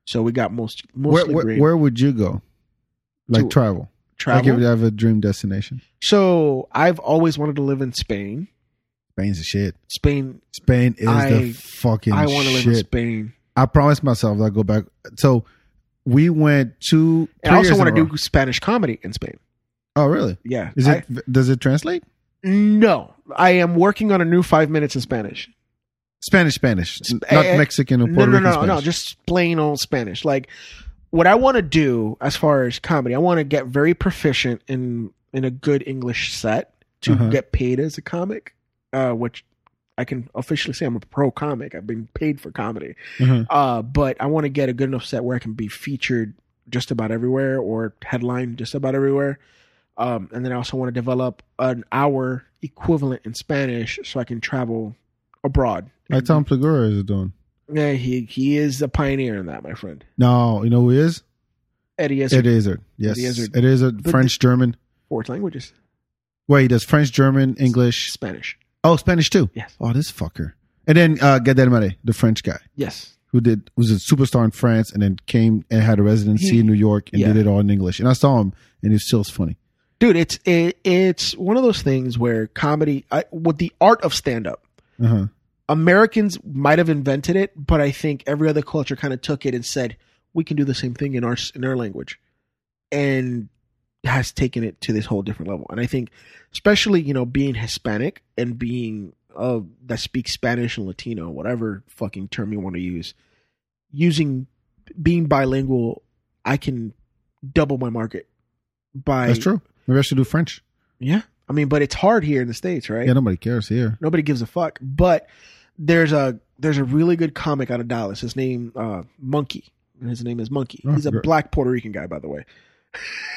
[SPEAKER 4] so we got most
[SPEAKER 3] Where,
[SPEAKER 4] mostly
[SPEAKER 3] where,
[SPEAKER 4] green.
[SPEAKER 3] where would you go? Like
[SPEAKER 4] To
[SPEAKER 3] travel. Like if
[SPEAKER 4] travel
[SPEAKER 3] you have a dream destination.
[SPEAKER 4] so i've always wanted to live in spain
[SPEAKER 3] Spain's the shit.
[SPEAKER 4] spain
[SPEAKER 3] Spain is
[SPEAKER 4] I-
[SPEAKER 3] the fucking
[SPEAKER 4] i want to live
[SPEAKER 3] shit.
[SPEAKER 4] in spain
[SPEAKER 3] I promised myself that I'll go back. So we went to.
[SPEAKER 4] and i also want to do spanish comedy in spain
[SPEAKER 3] Oh, really?
[SPEAKER 4] yeah
[SPEAKER 3] Is
[SPEAKER 4] I-
[SPEAKER 3] it? does it translate?
[SPEAKER 4] No, I am working on a new five minutes in Spanish.
[SPEAKER 3] Spanish, Spanish,
[SPEAKER 4] Sp-
[SPEAKER 3] not
[SPEAKER 4] eh,
[SPEAKER 3] Mexican or
[SPEAKER 4] No,
[SPEAKER 3] Puerto
[SPEAKER 4] no,
[SPEAKER 3] Rican
[SPEAKER 4] no,
[SPEAKER 3] Spanish.
[SPEAKER 4] no, just plain old Spanish. Like what I want to do as far as comedy, I want to get very proficient in in a good English set to
[SPEAKER 3] Uh-huh.
[SPEAKER 4] get paid as a comic, uh, which I can officially say I'm a pro comic. I've been paid for comedy,
[SPEAKER 3] Uh-huh.
[SPEAKER 4] uh, but I want to get a good enough set where I can be featured just about everywhere or headline just about everywhere. Um, and then I also want to develop an hour equivalent in Spanish so I can travel abroad.
[SPEAKER 3] Like Tom Plagura is doing.
[SPEAKER 4] Yeah, he he is a pioneer in that, my friend.
[SPEAKER 3] No, you know who he is?
[SPEAKER 4] Eddie is
[SPEAKER 3] Ed Izzard. Yes,
[SPEAKER 4] Ed Izzard.
[SPEAKER 3] Ed Izzard,
[SPEAKER 4] But
[SPEAKER 3] French, German.
[SPEAKER 4] fourth languages,
[SPEAKER 3] Wait, he does French, German, English.
[SPEAKER 4] Spanish.
[SPEAKER 3] Oh, Spanish too.
[SPEAKER 4] Yes,
[SPEAKER 3] Oh, this fucker. And then uh, Gad Elmaleh, the French guy
[SPEAKER 4] yes.
[SPEAKER 3] who did was a superstar in France and then came and had a residency
[SPEAKER 4] He-
[SPEAKER 3] in New York and
[SPEAKER 4] yeah.
[SPEAKER 3] did it all in English. And I saw him, and he's still funny.
[SPEAKER 4] Dude, it's it, it's one of those things where comedy, I, with the art of stand up,
[SPEAKER 3] Uh huh.
[SPEAKER 4] Americans might have invented it, but I think every other culture kind of took it and said we can do the same thing in our in our language, and has taken it to this whole different level. And I think, especially you know, being Hispanic and being uh, that speaks Spanish and Latino, whatever fucking term you want to use, using being bilingual, I can double my market. By
[SPEAKER 3] That's true. Maybe I should do French.
[SPEAKER 4] Yeah, I mean, but it's hard here in the states, right?
[SPEAKER 3] Yeah, nobody cares here.
[SPEAKER 4] Nobody gives a fuck. But there's a there's a really good comic out of Dallas. His name uh, Monkey. And His name is Monkey.
[SPEAKER 3] Oh,
[SPEAKER 4] He's a
[SPEAKER 3] great.
[SPEAKER 4] black Puerto Rican guy, by the way.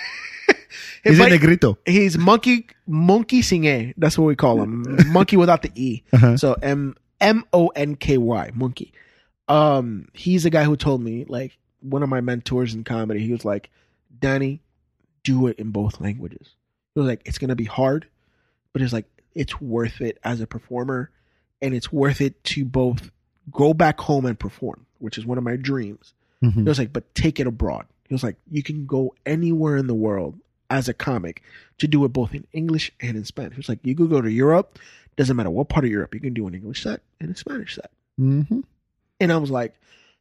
[SPEAKER 3] He's
[SPEAKER 4] But
[SPEAKER 3] a negrito.
[SPEAKER 4] he's Monkey Monkey Sin A. That's what we call him. monkey without the E.
[SPEAKER 3] Uh-huh.
[SPEAKER 4] So M M O N K Y Monkey. Um, he's the guy who told me like one of my mentors in comedy. He was like, Danny, do it in both languages. He was like, it's gonna be hard, but it's like it's worth it as a performer, and it's worth it to both go back home and perform, which is one of my dreams. He
[SPEAKER 3] Mhm.
[SPEAKER 4] was like, but take it abroad. He was like, you can go anywhere in the world as a comic to do it both in English and in Spanish. He was like, you could go to Europe, doesn't matter what part of Europe, you can do an English set and a Spanish set.
[SPEAKER 3] Mhm.
[SPEAKER 4] And I was like,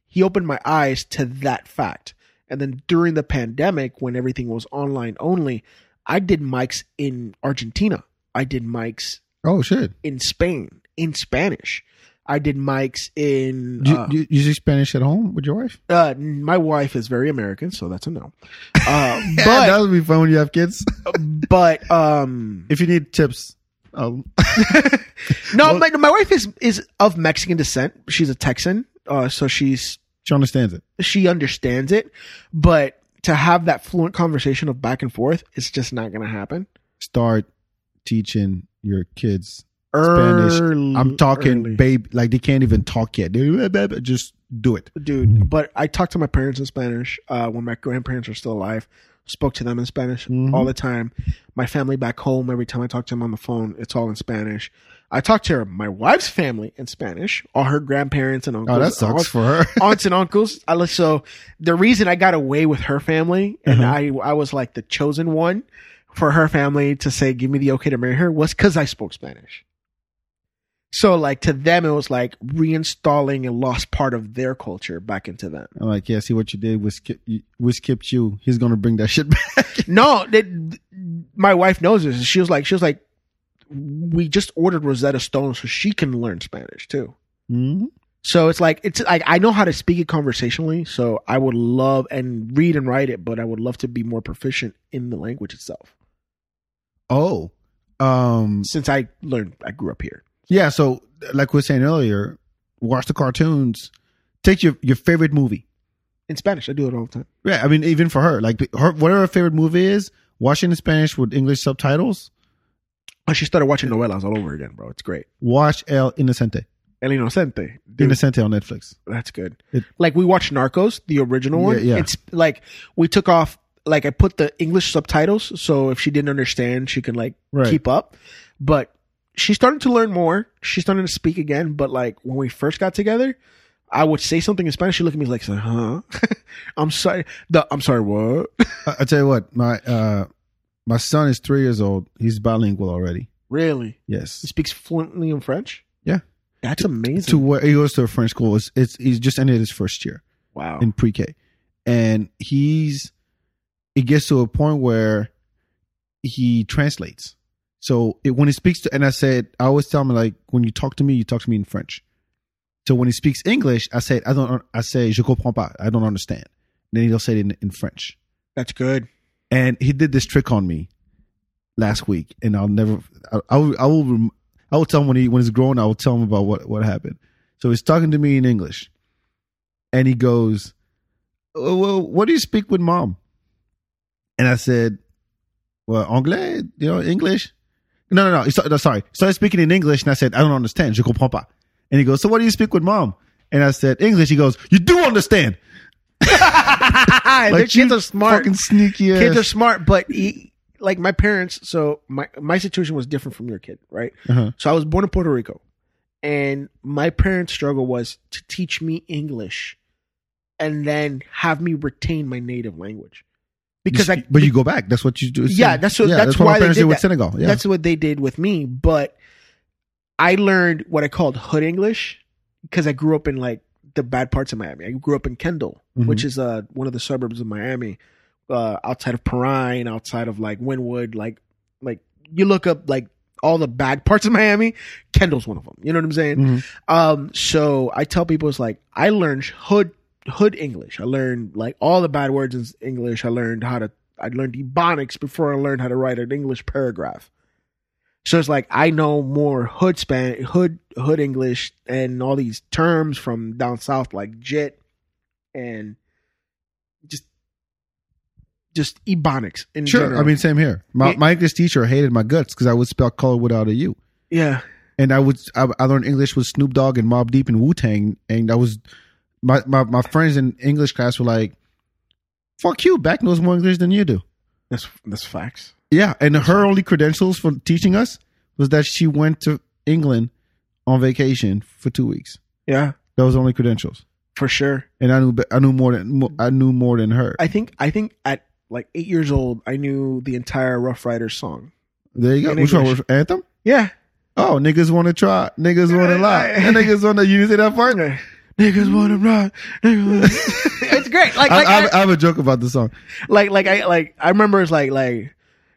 [SPEAKER 4] he opened my eyes to that fact. And then during the pandemic, when everything was online only, I did mics in Argentina. I did mics
[SPEAKER 3] Oh shit!
[SPEAKER 4] in Spain in Spanish. I did mics in.
[SPEAKER 3] Do you,
[SPEAKER 4] uh,
[SPEAKER 3] do you, you speak Spanish at home with your wife?
[SPEAKER 4] uh, my wife is very American, so that's a no. Uh,
[SPEAKER 3] Yeah, that
[SPEAKER 4] but
[SPEAKER 3] would be fun when you have kids.
[SPEAKER 4] but um,
[SPEAKER 3] if you need tips, I'll,
[SPEAKER 4] no,
[SPEAKER 3] Well-
[SPEAKER 4] my my wife is is of Mexican descent. She's a Texan, uh, so she's
[SPEAKER 3] she understands it.
[SPEAKER 4] she understands it. But to have that fluent conversation of back and forth, it's just not going to happen.
[SPEAKER 3] Start teaching your kids Spanish.
[SPEAKER 4] Early,
[SPEAKER 3] I'm talking
[SPEAKER 4] early.
[SPEAKER 3] babe, like they can't even talk yet. They- blah, blah, blah, Just do it.
[SPEAKER 4] dude. But I talked to my parents in Spanish uh, when my grandparents were still alive. Spoke to them in Spanish
[SPEAKER 3] Mhm.
[SPEAKER 4] all the time. My family back home, every time I talk to them on the phone, it's all in Spanish. I talked to her, my wife's family in Spanish, all her grandparents and uncles.
[SPEAKER 3] Oh, that sucks for her.
[SPEAKER 4] aunts- Aunts and uncles. I li- so the reason I got away with her family and I I was like the chosen one for her family to say give me the okay to marry her was because I spoke Spanish. So like to them it was like reinstalling a lost part of their culture back into them.
[SPEAKER 3] I'm like, yeah, see what you did. We, skip, we skipped you. He's gonna bring that shit back.
[SPEAKER 4] No, that my wife knows this. She was like, she was like, we just ordered Rosetta Stone so she can learn Spanish too. Hmm?
[SPEAKER 3] Mhm.
[SPEAKER 4] So it's like it's like I know how to speak it conversationally. So I would love and read and write it, but I would love to be more proficient in the language itself.
[SPEAKER 3] Oh, um,
[SPEAKER 4] Since I learned, I grew up here.
[SPEAKER 3] yeah. So, like we were saying earlier, watch the cartoons. Take your your favorite movie.
[SPEAKER 4] In Spanish, I do it all the time.
[SPEAKER 3] Yeah, I mean, even for her, like her, whatever her favorite movie is, watch it in Spanish with English subtitles,
[SPEAKER 4] I just Oh, started watching novelas all over again, bro. It's great.
[SPEAKER 3] Watch El Inocente.
[SPEAKER 4] El Inocente. Dude,
[SPEAKER 3] Inocente on Netflix.
[SPEAKER 4] that's good.
[SPEAKER 3] It-
[SPEAKER 4] like we watched Narcos, the original one.
[SPEAKER 3] Yeah, yeah.
[SPEAKER 4] It's like we took off like I put the English subtitles so if she didn't understand, she can like
[SPEAKER 3] Right.
[SPEAKER 4] keep up. But she's starting to learn more. She's starting to speak again, but like when we first got together, I would say something in Spanish. She looked at me like, "Huh? I'm sorry. The I'm sorry. What?
[SPEAKER 3] I, I tell you what, my uh, my son is three years old. He's bilingual already.
[SPEAKER 4] really? He
[SPEAKER 3] Yes.
[SPEAKER 4] speaks fluently in French.
[SPEAKER 3] Yeah.
[SPEAKER 4] That's amazing.
[SPEAKER 3] To where he goes to a French school. It's, it's he's just ended his first year.
[SPEAKER 4] wow.
[SPEAKER 3] in pre-K, and he's it gets to a point where he translates. So it, when he speaks to, and I said, I always tell him like, when you talk to me, you talk to me in French. So when he speaks English, I said, I don't, I say, je comprends pas, I don't understand. then he'll say it in, in French.
[SPEAKER 4] That's good.
[SPEAKER 3] And he did this trick on me last week, and I'll never, I, I will, I will, rem- I will tell him when he when he's grown, I will tell him about what what happened. So he's talking to me in English, and he goes, "Oh, "Well, what do you speak with mom?" And I said, "Well, anglais, you know, English." No, no, no. He started, no, sorry. He started speaking in English, and I said, "I don't understand. Je comprends pas." And he goes, "So what do you speak with mom?" And I said, "English." He goes, "You do understand."
[SPEAKER 4] Like, kids
[SPEAKER 3] you
[SPEAKER 4] are smart.
[SPEAKER 3] fucking sneaky. Ass.
[SPEAKER 4] Kids are smart, but he, like my parents. So my my situation was different from your kid, right?
[SPEAKER 3] Uh-huh.
[SPEAKER 4] So I was born in Puerto Rico, and my parents' struggle was to teach me English, and then have me retain my native language. Because
[SPEAKER 3] you
[SPEAKER 4] I,
[SPEAKER 3] speak- but you go back. That's what you do.
[SPEAKER 4] yeah, that's what, that's,
[SPEAKER 3] what
[SPEAKER 4] why
[SPEAKER 3] my parents
[SPEAKER 4] they did
[SPEAKER 3] did with
[SPEAKER 4] that.
[SPEAKER 3] Senegal. Yeah,
[SPEAKER 4] That's what they did with me. But I learned what I called hood English because I grew up in like the bad parts of Miami. I grew up in Kendall,
[SPEAKER 3] Mhm.
[SPEAKER 4] which is uh one of the suburbs of Miami, uh, outside of Perrine, outside of like Wynwood. Like, like you look up like all the bad parts of Miami, Kendall's one of them. You know what I'm saying?
[SPEAKER 3] Mhm.
[SPEAKER 4] Um, so I tell people it's like I learned hood hood English. I learned like all the bad words in English. I learned how to I learned ebonics before I learned how to write an English paragraph. So it's like I know more hood span hood hood English and all these terms from down south like jit and just just ebonics in
[SPEAKER 3] sure.
[SPEAKER 4] general.
[SPEAKER 3] I mean, same here. My,
[SPEAKER 4] Yeah.
[SPEAKER 3] my English teacher hated my guts because I would spell color without a U,
[SPEAKER 4] yeah.
[SPEAKER 3] and I would I, I learned English with Snoop Dogg and Mob Deep and Wu Tang, and I was my, my my friends in English class were like, "Fuck you, Beck knows more English than you do."
[SPEAKER 4] That's that's facts.
[SPEAKER 3] Yeah, and her only credentials for teaching us was that she went to England on vacation for two weeks.
[SPEAKER 4] Yeah,
[SPEAKER 3] That was her only credentials,
[SPEAKER 4] for sure.
[SPEAKER 3] and I knew be- I knew more than mo- I knew more than her.
[SPEAKER 4] I think I think at like eight years old, I knew the entire Rough Riders song.
[SPEAKER 3] there you go.
[SPEAKER 4] in
[SPEAKER 3] Which one was
[SPEAKER 4] English.
[SPEAKER 3] anthem?
[SPEAKER 4] Yeah,
[SPEAKER 3] Oh, niggas want to try. Niggas want to lie. And niggas want to. You didn't say that part.
[SPEAKER 4] niggas wanna ride. Niggas wanna... it's great. Like
[SPEAKER 3] I,
[SPEAKER 4] like
[SPEAKER 3] I,
[SPEAKER 4] I,
[SPEAKER 3] I have a joke about the song.
[SPEAKER 4] like like I like I remember it's like like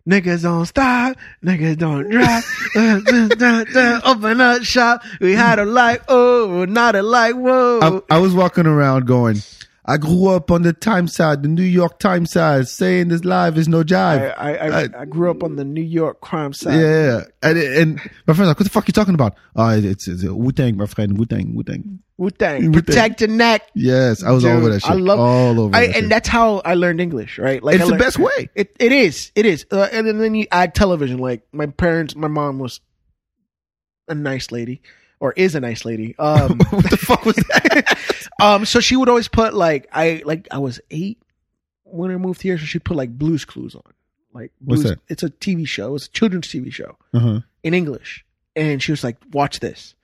[SPEAKER 4] niggas don't stop, niggas don't drop. Uh, uh, uh, uh, Open up shop. We had a life. Oh, not a life. Whoa.
[SPEAKER 3] I, I was walking around going, I grew up on the time side, the New York time side, saying this live is no
[SPEAKER 4] I,
[SPEAKER 3] jive.
[SPEAKER 4] I, I, I grew up on the New York crime side.
[SPEAKER 3] yeah, and, and my friend's like, "What the fuck you talking about?" Oh, it's, it's Wu Tang, my friend, Wu Tang, Wu Tang.
[SPEAKER 4] Wu Tang.
[SPEAKER 3] Wu-Tang.
[SPEAKER 4] Protect your neck.
[SPEAKER 3] Yes, I was all
[SPEAKER 4] Dude,
[SPEAKER 3] over that shit.
[SPEAKER 4] I love
[SPEAKER 3] all over. that
[SPEAKER 4] I,
[SPEAKER 3] shit.
[SPEAKER 4] and that's how I learned English, right? Like
[SPEAKER 3] it's
[SPEAKER 4] I
[SPEAKER 3] the
[SPEAKER 4] learned-
[SPEAKER 3] best way.
[SPEAKER 4] It it is it is, uh, and then, then you add television. Like my parents, my mom was a nice lady, or is a nice lady. Um,
[SPEAKER 3] what the fuck was that?
[SPEAKER 4] um, so she would always put like I like I was eight when I moved here, so she put like Blues Clues on. Like
[SPEAKER 3] What's
[SPEAKER 4] Blues,
[SPEAKER 3] that?
[SPEAKER 4] it's a TV show. It's a children's TV show
[SPEAKER 3] uh-huh.
[SPEAKER 4] in English. And she was like, watch this.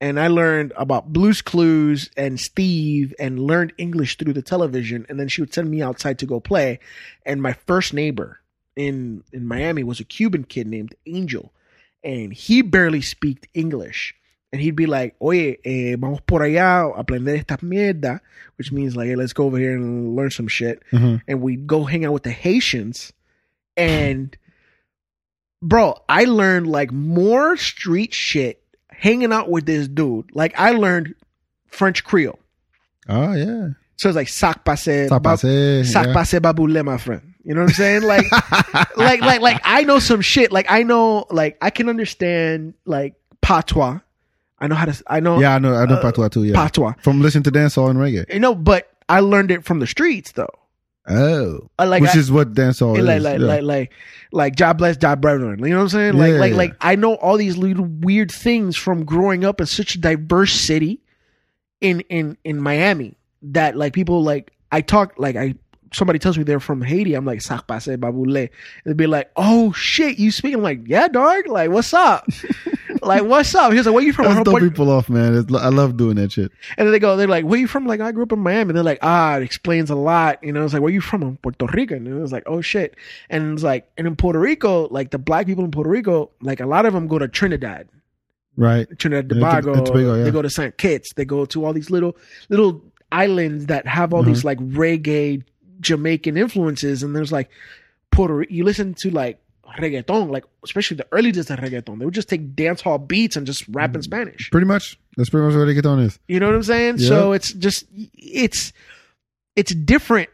[SPEAKER 4] And I learned about Blues Clues and Steve and learned English through the television. And then she would send me outside to go play. And my first neighbor in, in Miami was a Cuban kid named Angel. And he barely speaked English. And he'd be like, oye, eh, vamos por allá a aprender esta mierda, which means like, hey, let's go over here and learn some shit
[SPEAKER 3] Uh-huh.
[SPEAKER 4] and we'd go hang out with the Haitians. And bro, I learned like more street shit hanging out with this dude. Like I learned French Creole.
[SPEAKER 3] Oh yeah,
[SPEAKER 4] So it's like sac passe,
[SPEAKER 3] Ça
[SPEAKER 4] bab-
[SPEAKER 3] passait,
[SPEAKER 4] sac
[SPEAKER 3] yeah.
[SPEAKER 4] passe baboule, my friend. You know what I'm saying? Like, like, like, like I know some shit. Like I know, like I can understand like patois. I know how to. s- I know
[SPEAKER 3] Yeah, I know. I know
[SPEAKER 4] Uh,
[SPEAKER 3] patois too. Yeah,
[SPEAKER 4] patois.
[SPEAKER 3] from listening to dancehall and reggae.
[SPEAKER 4] You know, but I learned it from the streets though.
[SPEAKER 3] Oh,
[SPEAKER 4] Uh, like
[SPEAKER 3] which
[SPEAKER 4] I-
[SPEAKER 3] is what dancehall
[SPEAKER 4] Like,
[SPEAKER 3] is.
[SPEAKER 4] like, like,
[SPEAKER 3] yeah.
[SPEAKER 4] like, like, like, God bless, God brethren. You know what I'm saying? Like,
[SPEAKER 3] Yeah.
[SPEAKER 4] like, like, I know all these little weird things from growing up in such a diverse city in, in, in Miami that, like, people, like, I talk, like, I, somebody tells me they're from Haiti. I'm like, Sakpase Babule. They'd be like, oh shit, you speak? I'm like, yeah, dog. Like, what's up? like, what's up? He was like, where you from?
[SPEAKER 3] Let's
[SPEAKER 4] What-
[SPEAKER 3] throw
[SPEAKER 4] what-
[SPEAKER 3] people off, man. It's, I love doing that shit.
[SPEAKER 4] and then they go, they're like, where you from? Like, I grew up in Miami. And they're like, ah, it explains a lot. You know, it's like, where you from? I'm Puerto Rican. And it was like, oh shit. And it's like, and in Puerto Rico, like the black people in Puerto Rico, like a lot of them go to Trinidad,
[SPEAKER 3] Right.
[SPEAKER 4] Trinidad
[SPEAKER 3] Yeah, Trin-
[SPEAKER 4] Tobago.
[SPEAKER 3] and Tobago, yeah.
[SPEAKER 4] They go to St. Kitts. They go to all these little, little islands that have all
[SPEAKER 3] Uh-huh.
[SPEAKER 4] these like reggae Jamaican influences. And there's like Puerto, you listen to like reggaeton, like especially the early days of reggaeton. They would just take dance hall beats and just
[SPEAKER 3] Mm.
[SPEAKER 4] rap in Spanish.
[SPEAKER 3] Pretty much. That's pretty much what reggaeton is.
[SPEAKER 4] You know what I'm saying?
[SPEAKER 3] Yeah.
[SPEAKER 4] So it's just it's it's different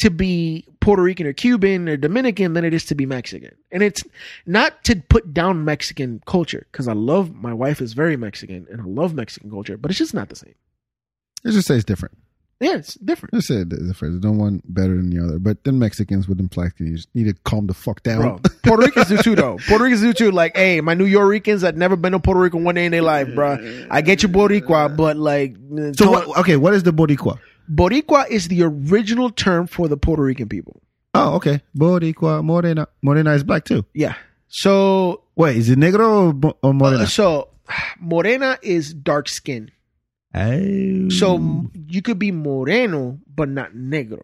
[SPEAKER 4] to be Puerto Rican or Cuban or Dominican than it is to be Mexican. And it's not to put down Mexican culture cuz I love my wife is very Mexican and I love Mexican culture, but it's just not the same.
[SPEAKER 3] Let's just say it's different.
[SPEAKER 4] Yeah, it's different.
[SPEAKER 3] Let's say it's different. There's no one better than the other. But then Mexicans with them black you just need to calm the fuck
[SPEAKER 4] Bro,
[SPEAKER 3] down.
[SPEAKER 4] Puerto Ricans do too, though. Puerto Ricans do too. Like, hey, my New Yorkers that never been to Puerto Rico one day in their life, bro. I get you Boricua, but like,
[SPEAKER 3] so what, okay, what is the Boricua?
[SPEAKER 4] Boricua is the original term for the Puerto Rican people.
[SPEAKER 3] Oh, okay. Boricua, Morena. Morena is black too.
[SPEAKER 4] Yeah. So
[SPEAKER 3] Wait, is it negro or, bo- or
[SPEAKER 4] Uh,
[SPEAKER 3] morena?
[SPEAKER 4] so morena is dark skin.
[SPEAKER 3] Oh.
[SPEAKER 4] So m- you could be moreno but not negro.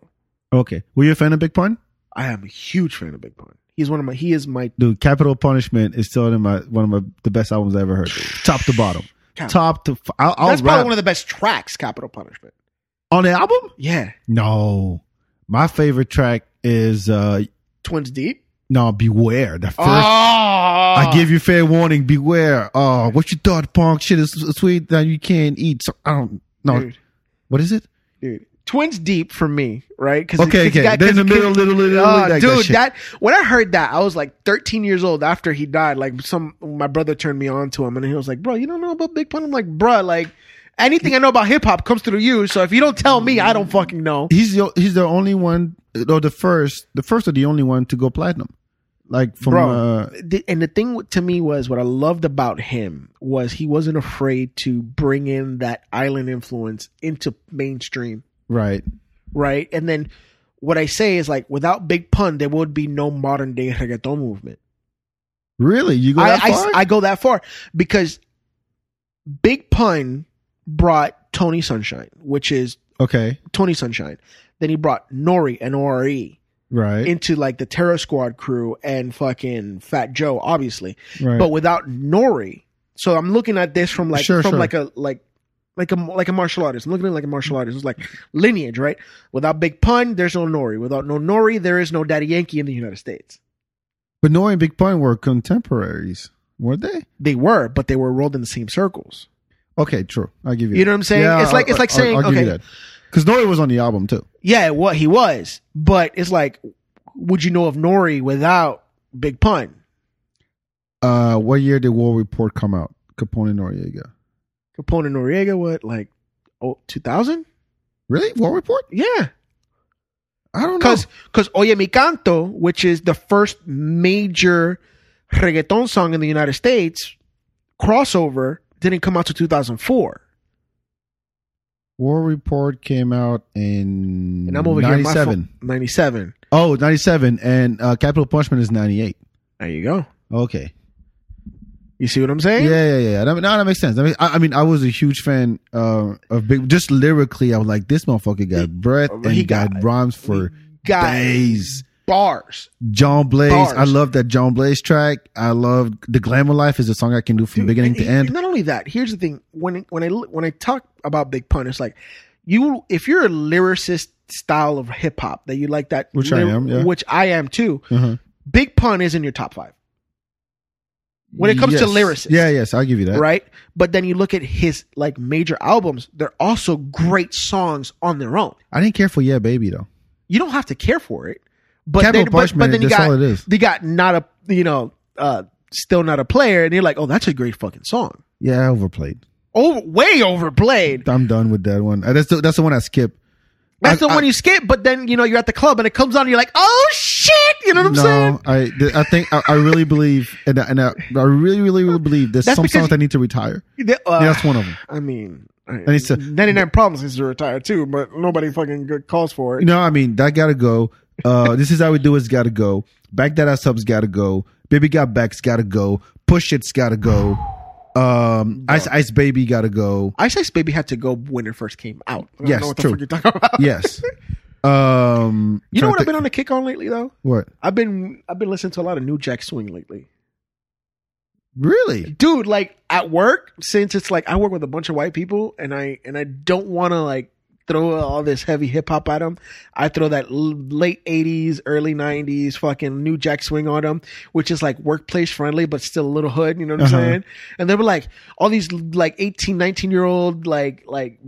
[SPEAKER 3] Oh. okay. Were you a fan of Big Pun?
[SPEAKER 4] I am a huge fan of Big Pun. He's one of my. He is my.
[SPEAKER 3] Dude, Capital Punishment is still in my one of my the best albums I ever heard, top to bottom,
[SPEAKER 4] Cap-
[SPEAKER 3] top to. f- I'll, I'll
[SPEAKER 4] that's
[SPEAKER 3] rap.
[SPEAKER 4] probably one of the best tracks. Capital Punishment.
[SPEAKER 3] on the album.
[SPEAKER 4] Yeah,
[SPEAKER 3] No, my favorite track is uh
[SPEAKER 4] Twins Deep. Ah!
[SPEAKER 3] no Beware. The first
[SPEAKER 4] I
[SPEAKER 3] I give you fair warning. Beware. Oh, what you thought, punk shit is s- sweet that you can't eat. So I don't. No,
[SPEAKER 4] dude,
[SPEAKER 3] what is it?
[SPEAKER 4] dude. Twins Deep for me, right? Cause
[SPEAKER 3] Okay,
[SPEAKER 4] cause you
[SPEAKER 3] okay.
[SPEAKER 4] got-
[SPEAKER 3] Then
[SPEAKER 4] cause
[SPEAKER 3] the
[SPEAKER 4] you can-
[SPEAKER 3] middle, little, little, little,
[SPEAKER 4] Ah,
[SPEAKER 3] like that
[SPEAKER 4] dude,
[SPEAKER 3] shit.
[SPEAKER 4] that when I heard that, I was like 13 years old after he died. Like some, my brother turned me on to him, and he was like, "Bro, you don't know about Big Pun." I'm like, "Bruh, like anything I know about hip hop comes through you. So if you don't tell me, I don't fucking know."
[SPEAKER 3] He's the he's the only one or the first, the first or the only one to go platinum. Like from
[SPEAKER 4] Bro.
[SPEAKER 3] uh,
[SPEAKER 4] The- And the thing to me was what I loved about him was he wasn't afraid to bring in that island influence into mainstream.
[SPEAKER 3] right.
[SPEAKER 4] right? And then what I say is like, without Big Pun, there would be no modern day reggaeton movement.
[SPEAKER 3] Really, you go
[SPEAKER 4] I,
[SPEAKER 3] that
[SPEAKER 4] I,
[SPEAKER 3] far?
[SPEAKER 4] I go that far because Big Pun brought Tony Sunshine, which is
[SPEAKER 3] okay,
[SPEAKER 4] Tony Sunshine. Then he brought Nori and ORE
[SPEAKER 3] right,
[SPEAKER 4] E, into like the Terror Squad crew and fucking Fat Joe, obviously.
[SPEAKER 3] right.
[SPEAKER 4] But without Nori, so I'm looking at this from like
[SPEAKER 3] Sure,
[SPEAKER 4] from
[SPEAKER 3] sure.
[SPEAKER 4] like a like like a like a martial artist. I'm looking at it like a martial artist. It's like lineage, right? Without Big Pun, there's no Nori. Without no Nori, there is no Daddy Yankee in the United States.
[SPEAKER 3] But Nori and Big Pun were contemporaries, weren't they?
[SPEAKER 4] They were, but they were rolled in the same circles.
[SPEAKER 3] Okay, true. I'll give you.
[SPEAKER 4] You
[SPEAKER 3] that.
[SPEAKER 4] know what I'm saying? It's like- it's like saying, okay.
[SPEAKER 3] because Nori was on the album too.
[SPEAKER 4] Yeah, what he was, but it's like, would you know of Nori without Big Pun?
[SPEAKER 3] Uh, what year did War Report come out? Capone and Noriega.
[SPEAKER 4] Capone and Noriega, what like, oh, 2000?
[SPEAKER 3] Really, War Report?
[SPEAKER 4] Yeah,
[SPEAKER 3] I don't know.
[SPEAKER 4] because because Oye Mi Canto, which is the first major reggaeton song in the United States, crossover didn't come out to 2004.
[SPEAKER 3] War Report came out in
[SPEAKER 4] And I'm over here. my phone-
[SPEAKER 3] 97.
[SPEAKER 4] 97.
[SPEAKER 3] Oh, 97. And uh, Capital Punishment is 98.
[SPEAKER 4] There you go.
[SPEAKER 3] Okay.
[SPEAKER 4] You see what I'm
[SPEAKER 3] Yeah,
[SPEAKER 4] saying?
[SPEAKER 3] yeah, yeah. That, no, that makes sense. I mean, I, I mean, I was a huge fan uh, of Big. Just lyrically, I was like, this motherfucker got breath and
[SPEAKER 4] he
[SPEAKER 3] he got,
[SPEAKER 4] got-
[SPEAKER 3] rhymes for
[SPEAKER 4] got
[SPEAKER 3] days.
[SPEAKER 4] Bars.
[SPEAKER 3] John Blaze.
[SPEAKER 4] Bars.
[SPEAKER 3] I love that John Blaze track. I love the Glamour Life is a song I can do from
[SPEAKER 4] Dude,
[SPEAKER 3] beginning
[SPEAKER 4] and-
[SPEAKER 3] to
[SPEAKER 4] and
[SPEAKER 3] end.
[SPEAKER 4] Not only that, here's the thing: when when I when I talk about Big Pun, it's like you if you're a lyricist style of hip hop that you like that,
[SPEAKER 3] Which I am, yeah.
[SPEAKER 4] which I am too.
[SPEAKER 3] Uh-huh.
[SPEAKER 4] Big Pun is in your top five. When it comes to
[SPEAKER 3] Yes.
[SPEAKER 4] lyricists.
[SPEAKER 3] yeah, yes, I'll give you that.
[SPEAKER 4] right? But then you look at his like major albums; they're also great songs on their own.
[SPEAKER 3] I didn't care for Yeah Baby though.
[SPEAKER 4] You don't have to care for it, but
[SPEAKER 3] Capital
[SPEAKER 4] then, but- but,
[SPEAKER 3] Punishment,
[SPEAKER 4] then you
[SPEAKER 3] that's
[SPEAKER 4] got
[SPEAKER 3] all it is.
[SPEAKER 4] they got not a you know uh still not a player, and you're like, oh, that's a great fucking song.
[SPEAKER 3] Yeah, I overplayed.
[SPEAKER 4] Over Oh, way overplayed.
[SPEAKER 3] I'm done with that one. Uh, That's the, that's the one I skip.
[SPEAKER 4] That's
[SPEAKER 3] I-
[SPEAKER 4] the one
[SPEAKER 3] I-
[SPEAKER 4] you skip, but then you know you're at the club and it comes on. and You're like, oh shit! You know what I'm saying?
[SPEAKER 3] No, I, th- I think I, I really believe, and, I- and I, I really, really, really believe there's
[SPEAKER 4] That's
[SPEAKER 3] some
[SPEAKER 4] because
[SPEAKER 3] songs that need to retire.
[SPEAKER 4] The- uh,
[SPEAKER 3] Yeah, that's one of them.
[SPEAKER 4] I mean,
[SPEAKER 3] he said-
[SPEAKER 4] 99 problems is to retire too, but nobody fucking good calls for it.
[SPEAKER 3] No, I mean that gotta go. Uh, this is how we do it's gotta go. Back that ass up's gotta go. Baby got back's gotta go. Push it's gotta go. Um, ice ice baby gotta go.
[SPEAKER 4] Ice Ice Baby had to go when it first came out. I don't
[SPEAKER 3] Yes,
[SPEAKER 4] know what the
[SPEAKER 3] true.
[SPEAKER 4] fuck you're talking about.
[SPEAKER 3] Yes. Um,
[SPEAKER 4] You know
[SPEAKER 3] trying
[SPEAKER 4] what
[SPEAKER 3] to
[SPEAKER 4] I've been
[SPEAKER 3] think-
[SPEAKER 4] on a kick on lately though?
[SPEAKER 3] What
[SPEAKER 4] I've been I've been listening to a lot of New Jack Swing lately.
[SPEAKER 3] really?
[SPEAKER 4] Dude, like at work, since it's like I work with a bunch of white people and I and I don't want to like throw all this heavy hip hop at them. I throw that l- late 80s, early 90s fucking New Jack Swing on them, which is like workplace friendly but still a little hood, you know what
[SPEAKER 3] Uh-huh.
[SPEAKER 4] I'm saying? And they were like all these like 18, 19-year-old like like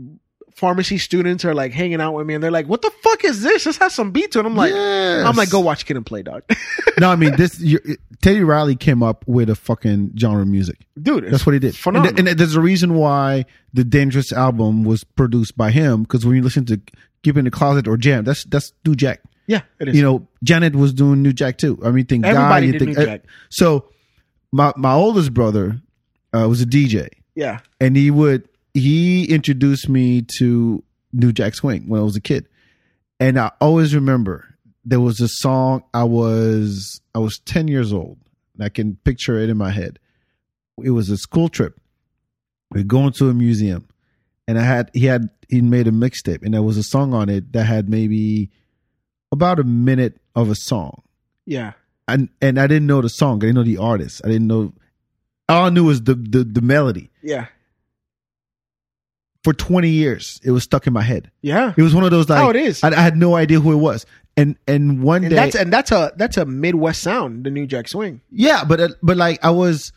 [SPEAKER 4] pharmacy students are like hanging out with me and they're like, "What the fuck is this? This has some beat to it." I'm like
[SPEAKER 3] Yes.
[SPEAKER 4] I'm like, "Go watch Kid and Play, dog."
[SPEAKER 3] No, I mean this. You, Teddy Riley came up with a fucking genre of music.
[SPEAKER 4] Dude, it's
[SPEAKER 3] That's what he did. And,
[SPEAKER 4] Phenomenal.
[SPEAKER 3] th- and there's a reason why the Dangerous album was produced by him because when you listen to Keep in the Closet or Jam, that's that's New Jack.
[SPEAKER 4] Yeah, it
[SPEAKER 3] You know, Janet was doing New Jack too. I mean, think God,
[SPEAKER 4] Everybody
[SPEAKER 3] you
[SPEAKER 4] did
[SPEAKER 3] think eh,
[SPEAKER 4] New Jack.
[SPEAKER 3] so. My my oldest brother uh, was a DJ,
[SPEAKER 4] yeah.
[SPEAKER 3] and he would he introduced me to New Jack Swing when I was a kid, and I always remember there was a song I was I was ten years old, and I can picture it in my head. It was a school trip. We are going to a museum, and I had he had he made a mixtape, and there was a song on it that had maybe about a minute of a song,
[SPEAKER 4] Yeah.
[SPEAKER 3] and and I didn't know the song, I didn't know the artist, I didn't know. All I knew was the the, the melody
[SPEAKER 4] Yeah.
[SPEAKER 3] for 20 years it was stuck in my head
[SPEAKER 4] Yeah.
[SPEAKER 3] it was one of those like
[SPEAKER 4] Oh, it is.
[SPEAKER 3] I, I had no idea who it was and and one
[SPEAKER 4] And
[SPEAKER 3] day
[SPEAKER 4] that's and that's a that's a Midwest sound, the New Jack Swing.
[SPEAKER 3] yeah but uh, but like i was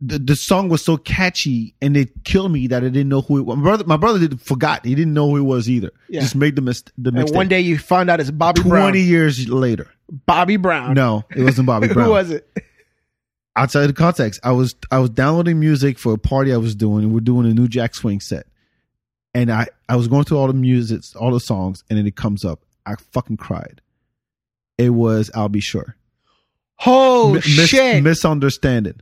[SPEAKER 3] the, the song was so catchy and it killed me that i didn't know who it was my brother my brother did, forgot he didn't know who it was either
[SPEAKER 4] Yeah.
[SPEAKER 3] just made the mist the
[SPEAKER 4] And
[SPEAKER 3] mistake
[SPEAKER 4] one day you find out it's Bobby
[SPEAKER 3] 20
[SPEAKER 4] Brown.
[SPEAKER 3] years later
[SPEAKER 4] Bobby Brown.
[SPEAKER 3] no it wasn't bobby brown
[SPEAKER 4] Who was it?
[SPEAKER 3] outside of the context, I was I was downloading music for a party I was doing, and we're doing a new Jack Swing set. And I I was going through all the music, all the songs, and then it comes up. I fucking cried. It was I'll be sure.
[SPEAKER 4] Oh
[SPEAKER 3] Mi- mis-
[SPEAKER 4] shit. Ah.
[SPEAKER 3] Misunderstanding.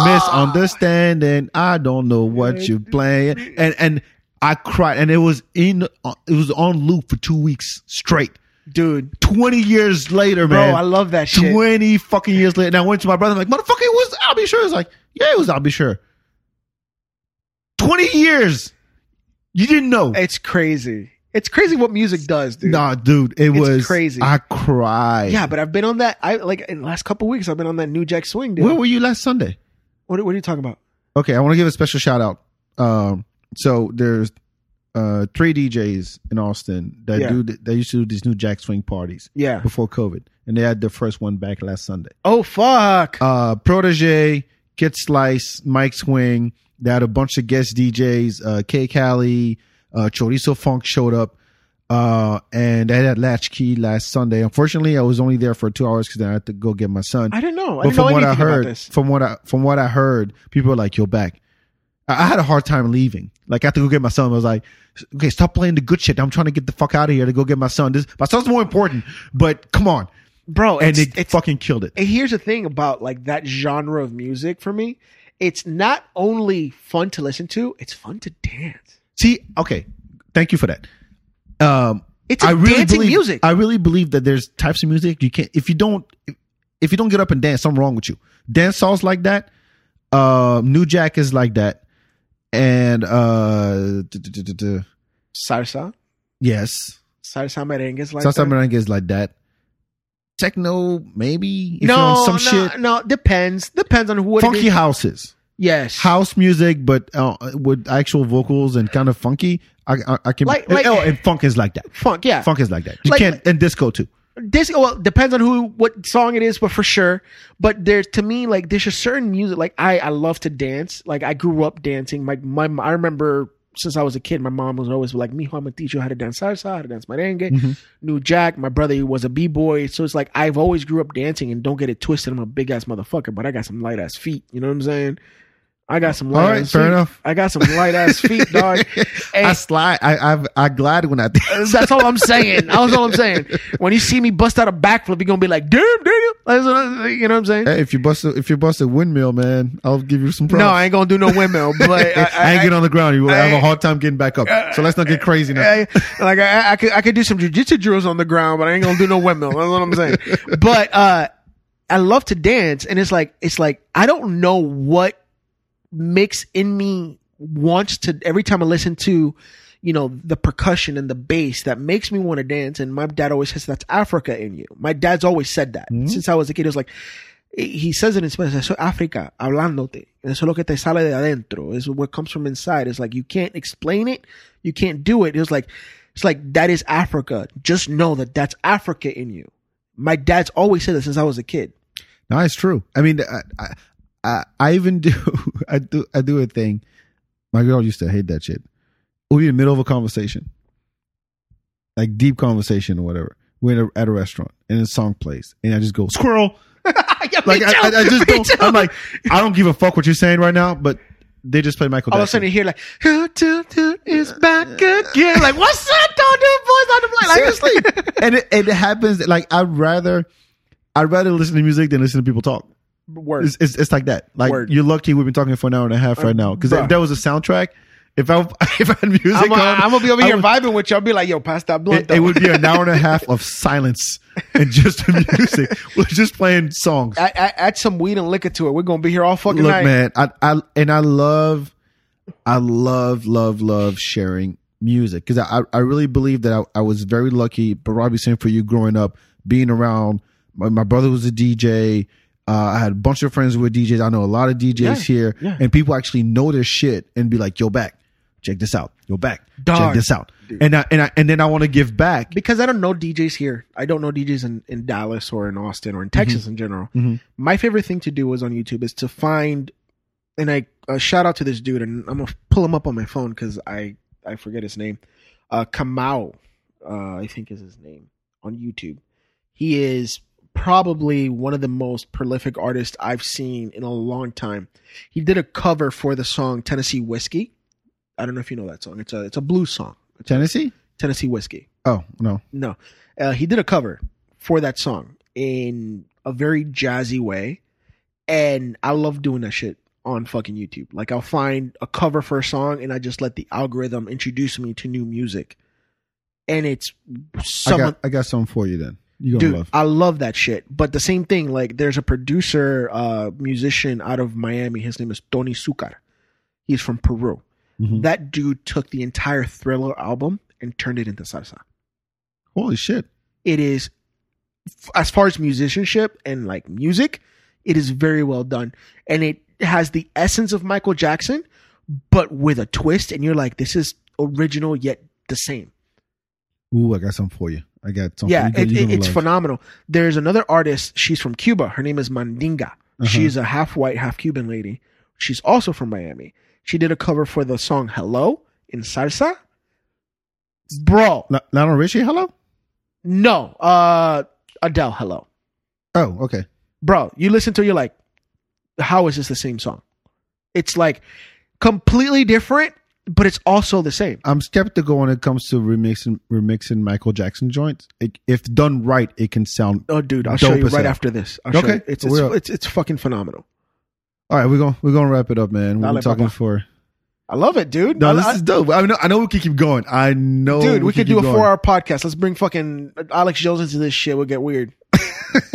[SPEAKER 3] Misunderstanding. I don't know what you're playing, and and I cried, and it was in uh, it was on loop for two weeks straight.
[SPEAKER 4] Dude.
[SPEAKER 3] Twenty years later,
[SPEAKER 4] Bro,
[SPEAKER 3] man.
[SPEAKER 4] I love that shit.
[SPEAKER 3] 20 fucking years later. And I went to my brother, I'm like, motherfucker, it was I'll be sure. It's like, yeah, it was I'll be sure. 20 years. You didn't know.
[SPEAKER 4] It's crazy. It's crazy what music does, dude.
[SPEAKER 3] nah, dude, it
[SPEAKER 4] It's
[SPEAKER 3] was
[SPEAKER 4] crazy.
[SPEAKER 3] I cried.
[SPEAKER 4] Yeah, but I've been on that I like in the last couple weeks I've been on that New Jack Swing, dude.
[SPEAKER 3] Where were you last Sunday?
[SPEAKER 4] what, what are you talking about?
[SPEAKER 3] Okay, I want to give a special shout out. Um, so there's uh three DJs in Austin that
[SPEAKER 4] Yeah.
[SPEAKER 3] do that used to do these new Jack Swing parties
[SPEAKER 4] Yeah.
[SPEAKER 3] before COVID, and they had their first one back last Sunday.
[SPEAKER 4] Oh fuck.
[SPEAKER 3] uh, Protege, Kid Slice, Mike Swing. They had a bunch of guest DJs. Uh, K Cali, uh, Chorizo Funk showed up. Uh, and I had Latchkey last Sunday. Unfortunately, I was only there for two hours because I had to go get my son.
[SPEAKER 4] I didn't know. I
[SPEAKER 3] But
[SPEAKER 4] didn't know
[SPEAKER 3] from what
[SPEAKER 4] anything
[SPEAKER 3] I
[SPEAKER 4] about
[SPEAKER 3] heard,
[SPEAKER 4] this.
[SPEAKER 3] from what I from what I heard, people were like, "You're back." I, I had a hard time leaving. Like I had to go get my son. I was like, "Okay, stop playing the good shit. I'm trying to get the fuck out of here to go get my son. This my son's more important." But come on,
[SPEAKER 4] Bro,
[SPEAKER 3] and
[SPEAKER 4] it's,
[SPEAKER 3] it
[SPEAKER 4] it's
[SPEAKER 3] fucking killed it.
[SPEAKER 4] and here's the thing about like that genre of music for me it's not only fun to listen to it's fun to dance
[SPEAKER 3] See, okay, thank you for that. Um,
[SPEAKER 4] It's a dancing
[SPEAKER 3] believe,
[SPEAKER 4] music.
[SPEAKER 3] I really believe that there's types of music you can't if you don't if you don't get up and dance, something wrong with you. Dance songs like that, uh, New Jack is like that, and uh, duh, duh, duh, duh, duh.
[SPEAKER 4] salsa
[SPEAKER 3] yes,
[SPEAKER 4] salsa merengue is like
[SPEAKER 3] Salsa
[SPEAKER 4] that.
[SPEAKER 3] Merengue is like that. Techno, maybe if
[SPEAKER 4] no
[SPEAKER 3] you're on some
[SPEAKER 4] no,
[SPEAKER 3] shit.
[SPEAKER 4] no depends depends on what it
[SPEAKER 3] Funky
[SPEAKER 4] is.
[SPEAKER 3] houses,
[SPEAKER 4] yes
[SPEAKER 3] house music, but uh, with actual vocals and kind of funky. I I, I can
[SPEAKER 4] Like- like-
[SPEAKER 3] oh, and funk is like that.
[SPEAKER 4] funk yeah
[SPEAKER 3] Funk is like that. You
[SPEAKER 4] Like-
[SPEAKER 3] can't and disco too.
[SPEAKER 4] this well depends on who what song it is but for sure but there's to me like there's a certain music like i i love to dance like i grew up dancing like my, my i remember since i was a kid my mom was always like mijo i'm gonna teach you how to dance salsa how to dance merengue
[SPEAKER 3] Mm-hmm.
[SPEAKER 4] new jack my brother he was a b-boy so it's like i've always grew up dancing and don't get it twisted i'm a big ass motherfucker but i got some light ass feet you know what i'm saying I got some
[SPEAKER 3] All
[SPEAKER 4] light.
[SPEAKER 3] right,
[SPEAKER 4] ass
[SPEAKER 3] fair
[SPEAKER 4] feet.
[SPEAKER 3] enough.
[SPEAKER 4] I got some light ass feet, dog. Hey,
[SPEAKER 3] I slide. I I, I glide when I.
[SPEAKER 4] that's all I'm saying. That's all I'm saying. When you see me bust out a backflip, you're gonna be like, "Damn, Daniel!" That's what I- You know what I'm saying?
[SPEAKER 3] Hey, if you bust a, if you bust a windmill, man, I'll give you some props.
[SPEAKER 4] No, I ain't gonna do no windmill, but I, I,
[SPEAKER 3] I ain't get on the ground. You will have
[SPEAKER 4] I-
[SPEAKER 3] a hard time getting back up. So let's not get crazy now.
[SPEAKER 4] I- like I, I could I could do some jujitsu drills on the ground, but I ain't gonna do no windmill. That's what I'm saying. But uh, I love to dance, and it's like it's like I don't know what mix in me wants to. Every time I listen to, you know, the percussion and the bass that makes me want to dance. And my dad always says that's Africa in you. My dad's always said that since I was a kid. It was like he says it in Spanish. Eso es África hablándote. Eso es lo que te sale de adentro. It's what comes from inside. It's like you can't explain it. You can't do it. It was like, it's like that is Africa. Just know that that's Africa in you. My dad's always said that since I was a kid.
[SPEAKER 3] No, it's true. I mean, I, I- I, I even do, I do, I do a thing. My girl used to hate that shit. We'll be in the middle of a conversation, like deep conversation or whatever. We're in a, at a restaurant and a song plays, and I just go squirrel. Like I, I, I just don't. I'm like, I don't give a fuck what you're saying right now, but they just play Michael.
[SPEAKER 4] all of a
[SPEAKER 3] Jackson.
[SPEAKER 4] sudden you hear like, "Who do do is back again. Like, what's that? Don't do voice on the like,
[SPEAKER 3] seriously, and it, it happens. Like I'd rather, I'd rather listen to music than listen to people talk.
[SPEAKER 4] Word.
[SPEAKER 3] It's, it's, it's like that. Like
[SPEAKER 4] Word.
[SPEAKER 3] you're lucky we've been talking for an hour and a half right now. Because
[SPEAKER 4] bruh.
[SPEAKER 3] if there was a soundtrack, if I if I had music
[SPEAKER 4] I'm,
[SPEAKER 3] on,
[SPEAKER 4] I'm gonna be over
[SPEAKER 3] I
[SPEAKER 4] here
[SPEAKER 3] would-
[SPEAKER 4] vibing with you. I'll be like, yo, pass that blunt.
[SPEAKER 3] It, it
[SPEAKER 4] though.
[SPEAKER 3] would be an hour and a half of silence and just music. We're just playing songs.
[SPEAKER 4] I, I, add some weed and liquor to it. We're gonna be here all fucking
[SPEAKER 3] Look,
[SPEAKER 4] night.
[SPEAKER 3] man, I, I and I love, I love, love, love sharing music because I, I really believe that I, I was very lucky. But Robbie, same for you growing up, being around. My, my brother was a DJ. Uh, I had a bunch of friends who were DJs. I know a lot of DJs here,
[SPEAKER 4] yeah.
[SPEAKER 3] and people actually know their shit and be like, "Yo, back, check this out. Yo, back,
[SPEAKER 4] Dog.
[SPEAKER 3] check this out." And I, and I, and then I want to give back.
[SPEAKER 4] Because I don't know DJs here. I don't know DJs in, in Dallas or in Austin or in Texas in general. My favorite thing to do was on YouTube is to find, and I uh, shout out to this dude, and I'm gonna pull him up on my phone because I I forget his name. Uh, Kamau, uh, I think is his name on YouTube. He is probably one of the most prolific artists I've seen in a long time. He did a cover for the song Tennessee Whiskey. I don't know if you know that song. It's a it's a blues song.
[SPEAKER 3] Tennessee?
[SPEAKER 4] Tennessee Whiskey.
[SPEAKER 3] Oh no,
[SPEAKER 4] No, uh, he did a cover for that song in a very jazzy way, and I love doing that shit on fucking YouTube. Like I'll find a cover for a song, and I just let the algorithm introduce me to new music, and it's
[SPEAKER 3] I
[SPEAKER 4] someone.
[SPEAKER 3] got, I got something for you. Then you gonna
[SPEAKER 4] Dude,
[SPEAKER 3] love.
[SPEAKER 4] I love that shit. But the same thing, like there's a producer, uh, musician out of Miami. His name is Tony Sucar. He's from Peru.
[SPEAKER 3] Mhm.
[SPEAKER 4] That dude took the entire Thriller album and turned it into salsa
[SPEAKER 3] Holy shit!
[SPEAKER 4] it is f- as far as musicianship and like music it is very well done and it has the essence of michael jackson but with a twist and you're like this is original yet the same
[SPEAKER 3] Ooh, I got something for you. I got something.
[SPEAKER 4] yeah
[SPEAKER 3] you go-
[SPEAKER 4] it,
[SPEAKER 3] you
[SPEAKER 4] it-
[SPEAKER 3] gonna
[SPEAKER 4] it's
[SPEAKER 3] love.
[SPEAKER 4] phenomenal there's another artist she's from cuba her name is mandinga
[SPEAKER 3] Uh-huh.
[SPEAKER 4] she's a half white half cuban lady she's also from miami she did a cover for the song hello in salsa bro
[SPEAKER 3] La- Lionel Richie, hello?
[SPEAKER 4] no uh adele hello
[SPEAKER 3] Oh, okay.
[SPEAKER 4] bro, you listen to it, you're like, how is this the same song? It's like completely different, but it's also the same.
[SPEAKER 3] I'm skeptical when it comes to remixing remixing Michael Jackson joints. It, if done right, it can sound.
[SPEAKER 4] Oh, dude, I'll
[SPEAKER 3] Dope
[SPEAKER 4] show you
[SPEAKER 3] as
[SPEAKER 4] right
[SPEAKER 3] hell.
[SPEAKER 4] after this. I'll show
[SPEAKER 3] Okay,
[SPEAKER 4] you. it's it's,
[SPEAKER 3] we're up.
[SPEAKER 4] it's it's fucking phenomenal.
[SPEAKER 3] All right, we're gonna we're gonna wrap it up, man. We've
[SPEAKER 4] Dale,
[SPEAKER 3] been talking
[SPEAKER 4] papa.
[SPEAKER 3] for.
[SPEAKER 4] I love it, dude.
[SPEAKER 3] No,
[SPEAKER 4] I-
[SPEAKER 3] this
[SPEAKER 4] I-
[SPEAKER 3] is dope. I know, I know we can keep going. I know,
[SPEAKER 4] dude, we
[SPEAKER 3] can
[SPEAKER 4] could do a
[SPEAKER 3] keep going.
[SPEAKER 4] four-hour podcast. Let's bring fucking Alex Jones into this shit. We'll get weird.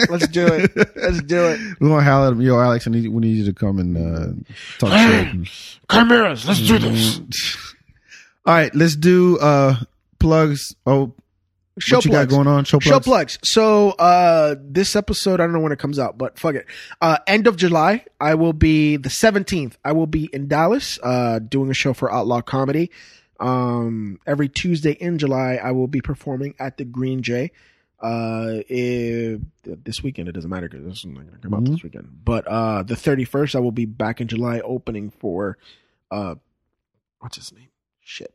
[SPEAKER 4] Let's do it. Let's do it.
[SPEAKER 3] We're gonna holler at him, yo, Alex. I need we need you to come and uh, talk shit. And-
[SPEAKER 4] Chimeras, let's do this.
[SPEAKER 3] All right, let's do uh plugs. Oh,
[SPEAKER 4] Show
[SPEAKER 3] what you
[SPEAKER 4] plugs.
[SPEAKER 3] got going on? Show plugs.
[SPEAKER 4] Show plugs. So uh this episode, I don't know when it comes out, but fuck it. Uh end of July, I will be the 17th. I will be in Dallas uh doing a show for Outlaw Comedy. Um every Tuesday in July, I will be performing at the Green Jay. Uh if, this weekend it doesn't matter because this is not gonna come out this weekend. But uh the 31st, I will be back in July opening for uh what's his name? Shit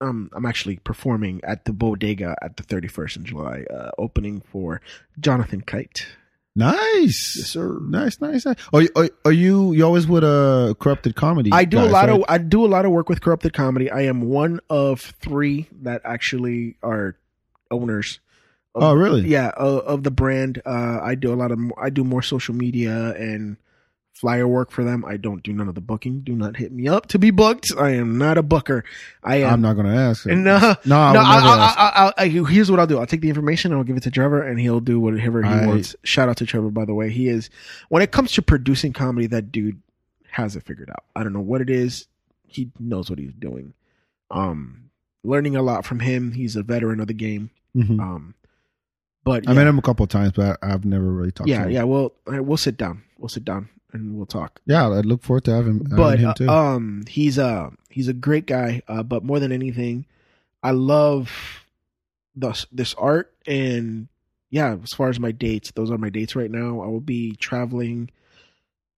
[SPEAKER 4] um, I'm actually performing at the Bodega at the 31st of July, uh, opening for Jonathan Kite.
[SPEAKER 3] Nice.
[SPEAKER 4] Yes, sir.
[SPEAKER 3] Nice, nice, nice. Are, you- are, are you you always with a corrupted comedy?
[SPEAKER 4] I do
[SPEAKER 3] guys,
[SPEAKER 4] a lot
[SPEAKER 3] right?
[SPEAKER 4] of I do a lot of work with corrupted comedy. I am one of three that actually are owners. Of,
[SPEAKER 3] Oh, really?
[SPEAKER 4] Yeah, of, of the brand. Uh, I do a lot of mo- I do more social media and flyer work for them. I don't do none of the booking. Do not hit me up to be booked. I am not a booker. I am.
[SPEAKER 3] I'm not gonna ask.
[SPEAKER 4] and, uh,
[SPEAKER 3] no, I
[SPEAKER 4] no,
[SPEAKER 3] would
[SPEAKER 4] I,
[SPEAKER 3] never ask.
[SPEAKER 4] I, I, I, I- here's what I'll do. I'll take the information and I'll give it to Trevor, and he'll do whatever he
[SPEAKER 3] I-
[SPEAKER 4] wants. Shout out to Trevor, by the way. He is when it comes to producing comedy, that dude has it figured out. I don't know what it is. He knows what he's doing. Um, learning a lot from him. He's a veteran of the game.
[SPEAKER 3] Mhm.
[SPEAKER 4] Um, but
[SPEAKER 3] I
[SPEAKER 4] yeah.
[SPEAKER 3] met him a couple of times, but I, I've never really talked. to
[SPEAKER 4] yeah,
[SPEAKER 3] him.
[SPEAKER 4] yeah. Well, all right, we'll sit down. We'll sit down and we'll talk.
[SPEAKER 3] yeah. I look forward to having, having
[SPEAKER 4] but
[SPEAKER 3] him too.
[SPEAKER 4] uh, um he's uh he's a great guy uh, but more than anything i love this this art and yeah as far as my dates those are my dates right now i will be traveling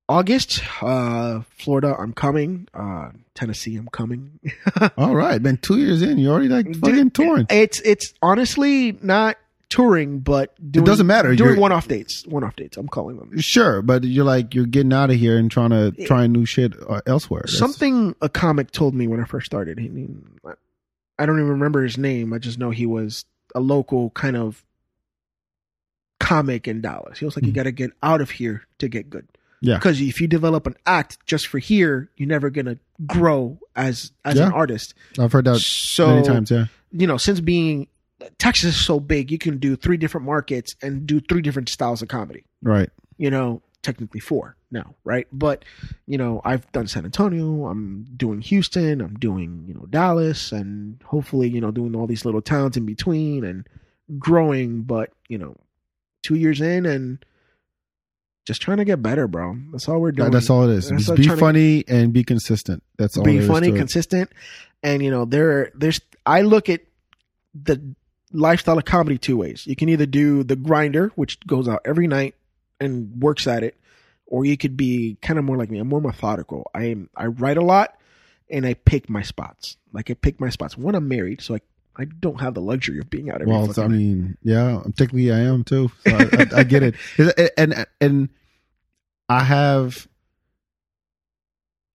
[SPEAKER 4] august uh florida i'm coming uh tennessee i'm coming
[SPEAKER 3] All right, man. Two years in, you're already like
[SPEAKER 4] Dude,
[SPEAKER 3] fucking torn.
[SPEAKER 4] it's it's honestly not touring but doing,
[SPEAKER 3] doesn't matter.
[SPEAKER 4] doing
[SPEAKER 3] You're-
[SPEAKER 4] one-off dates one-off dates i'm calling them
[SPEAKER 3] Sure, but you're like you're getting out of here and trying to try new shit uh, elsewhere. That's-
[SPEAKER 4] something a comic told me when I first started. He, he- I don't even remember his name. I just know he was a local kind of comic in Dallas. He was like, "You
[SPEAKER 3] Mhm.
[SPEAKER 4] got to get out of here to get good."
[SPEAKER 3] Yeah.
[SPEAKER 4] Because if you develop an act just for here, you're never gonna grow as as
[SPEAKER 3] Yeah.
[SPEAKER 4] an artist.
[SPEAKER 3] I've heard that
[SPEAKER 4] so
[SPEAKER 3] many times. Yeah,
[SPEAKER 4] you know, since being Texas is so big, you can do three different markets and do three different styles of comedy
[SPEAKER 3] right.
[SPEAKER 4] you know, technically four now, right? But, you know, I've done San Antonio, I'm doing Houston, I'm doing, you know, Dallas, and hopefully, you know, doing all these little towns in between and growing. But, you know, two years in and just trying to get better, bro. That's all we're doing.
[SPEAKER 3] That- that's all it is.
[SPEAKER 4] That's
[SPEAKER 3] Just
[SPEAKER 4] what
[SPEAKER 3] be
[SPEAKER 4] I'm trying to-
[SPEAKER 3] funny and be consistent. That's all.
[SPEAKER 4] Be
[SPEAKER 3] there is
[SPEAKER 4] funny,
[SPEAKER 3] to it.
[SPEAKER 4] consistent. And, you know, there, there's, I look at the lifestyle of comedy two ways. You can either do the grinder, which goes out every night and works at it, or you could be kind of more like me. I'm more methodical. I am, I write a lot and I pick my spots. Like I pick my spots. One, I'm married, so I I don't have the luxury of being out every
[SPEAKER 3] Well,
[SPEAKER 4] fucking
[SPEAKER 3] I
[SPEAKER 4] night.
[SPEAKER 3] mean, yeah, technically I am too. So I, I, I get it, and and- and I have,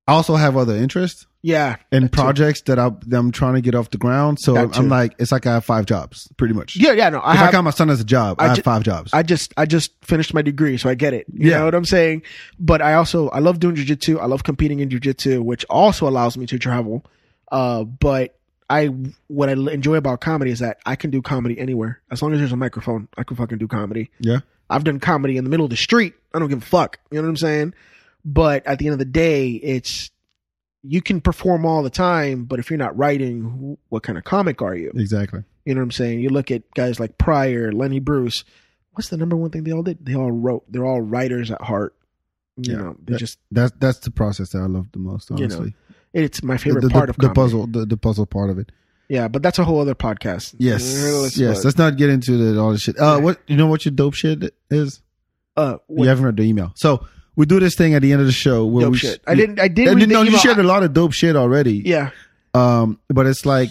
[SPEAKER 3] I also have other interests
[SPEAKER 4] yeah.
[SPEAKER 3] and
[SPEAKER 4] That too.
[SPEAKER 3] projects that, I, that I'm trying to get off the ground. So
[SPEAKER 4] That too.
[SPEAKER 3] I'm like, it's like I have five jobs, pretty much.
[SPEAKER 4] Yeah, yeah, no. I
[SPEAKER 3] if
[SPEAKER 4] have
[SPEAKER 3] I count my son as a job,
[SPEAKER 4] I
[SPEAKER 3] I,
[SPEAKER 4] ju-
[SPEAKER 3] have five jobs.
[SPEAKER 4] I just I just finished my degree, so I get it. You
[SPEAKER 3] Yeah.
[SPEAKER 4] know what I'm saying? But I also I love doing jujitsu. I love competing in jujitsu, which also allows me to travel. Uh, but I what I l- enjoy about comedy is that I can do comedy anywhere as long as there's a microphone. I can fucking do comedy.
[SPEAKER 3] yeah,
[SPEAKER 4] I've done comedy in the middle of the street. I don't give a fuck. You know what I'm saying? But at the end of the day, it's you can perform all the time, but if you're not writing, who- what kind of comic are you?
[SPEAKER 3] exactly.
[SPEAKER 4] You know what I'm saying? You look at guys like Pryor, Lenny Bruce. What's the number one thing they all did? They all wrote. They're all writers at heart. You
[SPEAKER 3] Yeah.
[SPEAKER 4] know, they just
[SPEAKER 3] That's that's the process that I love the most,
[SPEAKER 4] You know,
[SPEAKER 3] honestly.
[SPEAKER 4] it's my
[SPEAKER 3] The-
[SPEAKER 4] favorite
[SPEAKER 3] the,
[SPEAKER 4] part
[SPEAKER 3] the-
[SPEAKER 4] of
[SPEAKER 3] the
[SPEAKER 4] comedy.
[SPEAKER 3] puzzle, the, the puzzle part of it.
[SPEAKER 4] Yeah, but that's a whole other podcast.
[SPEAKER 3] Yes,
[SPEAKER 4] Let's-
[SPEAKER 3] yes. Let's not get into the, all this shit. Uh, what you know? What your dope shit is?
[SPEAKER 4] Uh, what
[SPEAKER 3] You haven't read the email. So we do this thing at the end of the show where
[SPEAKER 4] dope
[SPEAKER 3] we
[SPEAKER 4] shit. I didn't. I didn't.
[SPEAKER 3] And
[SPEAKER 4] read
[SPEAKER 3] you
[SPEAKER 4] the
[SPEAKER 3] know, you
[SPEAKER 4] email.
[SPEAKER 3] shared a lot of dope shit already.
[SPEAKER 4] Yeah,
[SPEAKER 3] Um, but it's like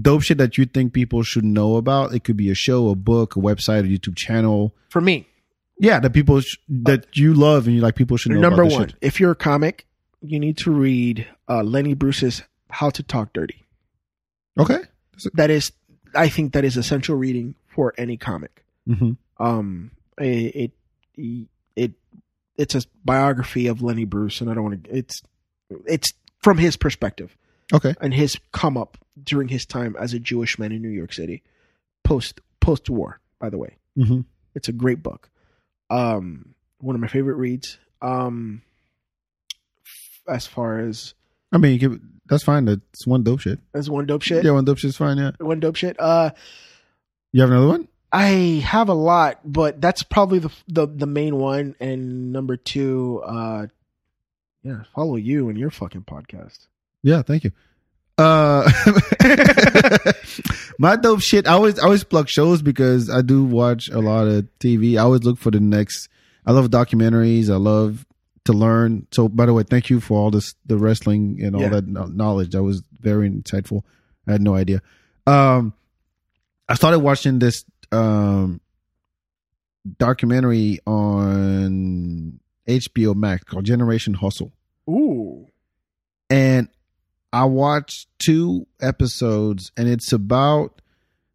[SPEAKER 3] dope shit that you think people should know about. It could be a show, a book, a website, a YouTube channel.
[SPEAKER 4] for me,
[SPEAKER 3] Yeah, that people sh- that you love and you like people should know.
[SPEAKER 4] number
[SPEAKER 3] about this
[SPEAKER 4] one.
[SPEAKER 3] shit.
[SPEAKER 4] If you're a comic, you need to read uh, Lenny Bruce's "How to Talk Dirty."
[SPEAKER 3] Okay.
[SPEAKER 4] That is, I think, that is essential reading for any comic.
[SPEAKER 3] Mm-hmm.
[SPEAKER 4] um it it, it it's a biography of Lenny Bruce and I don't want to it's it's from his perspective
[SPEAKER 3] Okay.
[SPEAKER 4] and his come up during his time as a Jewish man in New York City post post war by the way
[SPEAKER 3] Mm-hmm.
[SPEAKER 4] it's a great book um one of my favorite reads um as far as
[SPEAKER 3] I mean, you could, that's fine. That's one dope shit.
[SPEAKER 4] as one dope shit
[SPEAKER 3] Yeah, one dope shit's fine. Yeah.
[SPEAKER 4] one dope shit uh
[SPEAKER 3] You have another one?
[SPEAKER 4] I have a lot, but that's probably the the, the main one. And number two, uh, yeah, follow you and your fucking podcast.
[SPEAKER 3] Yeah. Thank you. Uh, my dope shit. I always I always plug shows because I do watch a lot of TV. I always look for the next. I love documentaries. I love to learn. So, by the way, thank you for all this the wrestling and all
[SPEAKER 4] Yeah.
[SPEAKER 3] that kno- knowledge. That was very insightful. I had no idea. Um, I started watching this um documentary on HBO Max called Generation Hustle,
[SPEAKER 4] Ooh.
[SPEAKER 3] and I watched two episodes, and it's about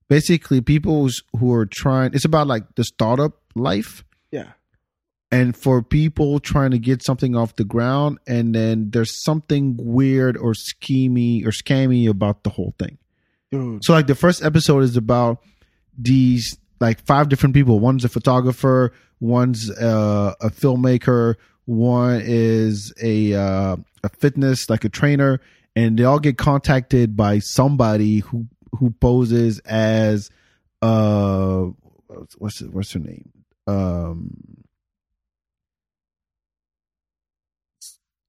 [SPEAKER 3] basically people who are trying. It's about like the startup life,
[SPEAKER 4] Yeah.
[SPEAKER 3] and for people trying to get something off the ground and then there's something weird or schemy or scammy about the whole thing
[SPEAKER 4] Dude.
[SPEAKER 3] so like the first episode is about these like five different people one's a photographer one's uh, a filmmaker one is a uh, a fitness like a trainer and they all get contacted by somebody who who poses as uh what's what's her name um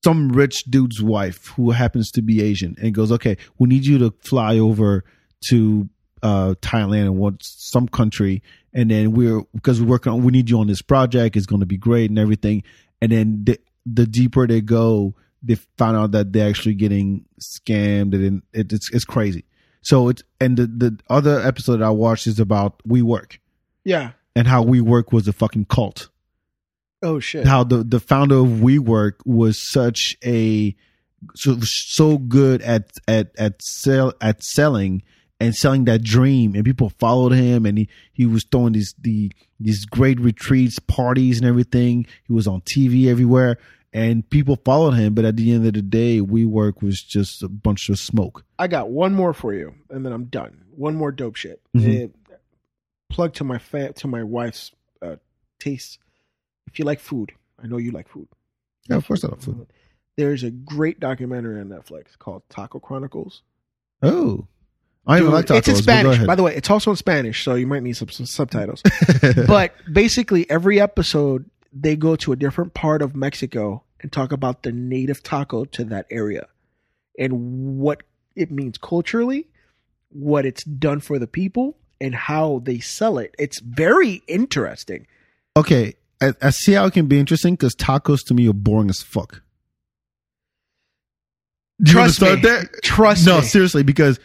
[SPEAKER 3] some rich dude's wife who happens to be Asian and goes, "Okay, we need you to fly over to uh, Thailand and what some country, and then we're because we're working on we need you on this project. It's going to be great and everything." And then the the deeper they go, they find out that they're actually getting scammed, and it, it's it's crazy. So it's and the the other episode I watched is about WeWork
[SPEAKER 4] Yeah.
[SPEAKER 3] and how WeWork was a fucking cult
[SPEAKER 4] Oh shit.
[SPEAKER 3] how the the founder of WeWork was such a so so good at at at sell at selling and selling that dream and people followed him and he, he was throwing these the these great retreats parties and everything he was on TV everywhere and people followed him but at the end of the day WeWork was just a bunch of smoke
[SPEAKER 4] I got one more for you, and then I'm done. One more dope shit.
[SPEAKER 3] Mhm.
[SPEAKER 4] Eh, plug to my fa- to my wife's uh, taste. If you like food, I know you like food.
[SPEAKER 3] yeah of course I don't food
[SPEAKER 4] There's a great documentary on Netflix called Taco Chronicles.
[SPEAKER 3] oh I even
[SPEAKER 4] Dude,
[SPEAKER 3] like tacos
[SPEAKER 4] It's in
[SPEAKER 3] but go
[SPEAKER 4] Spanish,
[SPEAKER 3] ahead.
[SPEAKER 4] by the way. It's also in Spanish, so you might need some, some subtitles. but basically, every episode they go to a different part of Mexico and talk about the native taco to that area and what it means culturally, what it's done for the people, and how they sell it. It's very interesting.
[SPEAKER 3] okay I, I see how it can be interesting because tacos to me are boring as fuck. Do wanna
[SPEAKER 4] Trust me. Trust
[SPEAKER 3] no,
[SPEAKER 4] me.
[SPEAKER 3] seriously, because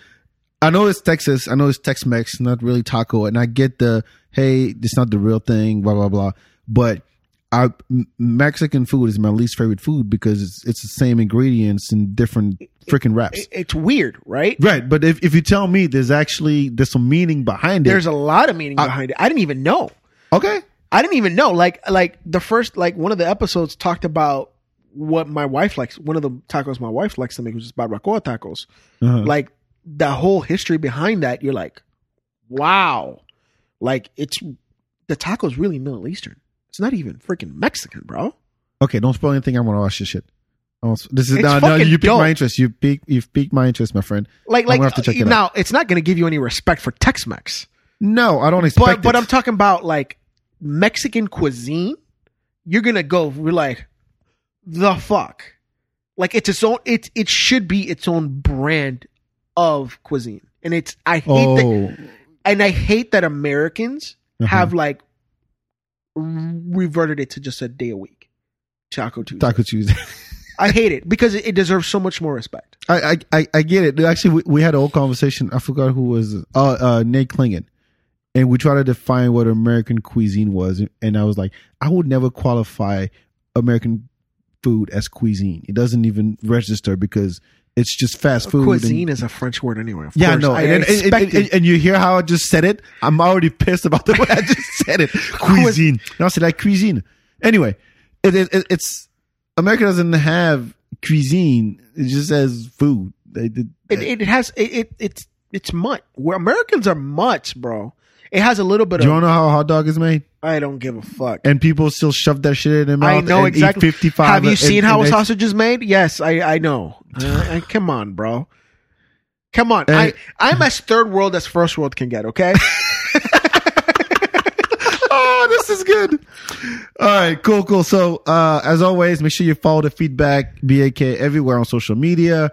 [SPEAKER 3] I know it's Texas, I know it's Tex Mex, not really taco, and I get the hey, it's not the real thing, blah blah blah. But I M- Mexican food is my least favorite food because it's it's the same ingredients in different freaking wraps.
[SPEAKER 4] It- It's weird, right?
[SPEAKER 3] right, but if if you tell me there's actually there's some meaning behind it,
[SPEAKER 4] There's a lot of meaning behind it. I didn't even know.
[SPEAKER 3] okay,
[SPEAKER 4] I didn't even know. Like like the first like one of the episodes talked about what my wife likes. One of the tacos my wife likes to make, which is barbacoa tacos.
[SPEAKER 3] Uh-huh.
[SPEAKER 4] Like the whole history behind that, you're like, wow. Like it's the tacos really Middle Eastern. It's not even freaking Mexican, bro.
[SPEAKER 3] Okay, don't spoil anything. I want to watch this shit. I want this is
[SPEAKER 4] It's
[SPEAKER 3] now, now
[SPEAKER 4] fucking
[SPEAKER 3] you piqued
[SPEAKER 4] dope.
[SPEAKER 3] my interest. You piqued you've piqued my interest, my friend.
[SPEAKER 4] Like
[SPEAKER 3] I'm
[SPEAKER 4] like
[SPEAKER 3] gonna have to check it out.
[SPEAKER 4] now it's not going to give you any respect for Tex-Mex,
[SPEAKER 3] No, I don't
[SPEAKER 4] but
[SPEAKER 3] expect.
[SPEAKER 4] but
[SPEAKER 3] it.
[SPEAKER 4] I'm talking about like Mexican cuisine. You're gonna go. We're like, the fuck. Like it's its own. It it should be its own brand of cuisine, and it's I hate that,
[SPEAKER 3] oh
[SPEAKER 4] and I hate that Americans
[SPEAKER 3] Uh-huh.
[SPEAKER 4] have like reverted it to just a day a week, Taco Tuesday.
[SPEAKER 3] Taco Tuesday.
[SPEAKER 4] I hate it because it, it deserves so much more respect.
[SPEAKER 3] I, I- I I get it. Actually, we, we had a whole conversation. I forgot who was uh, uh Nate Klingon, and we tried to define what American cuisine was, and I was like, I would never qualify American food as cuisine. It doesn't even register because it's just fast food. and-
[SPEAKER 4] Uh, Cuisine is a French word anyway. Of
[SPEAKER 3] Yeah,
[SPEAKER 4] course.
[SPEAKER 3] no,
[SPEAKER 4] I
[SPEAKER 3] and, and, and,
[SPEAKER 4] expected-
[SPEAKER 3] and- and you hear how I just said it. I'm already pissed about the way I just said it. Cuisine. And I said like cuisine. Anyway, it, it, it- it's America doesn't have cuisine. It just says food. They did-
[SPEAKER 4] it, it has it, it it's it's mutt. We're Americans are mutts, bro. It has a little bit
[SPEAKER 3] Do
[SPEAKER 4] of
[SPEAKER 3] you want to know how a hot dog is made?
[SPEAKER 4] I don't give a fuck.
[SPEAKER 3] And people still shove that shit in their
[SPEAKER 4] I
[SPEAKER 3] mouth.
[SPEAKER 4] know
[SPEAKER 3] and
[SPEAKER 4] exactly.
[SPEAKER 3] Eat 55
[SPEAKER 4] Have you
[SPEAKER 3] and-
[SPEAKER 4] seen
[SPEAKER 3] and
[SPEAKER 4] how a
[SPEAKER 3] they-
[SPEAKER 4] sausage is made? Yes, I I know. Uh, I- come on, bro. Come on. I
[SPEAKER 3] And-
[SPEAKER 4] I'm as third world as first world can get. Okay.
[SPEAKER 3] oh, this is good. All right, cool, cool. So, uh, as always, make sure you follow the feedback BAK everywhere on social media.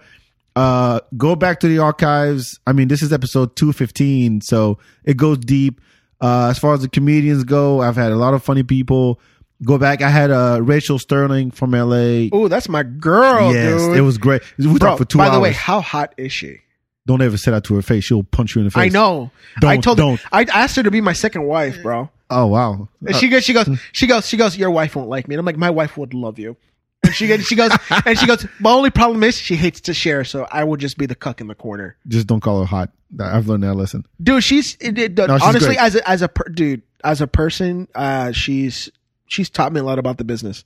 [SPEAKER 3] Uh, go back to the archives. I mean, this is episode 215, so it goes deep. Uh, as far as the comedians go, I've had a lot of funny people. Go back. I had uh, Rachel Sterling from LA.
[SPEAKER 4] oh, that's my girl,
[SPEAKER 3] yes,
[SPEAKER 4] dude.
[SPEAKER 3] it was great. We
[SPEAKER 4] Bro,
[SPEAKER 3] talked for two
[SPEAKER 4] by
[SPEAKER 3] hours.
[SPEAKER 4] the way, how hot is she?
[SPEAKER 3] don't ever say that to her face. She'll punch you in the face.
[SPEAKER 4] I know.
[SPEAKER 3] Don't-
[SPEAKER 4] I told
[SPEAKER 3] don't.
[SPEAKER 4] Her, I asked her to be my second wife, bro.
[SPEAKER 3] Oh wow.
[SPEAKER 4] And she goes, she
[SPEAKER 3] hmm.
[SPEAKER 4] goes, she goes, she goes. Your wife won't like me. And I'm like, my wife would love you. And she goes, she goes, and she goes. My only problem is she hates to share, so I will just be the cuck in the corner,
[SPEAKER 3] Just don't call her hot. I've learned that lesson.
[SPEAKER 4] dude. She's, it, it-
[SPEAKER 3] she's
[SPEAKER 4] honestly
[SPEAKER 3] great.
[SPEAKER 4] as a, as a per, dude as a person, uh, she's she's taught me a lot about the business.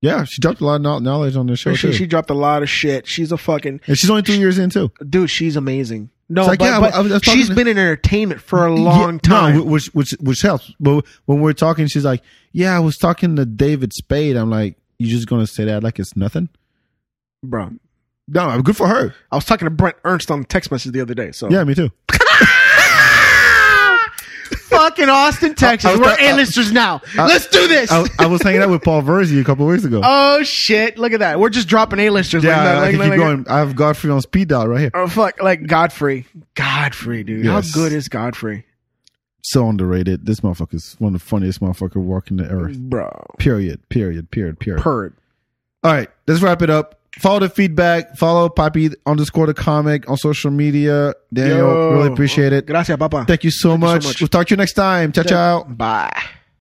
[SPEAKER 3] Yeah, she dropped a lot of kno- knowledge on this show
[SPEAKER 4] she
[SPEAKER 3] too.
[SPEAKER 4] she dropped a lot of shit. She's a fucking
[SPEAKER 3] and she's only two years in too.
[SPEAKER 4] dude. She's amazing. No,
[SPEAKER 3] It's like,
[SPEAKER 4] but,
[SPEAKER 3] yeah,
[SPEAKER 4] but
[SPEAKER 3] I was- I was talking
[SPEAKER 4] she's
[SPEAKER 3] to-
[SPEAKER 4] been in entertainment for a long
[SPEAKER 3] Yeah,
[SPEAKER 4] time.
[SPEAKER 3] No, which which which helps. But when we're talking, she's like, "Yeah, I was talking to David Spade." I'm like, "You just gonna say that like it's nothing?"
[SPEAKER 4] bro.
[SPEAKER 3] No, good for her.
[SPEAKER 4] I was talking to Brent Ernst on text message the other day. So
[SPEAKER 3] Yeah, me too.
[SPEAKER 4] fucking Austin, Texas.
[SPEAKER 3] I was
[SPEAKER 4] We're
[SPEAKER 3] th- I-
[SPEAKER 4] A-listers now.
[SPEAKER 3] uh,
[SPEAKER 4] Let's do this.
[SPEAKER 3] I, I was hanging out with Paul Verzi a couple of weeks ago.
[SPEAKER 4] oh shit! Look at that. We're just dropping A-listers.
[SPEAKER 3] yeah, I,
[SPEAKER 4] like,
[SPEAKER 3] can
[SPEAKER 4] that, like,
[SPEAKER 3] keep
[SPEAKER 4] like, like,
[SPEAKER 3] going. I have Godfrey on speed dial right here.
[SPEAKER 4] Oh fuck! Like Godfrey, Godfrey, dude.
[SPEAKER 3] Yes.
[SPEAKER 4] How good is Godfrey,
[SPEAKER 3] So underrated. This motherfucker's one of the funniest motherfucker walking the earth.
[SPEAKER 4] bro?
[SPEAKER 3] Period. Period. Period. Period.
[SPEAKER 4] Purred.
[SPEAKER 3] All right, let's wrap it up. Follow the feedback. Follow Poppy underscore the comic on social media. Daniel,
[SPEAKER 4] Yo.
[SPEAKER 3] really appreciate it.
[SPEAKER 4] Gracias, papa.
[SPEAKER 3] Thank you so, much.
[SPEAKER 4] much.
[SPEAKER 3] We'll talk to you next time. Ciao, ciao.
[SPEAKER 4] Bye.